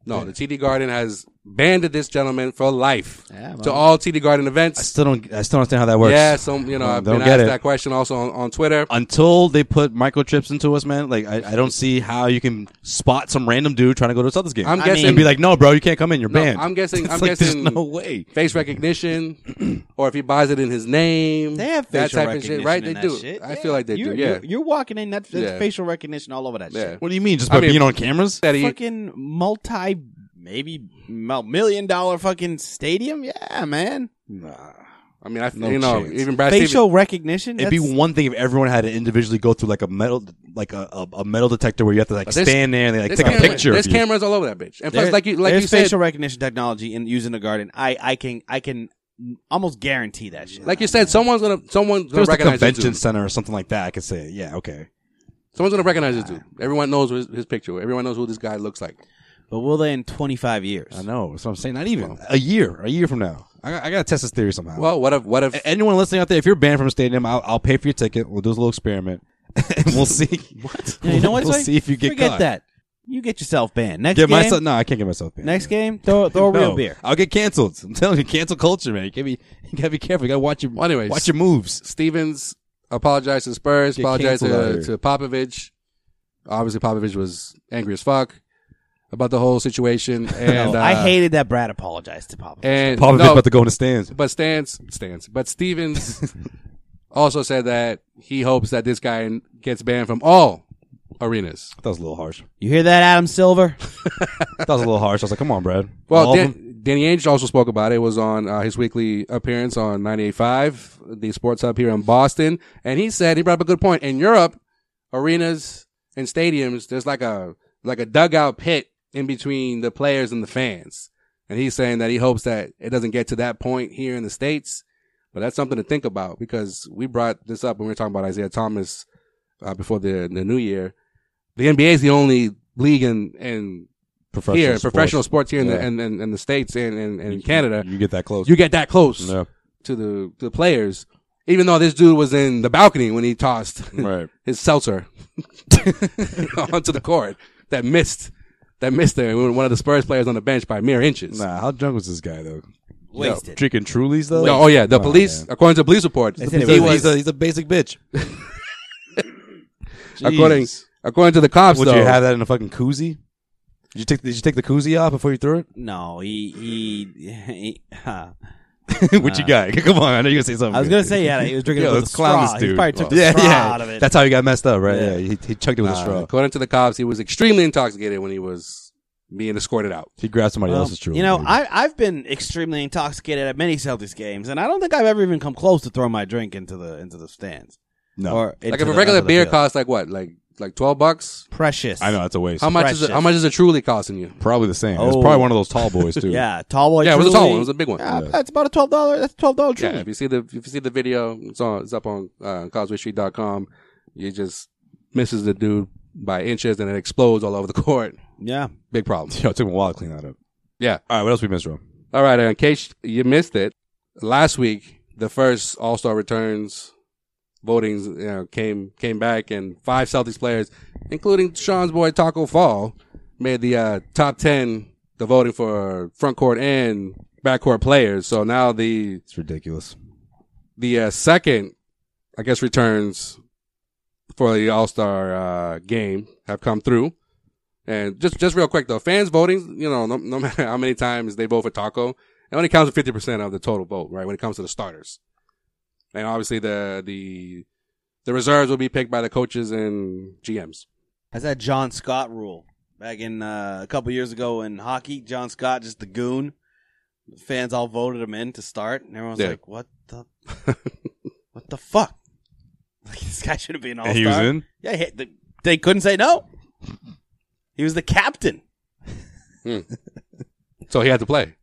Speaker 3: No, the TD Garden has banned this gentleman for life
Speaker 2: Yeah,
Speaker 3: to
Speaker 2: well.
Speaker 3: all TD Garden
Speaker 1: I
Speaker 3: events.
Speaker 1: still don't. I still don't understand how that works.
Speaker 3: Yeah, some you know
Speaker 1: I
Speaker 3: I've
Speaker 1: don't
Speaker 3: been
Speaker 1: get
Speaker 3: asked
Speaker 1: it.
Speaker 3: that question also on, on Twitter.
Speaker 1: Until they put microchips into us, man. Like I, I don't see how you can spot some random dude trying to go to a Celtics game.
Speaker 3: I'm
Speaker 2: I
Speaker 3: guessing
Speaker 2: mean-
Speaker 1: and be like, no, bro, you can't come in. You're
Speaker 3: No,
Speaker 1: banned.
Speaker 3: I'm
Speaker 1: (laughs)
Speaker 3: guessing-
Speaker 1: It's
Speaker 3: I'm
Speaker 1: like,
Speaker 3: guessing-
Speaker 1: There's no way.
Speaker 3: face
Speaker 2: (clears throat)
Speaker 3: recognition, or if he buys it in his name.
Speaker 2: They have
Speaker 3: that
Speaker 2: facial
Speaker 3: type of
Speaker 2: recognition,
Speaker 3: shit, right? They
Speaker 2: in that
Speaker 3: do.
Speaker 2: shit.
Speaker 3: I
Speaker 2: Yeah.
Speaker 3: feel like they
Speaker 2: you're,
Speaker 3: do. Yeah.
Speaker 2: you're, you're walking in that that's
Speaker 3: Yeah.
Speaker 2: facial recognition all over that
Speaker 3: Yeah.
Speaker 2: shit.
Speaker 1: What do you mean? Just
Speaker 3: I
Speaker 1: by
Speaker 3: mean-
Speaker 1: being on cameras?
Speaker 3: That he-
Speaker 2: Fucking multi, maybe mil- million dollar fucking stadium. Yeah, man.
Speaker 3: I mean, I,
Speaker 1: No
Speaker 3: you know,
Speaker 1: chance.
Speaker 3: even Brad
Speaker 2: Facial recognition.
Speaker 1: It'd be
Speaker 2: that's-
Speaker 1: one thing if everyone had to individually go through like a metal, like a, a, a metal detector where you have to like
Speaker 3: But there's-
Speaker 1: stand there and they like take
Speaker 3: Stevens,
Speaker 1: a
Speaker 3: camera-
Speaker 1: picture.
Speaker 3: There's
Speaker 1: of you.
Speaker 3: cameras all over that bitch, and plus,
Speaker 2: There-
Speaker 3: like you, like
Speaker 2: there's
Speaker 3: you said,
Speaker 2: facial recognition technology in using the garden. I, I can, I can almost guarantee that shit.
Speaker 3: like you said, someone's gonna, someone's
Speaker 1: If it
Speaker 3: gonna
Speaker 1: was the
Speaker 3: recognize this
Speaker 1: convention
Speaker 3: dude.
Speaker 1: center or something like that, I could say, yeah, okay.
Speaker 3: Someone's gonna recognize this dude. Everyone knows his, his picture. Everyone knows who this guy looks like.
Speaker 2: but will they in 25 years?
Speaker 1: I know. That's what I'm saying. Not even a year, a year from now. I, I got to test this theory somehow.
Speaker 3: Well, what if, what if?
Speaker 1: A- anyone listening out there, if you're banned from a stadium, I'll, I'll pay for your ticket. We'll do this little experiment, (laughs) and we'll see. (laughs) what?
Speaker 2: Yeah, you know what?
Speaker 1: We'll
Speaker 2: Sway?
Speaker 1: see if you get
Speaker 2: Forget
Speaker 1: caught.
Speaker 2: that. You get yourself banned. Next
Speaker 1: Get
Speaker 2: game.
Speaker 1: myself? No, I can't get myself banned.
Speaker 2: Next game. Throw, throw a
Speaker 1: No,
Speaker 2: real beer.
Speaker 1: I'll get canceled. I'm telling you, cancel culture, man. You gotta be, you gotta be careful. You gotta watch your,
Speaker 3: Well, anyways.
Speaker 1: watch your moves.
Speaker 3: Stevens apologized to Spurs,
Speaker 1: Get
Speaker 3: apologized
Speaker 1: canceled out
Speaker 3: to,
Speaker 1: here.
Speaker 3: to Popovich. Obviously, Popovich was angry as fuck. about the
Speaker 1: (laughs)
Speaker 3: whole situation. And
Speaker 2: No,
Speaker 3: uh,
Speaker 2: I hated that Brad apologized to
Speaker 1: Eh.
Speaker 2: Popovich.
Speaker 3: and
Speaker 1: Probably
Speaker 3: no,
Speaker 1: about to go in the stands.
Speaker 3: but Stans, Stans,
Speaker 1: (laughs)
Speaker 3: but Stevens also said that he hopes that this guy gets banned from all arenas.
Speaker 1: That was a little harsh.
Speaker 2: you hear that,
Speaker 1: (laughs)
Speaker 2: Adam Silver?
Speaker 1: That was a little harsh. I was like, come on, Brad.
Speaker 3: Well,
Speaker 1: All of
Speaker 3: Dan-
Speaker 1: them?
Speaker 3: Danny Ainge also spoke about it. It was on uh, his weekly appearance on 98.5, the sports hub here in Boston. And he said, he brought up a good point. In Europe, arenas and stadiums, there's like a, like a dugout pit in between the players and the fans. And he's saying that he hopes that it doesn't get to that point here in the States. But that's something to think about because we brought this up when we were talking about Isaiah Thomas uh, before the, the new year. The NBA is the only league in, in
Speaker 1: professional
Speaker 3: here,
Speaker 1: sports.
Speaker 3: professional sports here in, the,
Speaker 1: Yeah.
Speaker 3: in, in, in the States and in, in Canada,
Speaker 1: You get that close.
Speaker 3: you get that close
Speaker 1: yeah.
Speaker 3: to the to the players. Even though this dude was in the balcony when he tossed
Speaker 1: (laughs) Right.
Speaker 3: (laughs) his seltzer onto the court, that missed that missed there. We were one of the Spurs players on the bench by mere inches.
Speaker 1: Nah, how drunk was this guy though?
Speaker 2: Wasted.
Speaker 1: Drinking Trulies though.
Speaker 3: No, oh yeah, the
Speaker 1: Nah,
Speaker 3: police,
Speaker 1: man.
Speaker 3: according to police reports,
Speaker 2: They said it
Speaker 1: He
Speaker 2: was-
Speaker 1: was, he's, a, he's a basic bitch.
Speaker 3: according
Speaker 1: Jeez.
Speaker 3: according to the cops,
Speaker 1: Would
Speaker 3: though,
Speaker 1: you have that in a fucking koozie? Did you take Did you take the koozie off before you threw it?
Speaker 2: No, he he. he (laughs) huh.
Speaker 1: (laughs) what you got? (laughs) Come on, I know you're gonna say something.
Speaker 2: I was gonna say yeah, he was drinking
Speaker 1: Yo,
Speaker 2: it with a
Speaker 1: let's clown
Speaker 2: straw.
Speaker 1: this dude.
Speaker 2: He probably took the
Speaker 1: yeah,
Speaker 2: straw
Speaker 1: yeah.
Speaker 2: out of it.
Speaker 1: That's how he got messed up, right?
Speaker 2: Yeah.
Speaker 1: Yeah, he, he chucked it with a
Speaker 3: uh,
Speaker 1: straw.
Speaker 3: according to the cops, he was extremely intoxicated when he was being escorted out.
Speaker 1: He grabbed somebody
Speaker 2: Well,
Speaker 1: else's truly.
Speaker 2: You know,
Speaker 1: dude.
Speaker 2: I, I've been extremely intoxicated at many Celtics games, and I don't think I've ever even come close to throwing my drink into the into the stands.
Speaker 1: no,
Speaker 2: Or
Speaker 3: Like
Speaker 2: into
Speaker 3: if a
Speaker 2: the-
Speaker 3: regular
Speaker 2: onto the
Speaker 3: beer
Speaker 2: field.
Speaker 3: costs like what, like like twelve bucks,
Speaker 2: precious,
Speaker 1: I know that's a waste.
Speaker 3: How much is it,
Speaker 2: Precious.
Speaker 3: how much is it truly costing you?
Speaker 1: Probably the same. It's
Speaker 2: Oh.
Speaker 1: probably one of those tall boys too.
Speaker 2: (laughs) Yeah, tall boy.
Speaker 3: Yeah, it was a tall
Speaker 2: Truly.
Speaker 3: one. It was a big one.
Speaker 2: Yeah,
Speaker 3: Yeah.
Speaker 2: That's about a twelve dollar. That's a twelve dollar
Speaker 3: Yeah,
Speaker 2: drink.
Speaker 3: if you see the if you see the video, it's on it's up on uh, causewaystreet.com. You just misses the dude by inches and it explodes all over the (laughs) court.
Speaker 2: Yeah.
Speaker 3: Big problem.
Speaker 1: (laughs) Yo, it took him a while to clean that up.
Speaker 3: Yeah.
Speaker 1: All right, what else we missed, Rob?
Speaker 3: All right, uh, in case you missed it, last week the first All Star returns votings you know, came came back, and five Celtics players, including Sean's boy Taco Fall, made the uh, top ten. The voting for front court and backcourt players. So now the
Speaker 1: It's ridiculous.
Speaker 3: the uh, second, I guess, returns for the All Star uh, game have come through. And just just real quick though, fans voting, you know, no, no (laughs) matter how many times they vote for Taco, it only counts for fifty percent of the total vote, right? When it comes to the starters, and obviously the the the reserves will be picked by the coaches and GMs.
Speaker 2: That's that John Scott rule back in uh, a couple years ago in hockey. John Scott, just the goon. Fans all voted him in to start, and everyone's
Speaker 3: Yeah.
Speaker 2: like, "What the, what the fuck? (laughs) Like, this guy shouldn't be an all star."
Speaker 1: he was in?
Speaker 2: Yeah, he, the, they couldn't say no. He was the captain.
Speaker 3: So he had to play.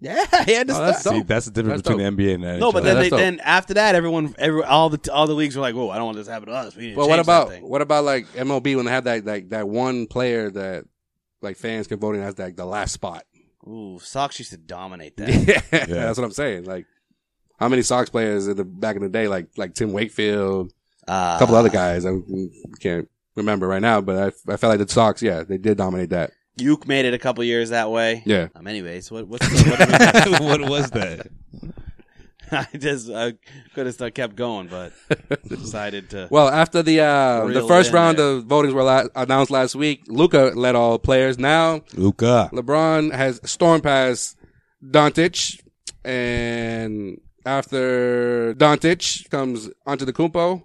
Speaker 2: Yeah, (laughs) he had to
Speaker 3: Oh, that's
Speaker 2: start.
Speaker 1: See, that's the difference
Speaker 3: That's
Speaker 1: between the NBA and the NHL.
Speaker 2: No, but
Speaker 3: Yeah,
Speaker 2: then they,
Speaker 3: that's dope.
Speaker 2: then after that, everyone, every all the all the leagues were like, "Whoa, I don't want this to happen to us." We need to
Speaker 3: Well, what
Speaker 2: change that
Speaker 3: about
Speaker 2: thing."
Speaker 3: what about like MLB when they have that like that one player that like fans can vote in as like the last spot?
Speaker 2: Ooh, Sox used to dominate that.
Speaker 3: (laughs) yeah, that's what I'm saying. Like, how many Sox players in the back in the day, like like Tim Wakefield,
Speaker 2: Uh,
Speaker 3: a couple other guys, I can't remember right now, but I, I felt like the Sox, yeah, they did dominate that.
Speaker 2: Uke made it a couple years that way.
Speaker 3: Yeah.
Speaker 2: Um, anyways, what what's the, what,
Speaker 1: what was (laughs) that?
Speaker 3: (laughs)
Speaker 2: (laughs) I just I could have still kept going, but decided to.
Speaker 3: Well, after the uh, the
Speaker 2: Real
Speaker 3: first
Speaker 2: in
Speaker 3: round
Speaker 2: there.
Speaker 3: of votings were la- announced last week, Luca led all players. Now
Speaker 1: Luca.
Speaker 3: LeBron has stormed past Doncic, and after Doncic comes onto the Kumpo.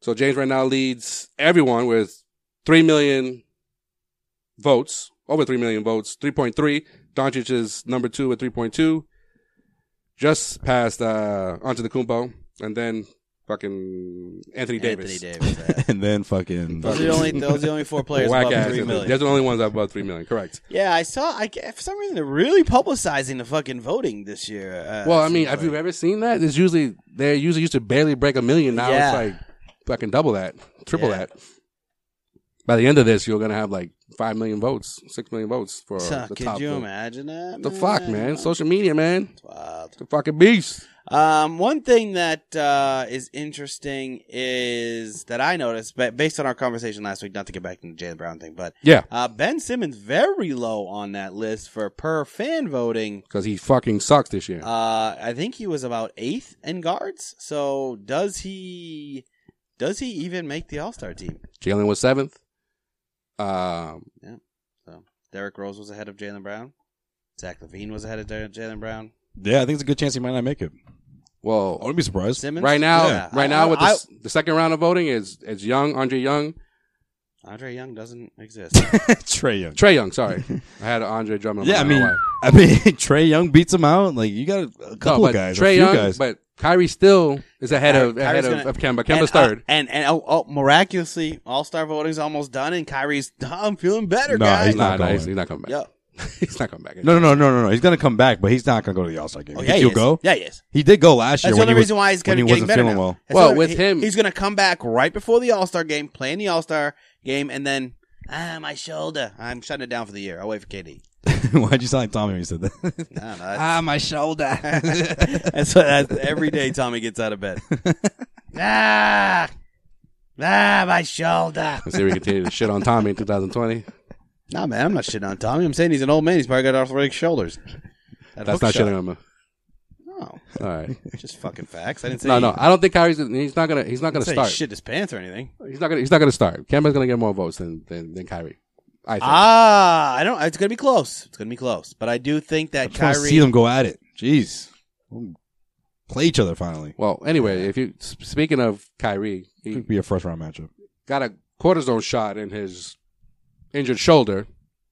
Speaker 3: So James right now leads everyone with three million votes, over three million votes, three point three. Doncic is number two with three point two, just past uh, onto the Kumpo, and then fucking Anthony Davis.
Speaker 2: Anthony
Speaker 3: (laughs)
Speaker 2: Davis. yeah.
Speaker 1: and then fucking.
Speaker 2: Those are the only those are the only four players
Speaker 3: Whack
Speaker 2: above
Speaker 3: ass.
Speaker 2: three million.
Speaker 3: They're the only ones above three million. Correct.
Speaker 2: Yeah, I saw. I ca- for some reason they're really publicizing the fucking voting this year. Uh,
Speaker 3: Well, I
Speaker 2: it
Speaker 3: mean,
Speaker 2: seems
Speaker 3: have
Speaker 2: like.
Speaker 3: you ever seen that? It's usually they usually used to barely break a million. Now
Speaker 2: Yeah.
Speaker 3: it's like fucking double that, triple
Speaker 2: Yeah.
Speaker 3: that. By the end of this, you're gonna have like five million votes, six million votes for
Speaker 2: Huh,
Speaker 3: the
Speaker 2: could
Speaker 3: top.
Speaker 2: you
Speaker 3: vote.
Speaker 2: imagine that?
Speaker 3: The fuck, man! Social media, man,
Speaker 2: It's wild.
Speaker 3: the fucking beast.
Speaker 2: Um, one thing that uh, is interesting is that I noticed, ba- based on our conversation last week, not to get back to the Jalen Brown thing, but
Speaker 3: Yeah,
Speaker 2: uh, Ben Simmons very low on that list for per fan voting.
Speaker 3: because he fucking sucks this year.
Speaker 2: Uh, I think he was about eighth in guards. So does he? Does he even make the All Star team?
Speaker 3: Uh, Jalen was seventh. Um,
Speaker 2: So Derrick Rose was ahead of Jalen Brown. Zach Levine was ahead of Der- Jalen Brown.
Speaker 1: (laughs) Yeah, I think it's a good chance he might not make it. I
Speaker 3: Well,
Speaker 1: wouldn't be surprised. (laughs)
Speaker 2: Simmons
Speaker 3: right now,
Speaker 2: Oh, Yeah.
Speaker 3: right
Speaker 2: I-
Speaker 3: now with the,
Speaker 2: I-
Speaker 3: s- the second round of voting is it's Young, Andre Young,
Speaker 2: Andre Young doesn't
Speaker 3: (laughs)
Speaker 2: exist.
Speaker 1: Trey Young.
Speaker 3: Trey Young.
Speaker 2: (laughs)
Speaker 3: Sorry, I had Andre Drummond.
Speaker 1: Yeah, I
Speaker 3: don't know
Speaker 1: mean,
Speaker 3: why.
Speaker 1: I mean, (laughs) Trey Young beats him out. Like you got a, a couple
Speaker 3: No,
Speaker 1: of
Speaker 3: but
Speaker 1: guys,
Speaker 3: Trae
Speaker 1: a few
Speaker 3: Young,
Speaker 1: guys.
Speaker 3: but Kyrie still is ahead of
Speaker 2: Ky-
Speaker 3: ahead
Speaker 2: Kyrie's
Speaker 3: of,
Speaker 2: gonna-
Speaker 3: of Kemba. Kemba's
Speaker 2: and, uh,
Speaker 3: third.
Speaker 2: and and oh, oh, miraculously, All Star voting's almost done, and Kyrie's. (laughs) "Huh, I'm feeling better,
Speaker 1: Nah,
Speaker 2: guys.
Speaker 1: he's not
Speaker 3: nah, nah,
Speaker 1: going.
Speaker 3: he's, he's not coming back.
Speaker 2: Yep.
Speaker 3: (laughs) he's not coming back.
Speaker 1: no, no, no, no, no, no. He's gonna come back, but he's not gonna go to the All Star game.
Speaker 2: Oh,
Speaker 1: You
Speaker 2: yeah,
Speaker 1: think
Speaker 2: he
Speaker 1: he'll go.
Speaker 2: is. Yeah, he is.
Speaker 1: He did go last year
Speaker 2: That's the
Speaker 1: when
Speaker 2: only
Speaker 1: he was
Speaker 2: reason why he's
Speaker 1: when
Speaker 2: gonna
Speaker 1: he
Speaker 2: getting
Speaker 1: wasn't
Speaker 2: better
Speaker 1: feeling
Speaker 2: now.
Speaker 1: well.
Speaker 2: That's
Speaker 3: Well,
Speaker 2: the-
Speaker 3: with
Speaker 2: he-
Speaker 3: him-
Speaker 2: he's gonna come back right before the All Star game, playing the All Star game, and then ah, my shoulder. I'm shutting it down for the year. I'll wait for KD.
Speaker 1: (laughs) Why'd you sound like Tommy when you said
Speaker 2: (laughs)
Speaker 1: that?
Speaker 2: I don't know. That's-
Speaker 1: ah, my shoulder.
Speaker 2: (laughs)
Speaker 1: (laughs)
Speaker 2: that's what that's every day Tommy gets out of bed. (laughs) ah, ah, my shoulder.
Speaker 3: Let's see if we continue to shit on Tommy in 2020.
Speaker 2: Nah, man, I'm not shitting on Tommy. I'm saying he's an old man. He's probably got arthritic shoulders. That
Speaker 3: That's
Speaker 2: hook
Speaker 3: not
Speaker 2: shot.
Speaker 3: shitting on him.
Speaker 2: No,
Speaker 3: All
Speaker 2: (laughs)
Speaker 3: right.
Speaker 2: just fucking facts. I didn't say
Speaker 3: No, no, I don't think Kyrie's. He's not gonna. He's not
Speaker 2: I
Speaker 3: gonna
Speaker 2: didn't say he
Speaker 3: start.
Speaker 2: shit his pants or anything.
Speaker 3: He's not gonna. He's not gonna start. Kemba's gonna get more votes than than, than Kyrie. I think.
Speaker 2: Ah, I don't. It's gonna be close. It's gonna be close. But I do think
Speaker 1: I
Speaker 2: that
Speaker 1: just want to
Speaker 2: Kyrie.
Speaker 1: see them go at it. Jeez, play each other finally.
Speaker 3: well, anyway, if you s- speaking of Kyrie, he
Speaker 1: Could be a first round matchup.
Speaker 3: got a cortisone shot in his injured shoulder,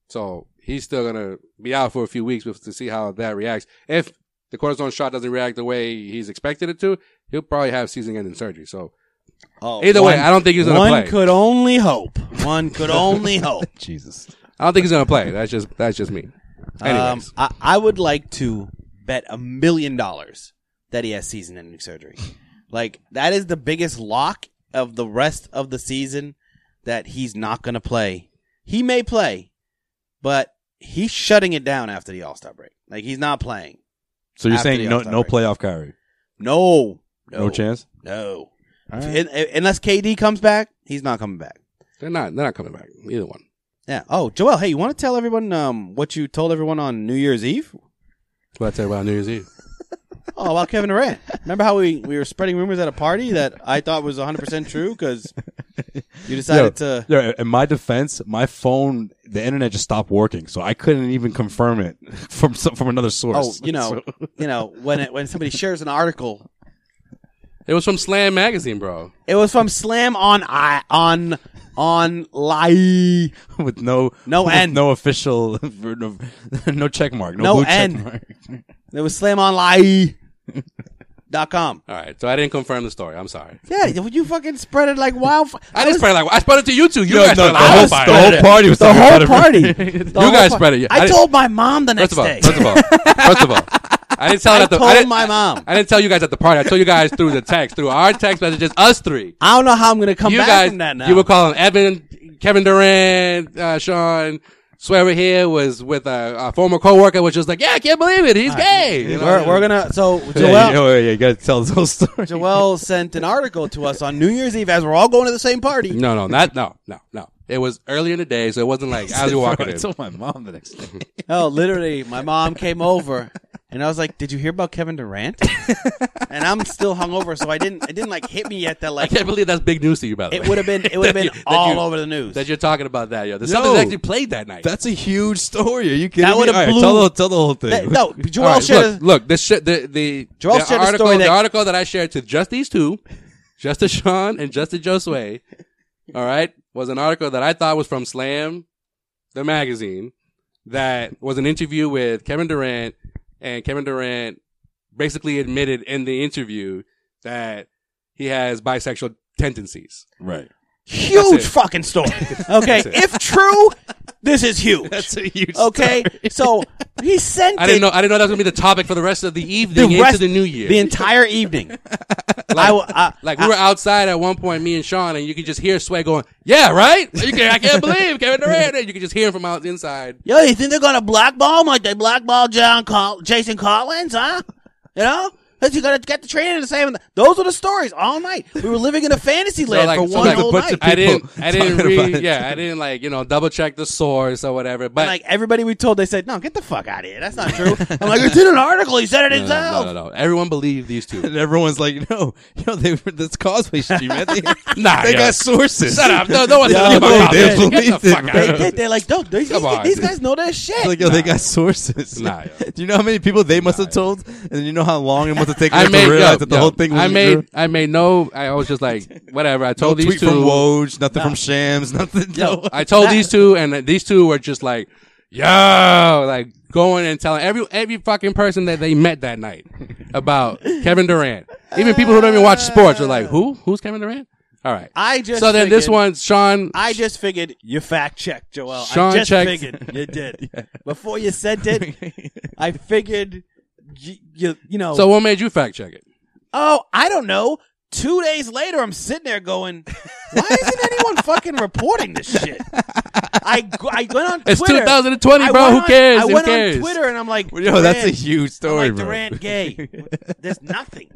Speaker 3: so he's still gonna be out for a few weeks with- to see how that reacts. If the cortisone shot doesn't react the way he's expected it to, he'll probably have season-ending surgery. So
Speaker 2: Oh,
Speaker 3: either way,
Speaker 2: one-
Speaker 3: I don't think he's gonna
Speaker 2: one
Speaker 3: play.
Speaker 2: could only hope. One could only (laughs) hope.
Speaker 1: Jesus,
Speaker 3: I don't think he's gonna play. That's just that's just me.
Speaker 2: Um,
Speaker 3: Anyways,
Speaker 2: I, I would like to bet a million dollars that he has season ending surgery. Like, that is the biggest lock of the rest of the season that he's not going to play. He may play, but he's shutting it down after the All Star break. Like, he's not playing.
Speaker 1: So you're
Speaker 2: After the
Speaker 1: saying no,
Speaker 2: All-Star
Speaker 1: no
Speaker 2: break. Oh.
Speaker 1: playoff Kyrie,
Speaker 2: No. No,
Speaker 1: no chance.
Speaker 2: No.
Speaker 1: All right.
Speaker 2: Un- Unless KD comes back, he's not coming back.
Speaker 3: they're not they're not coming back. Either one.
Speaker 2: Yeah. Oh, Joel, hey, you want to tell everyone um, what you told everyone on New Year's Eve?
Speaker 3: What I tell you about New Year's Eve.
Speaker 2: Oh, about Kevin Durant. Remember how we, we were spreading rumors at a party that I thought was 100% true because you decided to.
Speaker 1: Yeah, in my defense, my phone, the internet just stopped working, so I couldn't even confirm it (laughs) from some, from another
Speaker 2: Oh,
Speaker 1: source.
Speaker 2: you know, you know when it, when somebody shares an article,
Speaker 3: It was from Slam Magazine, bro.
Speaker 2: it was from Slam on I on on Lie.
Speaker 1: (laughs) So, with no
Speaker 2: No
Speaker 1: with
Speaker 2: end.
Speaker 1: no official, (laughs) no, no check mark, no,
Speaker 2: No
Speaker 1: blue
Speaker 2: end.
Speaker 1: check
Speaker 2: (laughs)
Speaker 1: mark.
Speaker 2: It was Slam on Lie. dot com.
Speaker 3: All right, so I didn't confirm the story. I'm sorry.
Speaker 2: Yeah, you fucking spread it like wildfire.
Speaker 3: I didn't spread it like I spread it to you two. You
Speaker 1: No,
Speaker 3: guys
Speaker 1: no,
Speaker 3: spread it
Speaker 1: the
Speaker 3: like
Speaker 1: whole- the
Speaker 3: wildfire.
Speaker 1: whole party was
Speaker 2: the
Speaker 1: talking
Speaker 2: whole
Speaker 1: about it. (laughs)
Speaker 3: (laughs)
Speaker 2: party.
Speaker 3: You guys spread it, yeah. I
Speaker 2: I
Speaker 3: didn't-
Speaker 2: told my mom the next
Speaker 3: First of all,
Speaker 2: day.
Speaker 3: first of all, first of all, I didn't tell it
Speaker 2: I
Speaker 3: at the.
Speaker 2: told
Speaker 3: I didn't,
Speaker 2: my mom.
Speaker 3: I didn't tell you guys at the party. I told you guys through the text, through our text messages, us three.
Speaker 2: I don't know how I'm gonna come
Speaker 3: you
Speaker 2: back
Speaker 3: guys,
Speaker 2: from that now.
Speaker 3: you were calling Evan, Kevin Durant, uh, Sean. Swearer here was with a, a former coworker, which was like, "Yeah, I can't believe it. He's gay." You know?
Speaker 2: We're, we're gonna so
Speaker 1: Yeah,
Speaker 2: Joel,
Speaker 1: yeah, yeah, yeah, you gotta tell this whole story.
Speaker 2: Joel sent an article to us on New Year's Eve as we're all going to the same party.
Speaker 3: No, no, not no, no, no. It was earlier in the day, so it wasn't like
Speaker 2: (laughs)
Speaker 3: as you were walking
Speaker 1: I
Speaker 3: in.
Speaker 1: told my mom the next day.
Speaker 2: Oh, literally, my mom came over and I was like, "Did you hear about Kevin Durant?" and I'm still hungover, so I didn't. It didn't like hit me yet that
Speaker 3: I
Speaker 2: like
Speaker 3: can't believe that's big news to you, by the
Speaker 2: it
Speaker 3: way.
Speaker 2: would have been. It would have
Speaker 3: That
Speaker 2: been
Speaker 3: you- that
Speaker 2: all
Speaker 3: you-
Speaker 2: over the
Speaker 3: (laughs)
Speaker 2: news.
Speaker 3: that you're talking about that, yo. The
Speaker 1: No.
Speaker 3: Celtics actually played that night.
Speaker 1: That's a huge story. Are you kidding
Speaker 2: That
Speaker 1: me?
Speaker 2: would've
Speaker 1: All right,
Speaker 2: blew-
Speaker 1: tell, the, tell the whole thing.
Speaker 2: That- no, Joel
Speaker 3: All right,
Speaker 2: shared.
Speaker 3: look,
Speaker 2: a-
Speaker 3: look, this shit, the the,
Speaker 2: Joel
Speaker 3: the
Speaker 2: shared a
Speaker 3: article,
Speaker 2: story
Speaker 3: the
Speaker 2: that-
Speaker 3: article that I shared to just these two, (laughs) just to Sean and just to Josue, all right, was an article that I thought was from Slam, the magazine, that was an interview with Kevin Durant, and Kevin Durant basically admitted in the interview that he has bisexual tendencies. (laughs)
Speaker 1: right.
Speaker 2: huge
Speaker 3: it. (laughs)
Speaker 2: fucking story. Okay,
Speaker 3: it.
Speaker 2: if true, this is huge.
Speaker 1: That's a huge
Speaker 2: okay, so he sent
Speaker 3: I didn't
Speaker 2: it
Speaker 3: know. I didn't know that was gonna be the topic for the rest of the evening
Speaker 2: rest-
Speaker 3: into the new year.
Speaker 2: the entire evening. I, w- I-
Speaker 3: (laughs) Like we were outside at one point, me and Sean, and you could just hear Sway going, "Yeah, right." (laughs) You can, I can't believe
Speaker 1: (laughs)
Speaker 3: Kevin Durant. And you could just hear him from out inside.
Speaker 2: Yo, you think they're gonna blackball him like they blackball John Col- Jason Collins, huh? You know? That you gotta get the trainer to save him. Those are the stories all night. We were living in a
Speaker 3: (laughs)
Speaker 2: fantasy land for one
Speaker 1: like a
Speaker 2: whole
Speaker 1: bunch
Speaker 2: night.
Speaker 1: of
Speaker 3: I
Speaker 2: And,
Speaker 3: didn't, I didn't
Speaker 1: talking about
Speaker 3: read,
Speaker 1: it.
Speaker 3: yeah, I didn't like, you know, double check the source or whatever. But
Speaker 2: like everybody we told, they said, "No, get the fuck out of here. That's not
Speaker 3: (laughs)
Speaker 2: true." I'm like, "It's in an article. He said
Speaker 3: no,
Speaker 2: it
Speaker 3: no,
Speaker 2: himself."
Speaker 3: no, no, no. everyone believed
Speaker 1: (laughs)
Speaker 3: these two.
Speaker 1: And everyone's like, no, you know, they were this causeway stream. Man. They,
Speaker 3: (laughs) Nah,
Speaker 1: they
Speaker 3: yeah.
Speaker 1: got sources.
Speaker 3: Shut up! No, no one's
Speaker 1: Yeah,
Speaker 3: talking
Speaker 1: no,
Speaker 3: about
Speaker 1: they
Speaker 3: that. Get the
Speaker 1: believed
Speaker 3: fuck
Speaker 1: it.
Speaker 3: out
Speaker 2: They
Speaker 3: of
Speaker 2: did. They're like, "No, these,
Speaker 3: Come on,
Speaker 2: these
Speaker 3: dude.
Speaker 2: guys know their shit."
Speaker 1: Like, yo, they got sources.
Speaker 3: Nah, yeah.
Speaker 1: (laughs) Do you know how many people they must have told? And you know how long it must have taken
Speaker 3: I
Speaker 1: them
Speaker 3: made
Speaker 1: to realize
Speaker 3: yo,
Speaker 1: that the
Speaker 3: yo,
Speaker 1: whole thing was
Speaker 3: I made
Speaker 1: true?
Speaker 3: I made no. I was just like whatever. I
Speaker 1: no
Speaker 3: told
Speaker 1: tweet
Speaker 3: these two.
Speaker 1: from Woj, nothing from Shams, (laughs) nothing.
Speaker 2: Yo,
Speaker 1: no.
Speaker 2: (laughs)
Speaker 3: I told these two, and these two were just like, yo, like going and telling every every fucking person that they met that night
Speaker 2: (laughs)
Speaker 3: about Kevin Durant. Even people who don't even watch sports are like, who? Who's Kevin Durant? All right.
Speaker 2: I just
Speaker 3: so then this
Speaker 2: figured-
Speaker 3: one, Sean.
Speaker 2: I just figured you fact checked, Joel.
Speaker 3: Sean
Speaker 2: I just
Speaker 3: checked.
Speaker 2: figured
Speaker 3: (laughs)
Speaker 2: you did before you sent it. I figured you, you, you know.
Speaker 3: so what made you fact check it?
Speaker 2: oh, I don't know. Two days later, I'm sitting there going, "Why isn't anyone fucking reporting this shit?" I go- I went on
Speaker 3: It's
Speaker 2: Twitter.
Speaker 3: 2020,
Speaker 2: I
Speaker 3: bro.
Speaker 2: went
Speaker 3: Who
Speaker 2: on-
Speaker 3: cares?
Speaker 2: I
Speaker 3: Who
Speaker 2: went
Speaker 3: cares?
Speaker 2: on Twitter and I'm like,
Speaker 1: Yo, that's a
Speaker 2: "Durant."
Speaker 1: huge story,
Speaker 2: I'm like
Speaker 1: bro.
Speaker 2: Durant
Speaker 3: (laughs)
Speaker 2: gay. There's nothing.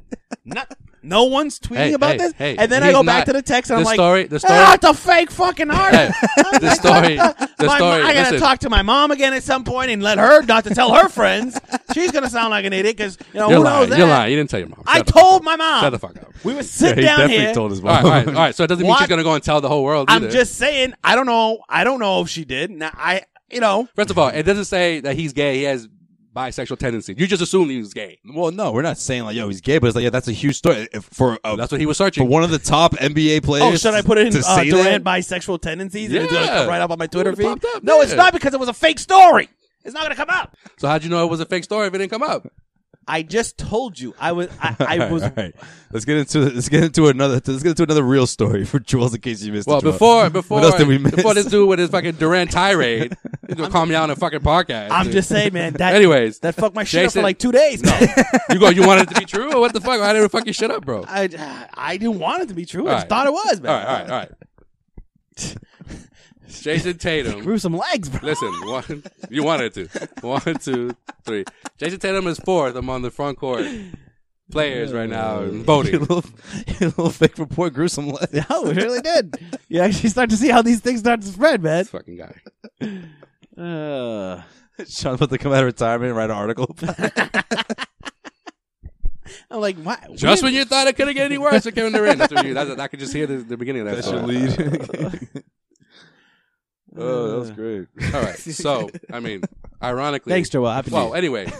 Speaker 2: Not, no one's tweeting
Speaker 3: Hey,
Speaker 2: about
Speaker 3: hey,
Speaker 2: this.
Speaker 3: hey,
Speaker 2: and then I
Speaker 3: he's
Speaker 2: go back
Speaker 3: not.
Speaker 2: to the text and
Speaker 3: The
Speaker 2: I'm like,
Speaker 3: story- the story-
Speaker 2: "Ah, it's a fake fucking article.
Speaker 3: Hey,
Speaker 2: (laughs)
Speaker 3: the (laughs) story- the
Speaker 2: My-
Speaker 3: story-
Speaker 2: I gotta
Speaker 3: listen.
Speaker 2: talk to my mom again at some point and let her not to tell her friends. She's gonna sound like an idiot because you know
Speaker 3: You're
Speaker 2: who
Speaker 3: lying.
Speaker 2: knows that.
Speaker 3: You're lying. You didn't tell your mom.
Speaker 2: I
Speaker 3: Shut the fuck
Speaker 2: told
Speaker 3: up.
Speaker 2: my mom.
Speaker 3: Shut the fuck up.
Speaker 2: We
Speaker 3: (laughs)
Speaker 2: were sitting
Speaker 1: he
Speaker 2: down
Speaker 1: definitely
Speaker 2: here.
Speaker 1: told his mom.
Speaker 3: All right, all right, all right. So it doesn't mean
Speaker 2: What?
Speaker 3: she's gonna go and tell the whole world.
Speaker 2: I'm
Speaker 3: either.
Speaker 2: just saying. I don't know. I don't know if she did. Now I, you know,
Speaker 3: First of all, it doesn't say that he's gay. He has bisexual tendencies. You just assume he was gay.
Speaker 1: (laughs) Well, no, we're not saying like, yo, he's gay, but it's like, yeah, that's a huge story If- for a,
Speaker 3: That's what he was searching.
Speaker 1: for one of the top NBA players.
Speaker 2: Oh, should I put it in
Speaker 1: to
Speaker 2: uh,
Speaker 1: say
Speaker 2: Durant
Speaker 1: that?
Speaker 2: bisexual tendencies? And it's gonna
Speaker 3: Yeah.
Speaker 2: come right up on my Twitter
Speaker 3: It would've
Speaker 2: feed.
Speaker 3: popped up,
Speaker 2: no, it's
Speaker 3: yeah.
Speaker 2: not because it was a fake story. It's not gonna come up.
Speaker 3: So how'd you know it was a fake story if it didn't come up?
Speaker 2: I just told you. I was. I,
Speaker 1: All
Speaker 3: (laughs)
Speaker 2: I
Speaker 1: right,
Speaker 2: was.
Speaker 1: all right. Let's get into let's get into another let's get into another real story for Jules in case you missed.
Speaker 3: Well,
Speaker 1: it, Jules.
Speaker 3: before before
Speaker 1: (laughs) what else did we miss? (laughs)
Speaker 3: before this dude with his fucking Durant tirade, he's gonna call me out on a fucking podcast.
Speaker 2: I'm
Speaker 3: dude.
Speaker 2: just saying, man. That,
Speaker 3: Anyways,
Speaker 2: that fucked my shit up for
Speaker 3: Jason-
Speaker 2: like two days. man.
Speaker 3: you go. You want it to be true or what the fuck? I didn't fuck your shit up, bro. All
Speaker 2: I, I didn't want it to be true. I
Speaker 3: All
Speaker 2: just
Speaker 3: right.
Speaker 2: thought it was, man.
Speaker 3: right, all right, all right.
Speaker 1: (laughs)
Speaker 3: Jason Tatum.
Speaker 2: Grew some legs, bro.
Speaker 3: Listen, one, you wanted to. One, two, three. Jason Tatum is fourth among the front court players right now in
Speaker 1: your (laughs)
Speaker 3: voting.
Speaker 1: little, your little fake report grew some legs.
Speaker 2: No, (laughs) it really did. You actually start to see how these things start to spread, man.
Speaker 3: Fucking guy.
Speaker 2: Uh,
Speaker 1: (laughs) Sean's about to come out of retirement and write an article.
Speaker 3: (laughs)
Speaker 2: I'm like, why?
Speaker 3: Just when you thought it couldn't get any worse, it came in the rain. That's what you- that's- I could just hear the, the beginning of that.
Speaker 1: That's
Speaker 3: song.
Speaker 1: your lead.
Speaker 3: (laughs)
Speaker 1: oh, that was great.
Speaker 3: All right. So, I mean, ironically.
Speaker 2: Thanks, Joel. Happy
Speaker 3: Well,
Speaker 2: (laughs)
Speaker 3: anyway,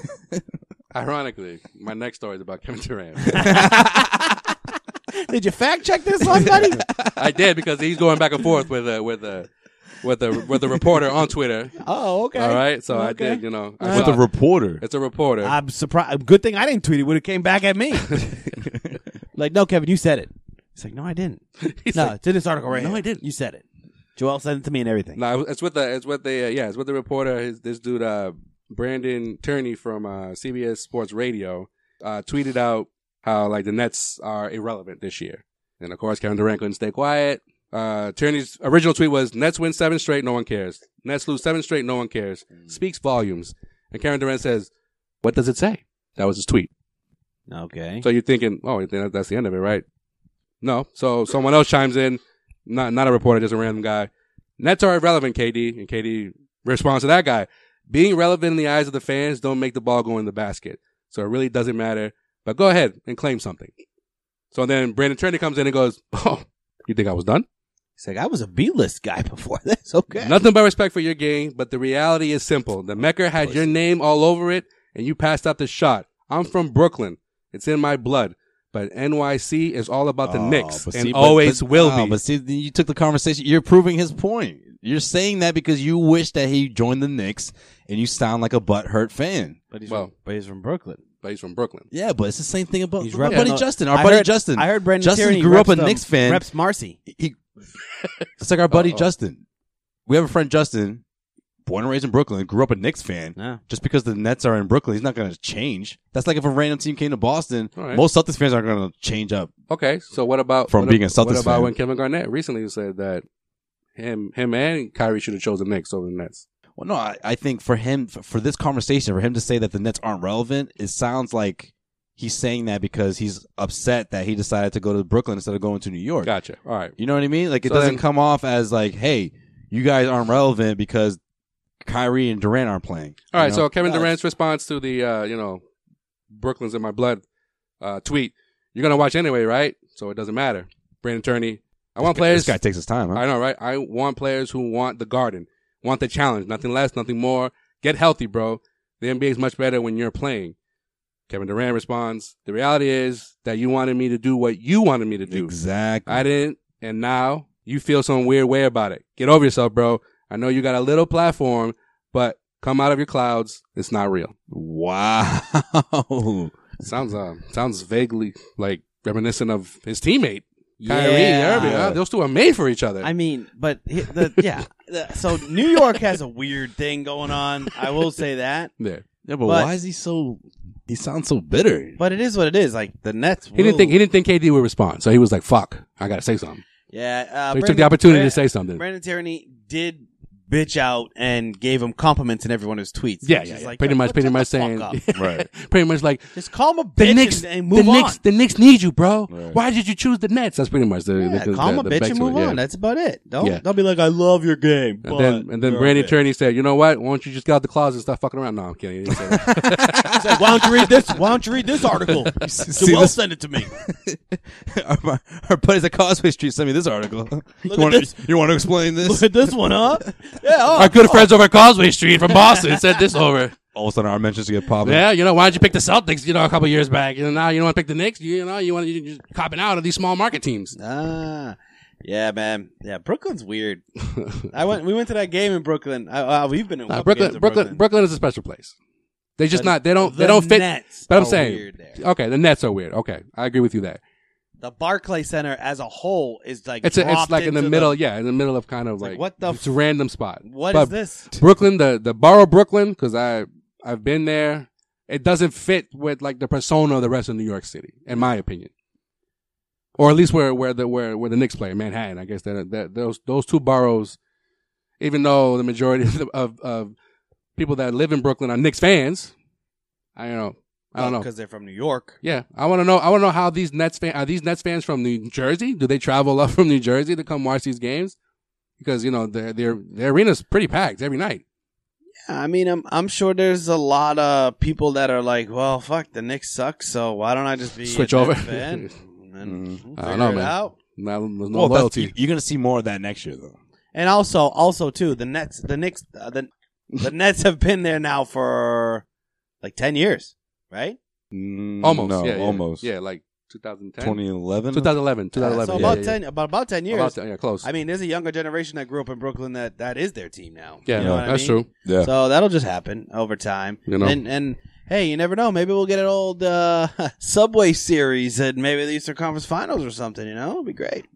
Speaker 3: ironically, my next story is about Kevin Durant.
Speaker 2: (laughs) Did you fact check this
Speaker 1: (laughs)
Speaker 2: one, buddy?
Speaker 3: I did because he's going back and forth with a with a with a with a reporter on Twitter.
Speaker 2: oh, okay.
Speaker 3: All right. So I
Speaker 2: Okay.
Speaker 3: did. You know, I
Speaker 1: With
Speaker 3: saw-
Speaker 1: the reporter.
Speaker 3: it's a reporter.
Speaker 2: Mm. I'm surprised. Good thing I didn't tweet it. Would have came back at me.
Speaker 1: (laughs)
Speaker 2: like, no, Kevin, you said it. He's like, no, I didn't.
Speaker 3: (laughs) He's
Speaker 2: no,
Speaker 3: like,
Speaker 2: it's in this article right
Speaker 3: "No,
Speaker 2: here.
Speaker 3: I didn't."
Speaker 2: You said it. Joel sent it to me and everything.
Speaker 3: No, it's with the it's with the uh, yeah, it's with the reporter. His, this dude, uh, Brandon Turney from uh, CBS Sports Radio, uh, tweeted out how like the Nets are irrelevant this year, and of course Kevin Durant couldn't stay quiet. Uh, Turney's original tweet was Nets win seven straight, no one cares. Nets lose seven straight, no one cares. Speaks volumes. And Kevin Durant says, "What does it say?" That was his tweet.
Speaker 2: Okay.
Speaker 3: So you're thinking, oh, you think that- that's the end of it, right? No. So someone else chimes in, not not a reporter, just a random guy. Nets are irrelevant, KD, and KD responds to that guy. Being relevant in the eyes of the fans don't make the ball go in the basket, so it really doesn't matter. But go ahead and claim something. So then Brandon Turner comes in and goes, (laughs) "Oh, you think I was done?
Speaker 2: He's like, I was a B list guy (laughs) before this. Okay.
Speaker 3: Nothing but respect for your game, but the reality is simple. The Mecca had your name all over it, and you passed up the shot. I'm from Brooklyn. It's in my blood. But NYC is all about the
Speaker 1: Oh,
Speaker 3: Knicks
Speaker 1: but
Speaker 3: and
Speaker 1: see, but-
Speaker 3: always
Speaker 1: but-
Speaker 3: will
Speaker 1: oh,
Speaker 3: be.
Speaker 1: But see, then you took the conversation. You're proving his point. You're saying that because you wish that he joined the Knicks, and you sound like a butthurt fan.
Speaker 2: But he's,
Speaker 3: Well-
Speaker 2: from, but he's from Brooklyn.
Speaker 3: But he's from Brooklyn.
Speaker 1: Yeah, but it's the same thing about
Speaker 2: He's
Speaker 1: my
Speaker 2: repping
Speaker 1: buddy
Speaker 2: the-
Speaker 1: Justin. Our
Speaker 2: I
Speaker 1: buddy
Speaker 2: heard-
Speaker 1: Justin.
Speaker 2: I heard Brandon
Speaker 1: Justin
Speaker 2: Tierney
Speaker 1: grew up a
Speaker 2: reps, um,
Speaker 1: Knicks fan.
Speaker 2: Reps Marcy.
Speaker 1: he, it's like our buddy
Speaker 3: Uh-oh.
Speaker 1: Justin. We have a friend Justin, born and raised in Brooklyn, grew up a Knicks fan.
Speaker 2: No.
Speaker 1: Just because the Nets are in Brooklyn, he's not going to change. That's like if a random team came to Boston,
Speaker 3: All right.
Speaker 1: most Celtics fans aren't going to change up.
Speaker 3: Okay, so what about
Speaker 1: From
Speaker 3: what
Speaker 1: being
Speaker 3: ab-
Speaker 1: a Celtics
Speaker 3: What about
Speaker 1: fan.
Speaker 3: when Kevin Garnett recently said that him, him and Kyrie should have chosen Knicks over the Nets?
Speaker 1: Well, no, I, I think for him, for, for this conversation, for him to say that the Nets aren't relevant, it sounds like he's saying that because he's upset that he decided to go to Brooklyn instead of going to New York.
Speaker 3: Gotcha. All right.
Speaker 1: You know what I mean? Like it
Speaker 3: So
Speaker 1: doesn't
Speaker 3: then-
Speaker 1: come off as like, hey, you guys aren't relevant because Kyrie and Durant aren't playing.
Speaker 3: All right,
Speaker 1: you
Speaker 3: so
Speaker 1: know?
Speaker 3: Kevin
Speaker 2: Nice.
Speaker 3: Durant's response to the uh, you know, Brooklyn's in my blood uh, tweet. You're gonna watch anyway, right? So it doesn't matter. Brandon Turney. I want
Speaker 1: this
Speaker 3: players.
Speaker 1: guy takes his time. Huh?
Speaker 3: I know, right? I want players who want the garden, want the challenge, nothing less, nothing more. Get healthy, bro. The NBA is much better when you're playing. Kevin Durant responds, "The reality is that you wanted me to do what you wanted me to do.
Speaker 1: exactly.
Speaker 3: I didn't, and now you feel some weird way about it. Get over yourself, bro. I know you got a little platform, but come out of your clouds. It's not real."
Speaker 1: (laughs) wow.
Speaker 3: Sounds uh, sounds vaguely like reminiscent of his teammate Kyrie
Speaker 2: Yeah.
Speaker 3: Irving. huh? Those two are made for each other.
Speaker 2: I mean, but he- the, (laughs) yeah. The- so New York has a weird thing going on. I will say that.
Speaker 3: there.
Speaker 1: Yeah, but,
Speaker 2: But-
Speaker 1: why is he so? He sounds so bitter.
Speaker 2: But it is what it is. Like the Nets.
Speaker 3: He didn't
Speaker 2: will-
Speaker 3: think he didn't think KD would respond, so he was like, "Fuck, I gotta say something."
Speaker 2: Yeah, uh,
Speaker 3: So he took the opportunity to say something.
Speaker 2: Brandon Tierney did bitch out and gave him compliments in every one of his tweets.
Speaker 3: yeah,
Speaker 2: Which
Speaker 3: yeah,
Speaker 2: is
Speaker 3: yeah.
Speaker 2: like,
Speaker 3: pretty
Speaker 2: "Yo,
Speaker 3: much,
Speaker 2: shut
Speaker 3: pretty
Speaker 2: the
Speaker 3: much
Speaker 2: fuck
Speaker 3: saying, (laughs)
Speaker 2: up."
Speaker 1: Right.
Speaker 3: pretty much like
Speaker 2: just call him a
Speaker 3: the
Speaker 2: bitch
Speaker 3: Knicks,
Speaker 2: and, and move
Speaker 3: the
Speaker 2: on.
Speaker 3: Knicks, the Knicks need you, bro.
Speaker 1: Right.
Speaker 3: Why did you choose the Nets? That's pretty much the,
Speaker 2: Yeah,
Speaker 3: the-
Speaker 2: call him a
Speaker 3: the- the
Speaker 2: bitch
Speaker 3: back
Speaker 2: and
Speaker 3: to it,
Speaker 2: move
Speaker 3: yeah.
Speaker 2: on. That's about it. Don't
Speaker 3: Yeah.
Speaker 2: don't be like, I love your game.
Speaker 3: And
Speaker 2: but
Speaker 3: then, and then
Speaker 2: you're a
Speaker 3: Brandon
Speaker 2: bitch."
Speaker 3: Turney said, "You know what? Why don't you just get out the closet and stop fucking around?" No, I'm kidding. He didn't say that.
Speaker 2: He said, Why don't you read this? Why don't you read this article?
Speaker 1: See
Speaker 2: Joel
Speaker 1: this-
Speaker 2: sent it to me.
Speaker 1: (laughs) our, our buddies at Causeway Street sent me this article. (laughs) you
Speaker 2: at
Speaker 1: want
Speaker 2: this.
Speaker 1: to you want to explain
Speaker 2: Look
Speaker 1: this?
Speaker 2: at this one, huh? Yeah. (laughs) oh,
Speaker 3: Our good friends over at Causeway Street
Speaker 2: (laughs)
Speaker 3: from Boston said this over.
Speaker 1: All of a sudden, our mentions get popping.
Speaker 3: Yeah, you know, why did you pick the Celtics? You know, a couple years back. You know, now you don't want to pick the Knicks. You, know, you want to you're just copping out of these small market teams.
Speaker 2: Ah, yeah, man. Yeah,
Speaker 3: (laughs)
Speaker 2: Brooklyn's weird. I went. We went to that game in Brooklyn. Uh, uh, we've been in
Speaker 3: Nah,
Speaker 2: couple games
Speaker 3: Brooklyn,
Speaker 2: in
Speaker 3: Brooklyn, Brooklyn is a special place. They just
Speaker 2: But
Speaker 3: not. They don't.
Speaker 2: the
Speaker 3: They don't fit.
Speaker 2: Nets
Speaker 3: but I'm
Speaker 2: are
Speaker 3: saying,
Speaker 2: weird there.
Speaker 3: okay, the Nets are weird. Okay, I agree with you there.
Speaker 2: The Barclay Center as a whole is like
Speaker 3: It's a, it's
Speaker 2: dropped
Speaker 3: like in the
Speaker 2: into
Speaker 3: middle. yeah, in the middle of kind of
Speaker 2: like,
Speaker 3: like,
Speaker 2: what the
Speaker 3: It's a random spot.
Speaker 2: What is
Speaker 3: But
Speaker 2: this?
Speaker 3: Brooklyn, the the borough Brooklyn, because I I've been there. It doesn't fit with like the persona of the rest of New York City, in my opinion, or at least where where the where where the Knicks play, Manhattan. I guess that that those those two boroughs, even though the majority (laughs) of the- of, of people that live in Brooklyn are Knicks fans, I don't know. I don't know.
Speaker 2: because they're from New York.
Speaker 3: Yeah, I want to know. I want to know how these Nets fan are these Nets fans from New Jersey? Do they travel up (laughs) from New Jersey to come watch these games? Because you know their their their arena's pretty packed every night.
Speaker 2: I mean, I'm I'm sure there's a lot of people that are like, well, fuck, the Knicks suck, so why don't I just be
Speaker 3: Switch
Speaker 2: a
Speaker 3: over.
Speaker 2: Nets
Speaker 3: (laughs)
Speaker 2: fan? And we'll
Speaker 3: I don't
Speaker 2: figure
Speaker 3: know,
Speaker 2: it
Speaker 3: man.
Speaker 2: out.
Speaker 3: Not, there's no
Speaker 1: Well, that's-
Speaker 3: loyalty.
Speaker 1: you- you're gonna see more of that next year, though.
Speaker 2: And also, also too, the Nets, the Knicks, uh, the
Speaker 3: (laughs)
Speaker 2: the Nets have been there now for like ten years, right?
Speaker 1: Mm,
Speaker 3: almost.
Speaker 1: no,
Speaker 3: yeah, yeah.
Speaker 1: almost.
Speaker 3: Yeah, like 2010.
Speaker 1: 2011.
Speaker 3: 2011.
Speaker 2: Uh,
Speaker 3: 2011.
Speaker 2: so
Speaker 3: yeah,
Speaker 2: about
Speaker 3: yeah,
Speaker 2: ten, about about ten
Speaker 3: yeah.
Speaker 2: years.
Speaker 3: About ten, yeah, close.
Speaker 2: I mean, there's a younger generation that grew up in Brooklyn that that is their team now.
Speaker 3: yeah,
Speaker 2: You know
Speaker 3: no,
Speaker 2: what I
Speaker 3: that's
Speaker 2: mean?
Speaker 3: true.
Speaker 1: Yeah.
Speaker 2: So that'll just happen over time.
Speaker 3: You know.
Speaker 2: And and hey, you never know. Maybe we'll get an old uh, (laughs) Subway series and maybe the Eastern Conference Finals or something. You know, it'll be great.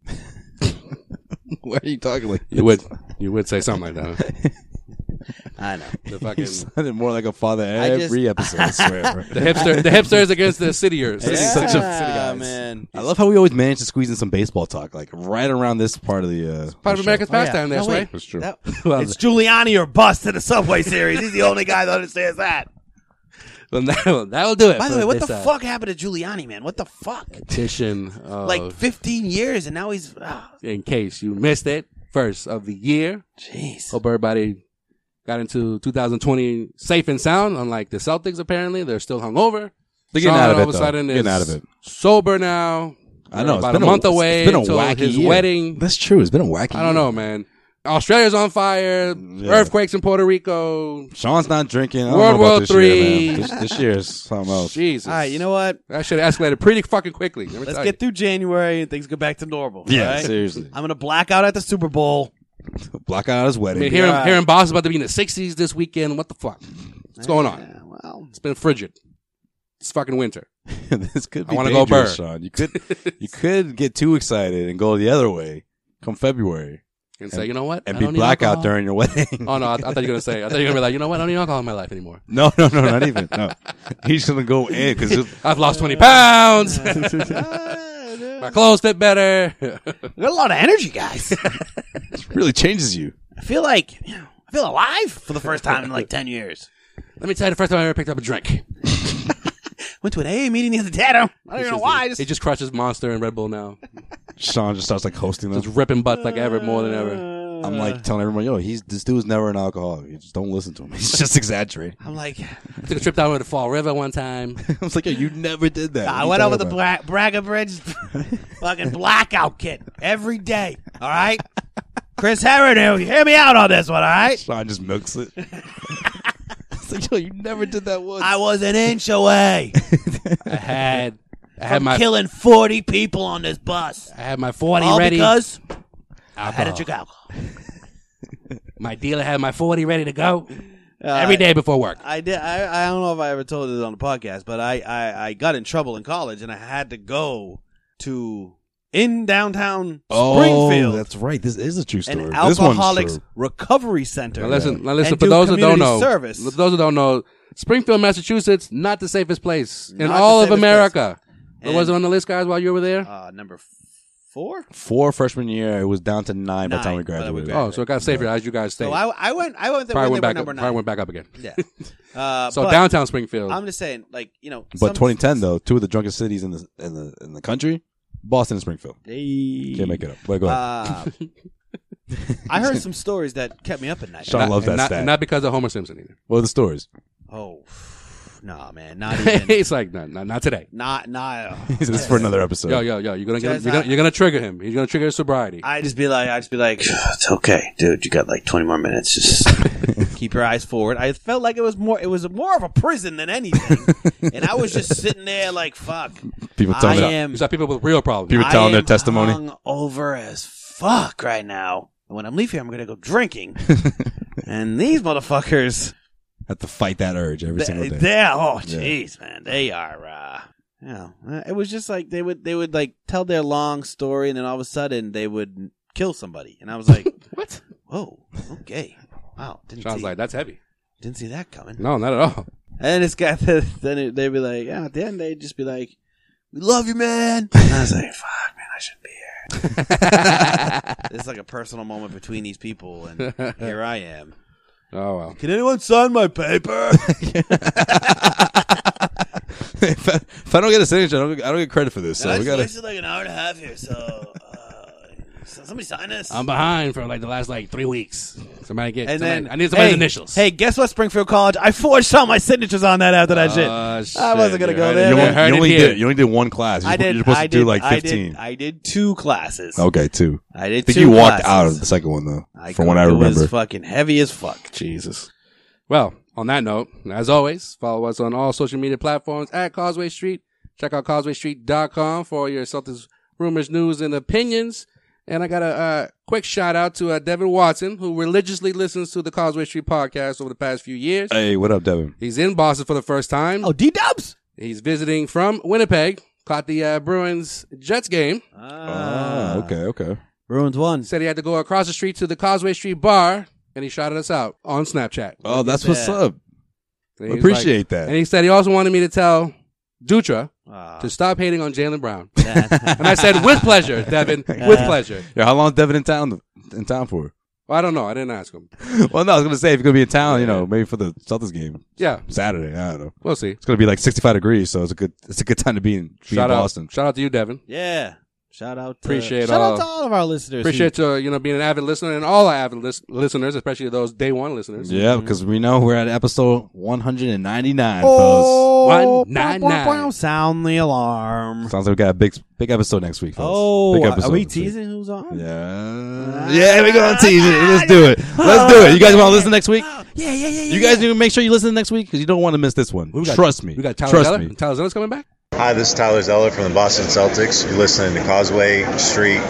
Speaker 1: Why are you talking like
Speaker 3: You would you would say something like that. Huh?
Speaker 2: I know.
Speaker 3: The
Speaker 1: You
Speaker 3: fucking
Speaker 1: sounded more like a father
Speaker 2: I just-
Speaker 1: every episode. I
Speaker 3: (laughs)
Speaker 1: swear.
Speaker 3: the hipster the hipsters against the cityers.
Speaker 1: This is (laughs) such a-
Speaker 2: Yeah, man.
Speaker 1: I love how we always manage to squeeze in some baseball talk, like right around this part of the uh,
Speaker 3: part
Speaker 1: the
Speaker 3: of
Speaker 1: show.
Speaker 3: America's
Speaker 2: Oh, yeah.
Speaker 3: pastime. That's
Speaker 2: No, wait.
Speaker 3: right.
Speaker 1: That's true.
Speaker 2: That-
Speaker 1: (laughs)
Speaker 3: Well,
Speaker 2: it's Giuliani or bust to the Subway series. He's the only guy that understands that.
Speaker 1: (laughs)
Speaker 3: well, that'll, that'll do it.
Speaker 2: By the
Speaker 3: for
Speaker 2: way, what
Speaker 3: this,
Speaker 2: the
Speaker 3: uh,
Speaker 2: fuck happened to Giuliani, man? What
Speaker 1: (laughs)
Speaker 2: the fuck?
Speaker 3: Edition of,
Speaker 1: Oh.
Speaker 2: Like 15 years and now he's. ah,
Speaker 3: in case you missed it, first of the year.
Speaker 2: Jeez.
Speaker 3: Hope everybody got into 2020 safe and sound. Unlike the Celtics, apparently they're still hungover.
Speaker 1: They're getting
Speaker 3: Sean
Speaker 1: out of it,
Speaker 3: all of a
Speaker 1: though.
Speaker 3: sudden
Speaker 1: Getting
Speaker 3: is
Speaker 1: out of it.
Speaker 3: Sober now.
Speaker 1: I know. it's
Speaker 3: about
Speaker 1: been
Speaker 3: a month
Speaker 1: it's-
Speaker 3: away.
Speaker 1: It's been a
Speaker 3: until
Speaker 1: wacky
Speaker 3: his
Speaker 1: year.
Speaker 3: wedding.
Speaker 1: That's true. It's been a wacky.
Speaker 3: I don't
Speaker 1: year.
Speaker 3: know, man. Australia's on fire.
Speaker 1: Yeah.
Speaker 3: Earthquakes in Puerto Rico.
Speaker 1: Sean's not drinking. I don't
Speaker 3: World
Speaker 1: know about
Speaker 3: War
Speaker 1: this year,
Speaker 3: Three.
Speaker 1: man. This, this year is something else.
Speaker 3: Jesus.
Speaker 2: All right, you know what?
Speaker 3: that should have escalated pretty fucking quickly. Let me
Speaker 2: Let's
Speaker 3: tell
Speaker 2: get through January and things go back to normal.
Speaker 1: Yeah,
Speaker 2: all right?
Speaker 1: seriously.
Speaker 2: I'm going to black out at the Super Bowl.
Speaker 1: Block out his
Speaker 3: you. I
Speaker 1: wedding.
Speaker 3: mean, hearing,
Speaker 2: all right.
Speaker 3: hearing Bob's about to be in the 60s this weekend. What the fuck? What's going on?
Speaker 2: Yeah, well, (laughs)
Speaker 3: It's been frigid. It's fucking winter.
Speaker 1: (laughs) this could
Speaker 3: I
Speaker 1: be
Speaker 3: wanna go
Speaker 1: dangerous,
Speaker 3: Burr.
Speaker 1: Sean. You
Speaker 3: (laughs)
Speaker 1: could you could get too excited and go the other way come February
Speaker 3: And say, you know what?
Speaker 1: and
Speaker 3: I
Speaker 1: be
Speaker 3: don't need
Speaker 1: blackout
Speaker 3: alcohol.
Speaker 1: during your wedding.
Speaker 3: Oh no, I, I thought you were gonna say. I thought you were gonna be like, you know what? I don't need alcohol in my life anymore.
Speaker 1: no, no, no, not even. No, he's gonna go in because
Speaker 3: I've
Speaker 2: (laughs)
Speaker 3: lost twenty pounds. (laughs)
Speaker 2: ah, dude.
Speaker 3: my clothes fit better. (laughs)
Speaker 2: We got a lot of energy, guys.
Speaker 1: it really changes you.
Speaker 2: I feel like you know, I feel alive for the first time in like ten years.
Speaker 3: Let me tell you, the first time I ever picked up a drink.
Speaker 2: went to an AA meeting the other day. I don't, I don't
Speaker 3: It's
Speaker 2: even know
Speaker 3: just-
Speaker 2: why. I
Speaker 3: It
Speaker 2: just,
Speaker 3: just crushes Monster and Red Bull
Speaker 2: (laughs)
Speaker 3: now.
Speaker 1: Sean just starts like hosting
Speaker 3: Just
Speaker 1: them.
Speaker 3: ripping butts like ever, more than ever.
Speaker 1: I'm like telling everyone, yo, he's this dude's never an alcoholic. You just don't listen to him. (laughs) He's just exaggerating. (laughs)
Speaker 2: I'm like,
Speaker 3: I took a trip down to the Fall River one time.
Speaker 1: I was like, yo, you never did that.
Speaker 2: I
Speaker 1: What
Speaker 2: went
Speaker 1: you
Speaker 2: over the
Speaker 1: talking about?
Speaker 2: Bra-
Speaker 3: (laughs)
Speaker 2: Bragger Bridge fucking blackout kit every day. All right? Chris Herron, here, hear me out on this one, all right?
Speaker 1: Sean just milks
Speaker 2: (laughs)
Speaker 1: it. (laughs) it's like, yo, you never did that once.
Speaker 2: I was an inch away (laughs)
Speaker 3: I had, (laughs) I had
Speaker 2: from
Speaker 3: my,
Speaker 2: killing 40 people on this bus.
Speaker 3: I had my forty
Speaker 2: All
Speaker 3: ready. Oh.
Speaker 2: because I had a
Speaker 3: Alcohol.
Speaker 2: drink alcohol.
Speaker 3: My dealer had my forty ready to go
Speaker 2: Uh,
Speaker 3: every day before work.
Speaker 2: I did. I, I don't know if I ever told it on the podcast, but I, I, I got in trouble in college and I had to go to in downtown
Speaker 1: Oh,
Speaker 2: Springfield,
Speaker 1: that's right. This is a true story.
Speaker 2: an
Speaker 1: this one's
Speaker 2: alcoholics
Speaker 1: true.
Speaker 2: recovery center.
Speaker 3: Now listen, now listen.
Speaker 2: And
Speaker 3: For
Speaker 2: do
Speaker 3: those that don't know,
Speaker 2: community service.
Speaker 3: for those that don't know, Springfield, Massachusetts, not the safest place in
Speaker 2: Not the
Speaker 3: all of
Speaker 2: safest
Speaker 3: America.
Speaker 2: place.
Speaker 3: It was not
Speaker 2: And-
Speaker 3: on the list, guys, while you were there?
Speaker 2: Uh, number f- four.
Speaker 1: Four freshman year, it was down to nine, by the time we
Speaker 2: Nine, by the time we
Speaker 1: graduated.
Speaker 3: oh, so it got safer as you guys stayed.
Speaker 2: So I, I went. I went there
Speaker 3: probably went
Speaker 2: when they were
Speaker 3: back up.
Speaker 2: number
Speaker 3: Probably
Speaker 2: nine.
Speaker 3: went back up again.
Speaker 2: Yeah.
Speaker 3: (laughs)
Speaker 2: Uh,
Speaker 3: So
Speaker 2: but
Speaker 3: downtown Springfield.
Speaker 2: I'm just saying, like you know,
Speaker 1: Oh, But
Speaker 2: some-
Speaker 1: 2010 though, two of the drunkest cities in the in the in the country, Boston and Springfield.
Speaker 2: Hey.
Speaker 1: Can't make it up. But go ahead.
Speaker 2: Uh,
Speaker 3: (laughs)
Speaker 2: I heard some stories that kept me up at night.
Speaker 1: Sean
Speaker 3: Not-
Speaker 1: loves that
Speaker 3: and not,
Speaker 1: stat.
Speaker 3: and not because of Homer
Speaker 1: (laughs)
Speaker 3: Simpson either.
Speaker 1: what are the stories?
Speaker 2: Oh, (sighs) nah, man,
Speaker 1: (laughs)
Speaker 2: not even.
Speaker 3: it's like, no, no, not today.
Speaker 2: not not. uh,
Speaker 1: this is for another episode.
Speaker 3: Yo, yo, yo! You're gonna,
Speaker 2: Just,
Speaker 3: you're, gonna
Speaker 2: uh,
Speaker 3: you're gonna trigger him. He's gonna trigger his sobriety.
Speaker 2: I just be like, I just be like, (sighs) it's okay, dude. You got like twenty more
Speaker 1: (laughs)
Speaker 2: minutes. Just keep your eyes forward. I felt like it was more, it was more of a prison than anything,
Speaker 1: (laughs)
Speaker 2: and I was just sitting there like, fuck.
Speaker 1: People
Speaker 2: I
Speaker 1: telling
Speaker 2: am.
Speaker 3: These are people with real problems.
Speaker 1: People- were telling
Speaker 2: I
Speaker 1: their
Speaker 2: am
Speaker 1: testimony.
Speaker 2: Over as fuck right now. And when I'm leaving here, I'm gonna
Speaker 1: (laughs)
Speaker 2: go drinking. and these motherfuckers,
Speaker 1: have to fight that urge every single
Speaker 2: they,
Speaker 1: day.
Speaker 2: they're oh
Speaker 1: Yeah.
Speaker 2: jeez, man, they are. uh you know, uh, it was just like they would they would like tell their long story, and then all of a sudden they would kill somebody, and I was
Speaker 1: (laughs)
Speaker 2: like,
Speaker 3: what?
Speaker 2: whoa, okay, wow, didn't
Speaker 3: Sean's
Speaker 2: see,
Speaker 3: like, that's heavy.
Speaker 2: didn't see that coming.
Speaker 3: No, not at all.
Speaker 2: And then it's got (laughs) then it, they'd be like, yeah, at the end they'd just be like, we love you, man. And I was like, (laughs) fuck, man, I shouldn't be here.
Speaker 1: (laughs)
Speaker 2: it's like a personal moment between these people, and here I am.
Speaker 3: Oh well.
Speaker 2: Can anyone sign my paper?
Speaker 1: (laughs) if, I, if I don't get a signature, I don't, I don't get credit for this. So
Speaker 2: I
Speaker 1: we
Speaker 2: just
Speaker 1: gotta.
Speaker 2: wasted like an hour and a half here, so uh, so somebody sign this.
Speaker 3: I'm behind for like the last like three weeks. Somebody get.
Speaker 2: and
Speaker 3: somebody-
Speaker 2: then
Speaker 3: I need somebody's
Speaker 2: hey,
Speaker 3: initials.
Speaker 2: Hey, guess what? Springfield College. I forged all my signatures on that after
Speaker 1: Ah,
Speaker 2: that shit.
Speaker 3: Oh, shit.
Speaker 2: I wasn't gonna
Speaker 3: You
Speaker 2: go
Speaker 3: heard it-
Speaker 2: there.
Speaker 1: You
Speaker 2: Yeah,
Speaker 1: only,
Speaker 3: heard
Speaker 1: you
Speaker 3: it
Speaker 1: only
Speaker 3: here.
Speaker 1: did. You only did one class. You're,
Speaker 2: I did.
Speaker 1: You're supposed
Speaker 2: I
Speaker 1: to
Speaker 2: did,
Speaker 1: do like
Speaker 2: I did-
Speaker 1: 15.
Speaker 2: I did, two classes.
Speaker 1: okay, two.
Speaker 2: I did.
Speaker 1: I think
Speaker 2: two
Speaker 1: you walked
Speaker 2: classes.
Speaker 1: out of the second one though,
Speaker 2: I
Speaker 1: from what I
Speaker 2: it
Speaker 1: remember.
Speaker 2: was fucking heavy as fuck.
Speaker 3: Jesus. Well, on that note, as always, follow us on all social media platforms at Causeway Street. Check out causewaystreet.com for all your Celtics rumors, news, and opinions. And I got a uh, quick shout out to uh, Devin Watson, who religiously listens to the Causeway Street podcast over the past few years.
Speaker 1: hey, what up, Devin?
Speaker 3: He's in Boston for the first time.
Speaker 2: Oh, D Dubs.
Speaker 3: He's visiting from Winnipeg. Caught the uh, Bruins Jets game.
Speaker 2: Ah,
Speaker 1: oh, okay, okay.
Speaker 2: Ruins one.
Speaker 3: Said he had to go across the street to the Causeway Street bar, and he shouted us out on Snapchat.
Speaker 1: Oh, that's what's
Speaker 2: that.
Speaker 1: up.
Speaker 3: And he was
Speaker 1: Appreciate
Speaker 3: like-
Speaker 1: that.
Speaker 3: And he said he also wanted me to tell Dutra
Speaker 2: Ah.
Speaker 3: to stop hating on Jalen Brown. and I said, with
Speaker 1: (laughs)
Speaker 3: pleasure, Devin, with
Speaker 2: Yeah.
Speaker 3: pleasure.
Speaker 1: Yo, how long is Devin in town in town for? (laughs)
Speaker 3: Well, I don't know. I didn't ask him.
Speaker 1: well, no, I was gonna say if you're gonna be in town, you know, maybe for the Celtics game
Speaker 3: Yeah,
Speaker 1: Saturday. I don't know.
Speaker 3: we'll see.
Speaker 1: It's gonna be like 65 degrees, so it's a good it's a good time to be in, be in
Speaker 3: Shout out,
Speaker 1: Boston.
Speaker 3: shout out to you, Devin.
Speaker 2: (laughs) Yeah. Shout out. To,
Speaker 3: Appreciate
Speaker 2: shout
Speaker 3: all-
Speaker 2: out to all of our listeners. who-
Speaker 3: Appreciate you, you know, being an avid listener and all our avid lis- listeners, especially those day one listeners.
Speaker 1: Yeah, because we know we're at episode 199,
Speaker 2: Oh,
Speaker 3: One, nine,
Speaker 2: bow, bow, bow,
Speaker 3: nine.
Speaker 2: Sound the alarm.
Speaker 1: fellas. Sounds like we got a big big episode next week. Fellas.
Speaker 2: Oh,
Speaker 1: big
Speaker 2: are- are we
Speaker 1: next week.
Speaker 2: teasing who's on? (laughs)
Speaker 1: Yeah, yeah, we gonna tease it. Let's do it. Let's do it. You guys want to listen next week?
Speaker 2: Yeah, yeah, yeah.
Speaker 1: You guys need to make sure you listen next week because you don't want to miss this one.
Speaker 3: We got-
Speaker 1: Trust me.
Speaker 3: We got Tyler
Speaker 1: Trust
Speaker 3: Zeller.
Speaker 1: me.
Speaker 3: Tyler Zeller's coming back.
Speaker 4: Hi, this is Tyler Zeller from the Boston Celtics. You're listening to Causeway Street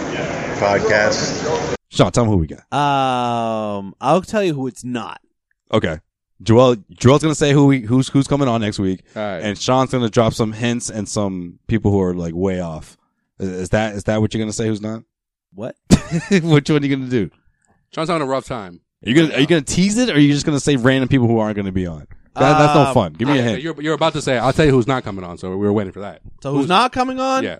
Speaker 4: Podcast.
Speaker 1: Sean, tell them who we got.
Speaker 2: Um, I'll tell you who it's not.
Speaker 1: Okay. Joel Joel's gonna say who we who's who's coming on next week,
Speaker 3: All right.
Speaker 1: and Sean's gonna drop some hints and some people who are like way off. Is, is that is that what you're gonna say? Who's not? (laughs)
Speaker 2: What?
Speaker 1: Which one are you gonna do?
Speaker 3: Sean's having a rough time.
Speaker 1: Are you gonna are you gonna tease it, or are you just gonna say random people who aren't gonna be on? That, that's no fun. Give me a hint.
Speaker 3: You're, you're about to say, I'll tell you who's not coming on, so we were waiting for that.
Speaker 2: So who's not coming on?
Speaker 3: Yeah.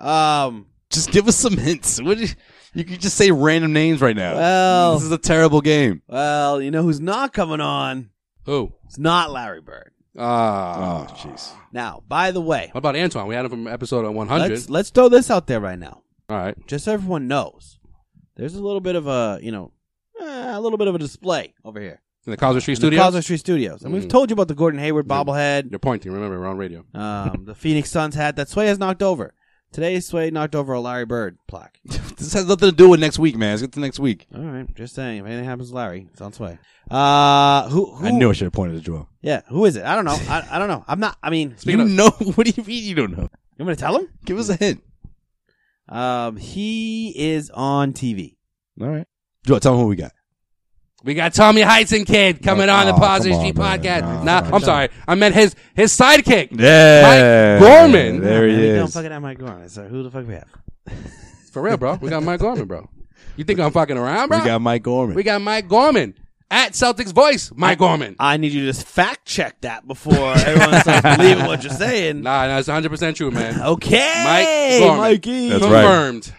Speaker 2: Um.
Speaker 1: Just give us some hints. What do you, you can just say random names right now.
Speaker 2: Well-
Speaker 1: this is a terrible game.
Speaker 2: Well, you know who's not coming on?
Speaker 3: Who?
Speaker 2: It's not Larry Bird.
Speaker 3: Ah.
Speaker 1: Oh, jeez.
Speaker 2: Now, by the way,
Speaker 3: What about Antoine? We had him from episode 100.
Speaker 2: let's let's throw this out there right now,
Speaker 3: All right.
Speaker 2: just so everyone knows. There's a little bit of a you know eh, a little bit of a display over here.
Speaker 3: In the Causeway Street
Speaker 2: in the
Speaker 3: Studio.
Speaker 2: Causeway Street Studios, and we've
Speaker 3: Mm.
Speaker 2: told you about the Gordon Hayward bobblehead,
Speaker 3: You're pointing, remember, we're on radio.
Speaker 2: um, the Phoenix Suns hat that Sway has knocked over. Today, Sway knocked over a Larry Bird plaque.
Speaker 1: (laughs) This has nothing to do with next week, man. Let's get to next week.
Speaker 2: All right, just saying. If anything happens to Larry, it's on Sway. Uh, who, who?
Speaker 1: I knew I should have pointed to Joel.
Speaker 2: Yeah, who is it? I don't know. I, I don't know. I'm not. I mean,
Speaker 3: Speaking
Speaker 1: you
Speaker 3: of-
Speaker 1: know? (laughs) What do you mean you don't know?
Speaker 2: you want me to tell him?
Speaker 1: Give us a hint.
Speaker 2: Um, he is on TV.
Speaker 1: All right. Joel, tell them who we got.
Speaker 3: We got Tommy Heisenkid coming
Speaker 1: No,
Speaker 3: on the
Speaker 1: oh,
Speaker 3: Positive
Speaker 1: come
Speaker 3: Street
Speaker 1: on, man.
Speaker 3: podcast.
Speaker 1: No,
Speaker 3: nah,
Speaker 1: no,
Speaker 3: I'm
Speaker 1: no.
Speaker 3: sorry. I meant his his sidekick.
Speaker 1: Yeah.
Speaker 3: Mike Gorman.
Speaker 1: There
Speaker 2: Man,
Speaker 1: he
Speaker 2: we
Speaker 1: is.
Speaker 2: Don't fucking have Mike Gorman. So who the fuck we have?
Speaker 3: For real, bro. We got Mike Gorman, bro. You think I'm fucking around, bro?
Speaker 1: We got Mike Gorman.
Speaker 3: We got Mike Gorman at Celtics Voice. Mike Gorman.
Speaker 2: I need you to just fact check that before everyone starts believing what you're
Speaker 3: (laughs)
Speaker 2: saying.
Speaker 3: Nah, nah, it's 100 percent true, man.
Speaker 2: Okay,
Speaker 3: Mike Gorman.
Speaker 2: Mikey.
Speaker 1: That's right.
Speaker 3: Confirmed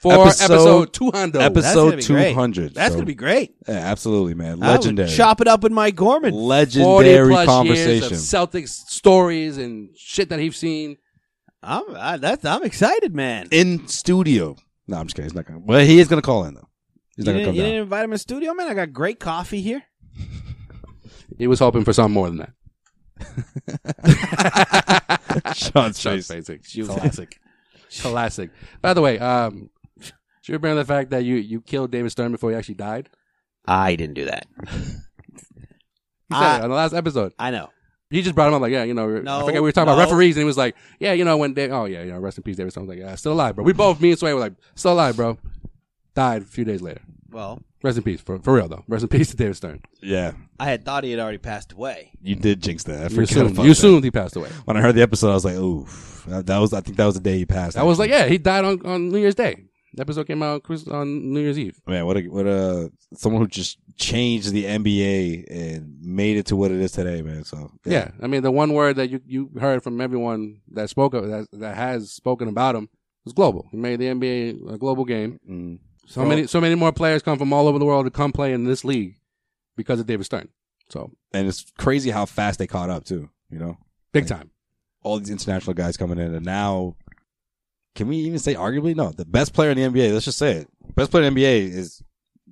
Speaker 3: for
Speaker 1: Episode-
Speaker 3: episode, 200.
Speaker 1: episode-
Speaker 2: Oh, That's gonna be great.
Speaker 1: 200,
Speaker 2: That's
Speaker 1: so-
Speaker 2: gonna be great.
Speaker 1: yeah, absolutely, man.
Speaker 2: I would
Speaker 1: Legendary.
Speaker 2: chop it up with Mike Gorman.
Speaker 1: Legendary conversation.
Speaker 3: years of Celtics stories and shit that he's seen.
Speaker 2: I'm I, that's I'm excited, man.
Speaker 1: in studio. No, I'm just kidding. He's not gonna. Well, he is gonna call in though. He's
Speaker 2: you
Speaker 1: not gonna
Speaker 2: didn't,
Speaker 1: come
Speaker 2: you
Speaker 1: down.
Speaker 2: didn't invite him in the studio, man. I got great coffee here.
Speaker 3: He was hoping for something more than that.
Speaker 1: (laughs) Sean's
Speaker 3: Sean's
Speaker 1: face.
Speaker 3: basic. Classic. Classic. By the way, um, should you remember the fact that you, you killed David Stern before he actually died?
Speaker 2: I didn't
Speaker 1: (laughs)
Speaker 2: do that.
Speaker 3: He said
Speaker 2: (laughs) I-
Speaker 3: it on the last episode.
Speaker 2: I know.
Speaker 3: He just brought him up like, yeah, you know, I
Speaker 2: Ah. No,
Speaker 3: forget we were talking
Speaker 2: no.
Speaker 3: about referees, and he was like, yeah, you know, when they, oh yeah, you know, rest in peace, David Stern. I was like, yeah, still alive, bro. We both, me and Sway, were like, still alive, bro. Died a few days later.
Speaker 2: Well,
Speaker 3: Rest in peace, for, for real though. Rest in peace to David Stern.
Speaker 1: Yeah,
Speaker 2: I had thought he had already passed away.
Speaker 1: you did jinx that. I
Speaker 3: You
Speaker 1: forgot
Speaker 3: assumed,
Speaker 1: about
Speaker 3: you
Speaker 1: that.
Speaker 3: assumed he passed away.
Speaker 1: When I heard the episode, I was like, "Ooh, that, that was." I think that was the day he passed.
Speaker 3: That was like, yeah, he died on, on New Year's Day. The episode came out on Chris- on New Year's Eve.
Speaker 1: man, what a what a someone who just changed the NBA and made it to what it is today, man. So
Speaker 3: Yeah. I mean, the one word that you, you heard from everyone that spoke of, that that has spoken about him was global. He made the NBA a global game.
Speaker 1: Mm.
Speaker 3: So many so many more players come from all over the world to come play in this league because of David Stern. So
Speaker 1: and it's crazy how fast they caught up too. You know,
Speaker 3: big
Speaker 1: Like-
Speaker 3: time.
Speaker 1: all these international guys coming in, and now can we even say arguably no? The best player in the NBA. Let's just say it. Best player in the NBA is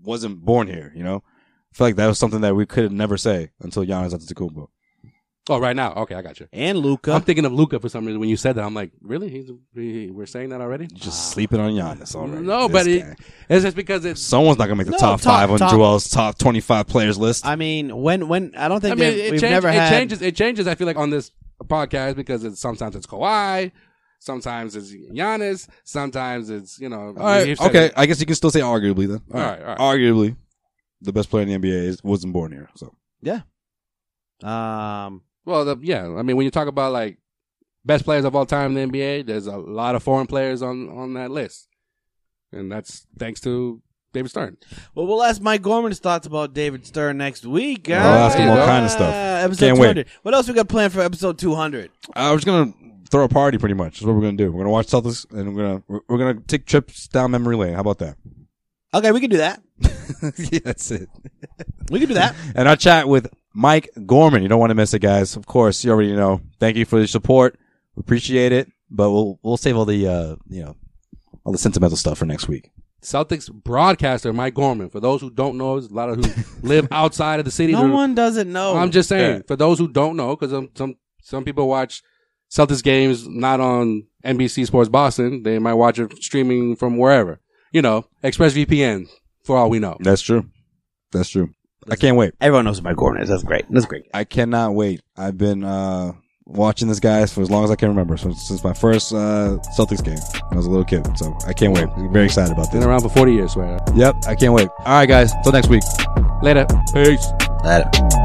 Speaker 1: wasn't born here. You know, I feel like that was something that we could never say until Giannis Antetokounmpo.
Speaker 3: Oh, right now. Okay, I got you.
Speaker 2: And
Speaker 3: I'm
Speaker 2: Luca.
Speaker 3: thinking of Luca for some reason. When you said that, I'm like, really? He's he, we're saying that already?
Speaker 1: Just sleeping on Giannis already.
Speaker 3: Ah. No,
Speaker 1: This
Speaker 3: but it-
Speaker 1: guy.
Speaker 3: it's just because it's
Speaker 1: someone's not gonna make the
Speaker 2: No,
Speaker 1: top,
Speaker 2: top-
Speaker 1: five on
Speaker 2: top-
Speaker 1: Joel's top twenty-five players list.
Speaker 2: I mean, when when I don't
Speaker 3: I
Speaker 2: think
Speaker 3: mean,
Speaker 2: that
Speaker 3: it,
Speaker 2: we've
Speaker 3: change-
Speaker 2: never
Speaker 3: it
Speaker 2: had
Speaker 3: changes. It changes. I feel like on this podcast because it's sometimes it's Kawhi, sometimes it's Giannis, sometimes it's you know.
Speaker 1: all right, okay. I guess you can still say arguably then.
Speaker 3: All right, all right.
Speaker 1: arguably, the best player in the NBA is, wasn't born here. So
Speaker 2: Um,
Speaker 3: Well, the, yeah. I mean, when you talk about like best players of all time in the NBA, there's a lot of foreign players on on that list, and that's thanks to David Stern.
Speaker 2: well, we'll ask Mike Gorman's thoughts about David Stern next week.
Speaker 1: I'll ask him all
Speaker 2: Ah,
Speaker 1: kind of stuff.
Speaker 2: Episode
Speaker 1: Can't wait.
Speaker 2: 200. What else we got planned for episode 200?
Speaker 1: I was gonna throw a party. Pretty much is what we're gonna do. We're gonna watch Celtics, and we're gonna we're, we're gonna take trips down memory lane. How about that?
Speaker 2: Okay, we can do that.
Speaker 1: (laughs) yeah, that's it.
Speaker 2: We can
Speaker 1: (laughs)
Speaker 2: do that.
Speaker 1: And our chat with Mike Gorman. You don't want to miss it, guys. Of course, you already know. Thank you for the support. We appreciate it, but we'll we'll save all the uh you know all the sentimental stuff for next week.
Speaker 3: Celtics broadcaster Mike Gorman. For those who don't know, there's a lot of
Speaker 2: (laughs)
Speaker 3: who live outside of the city.
Speaker 2: no
Speaker 3: They're-
Speaker 2: one doesn't know.
Speaker 3: I'm just saying
Speaker 1: Yeah.
Speaker 3: for those who don't know, because um, some some people watch Celtics games not on NBC Sports Boston. They might watch it streaming from wherever. You know, ExpressVPN for all we know.
Speaker 1: That's true. That's true. I can't wait.
Speaker 2: Everyone knows who Mike Gorman is. That's great. That's great.
Speaker 1: I cannot wait. I've been uh watching this guy for as long as I can remember since, since my first uh Celtics game when I was a little kid. So I can't wait. I'm very excited about
Speaker 3: Been
Speaker 1: this.
Speaker 3: around for 40 years, swear.
Speaker 1: Yep, I can't wait. All right, guys. Till next week.
Speaker 3: Later. Peace.
Speaker 2: Later.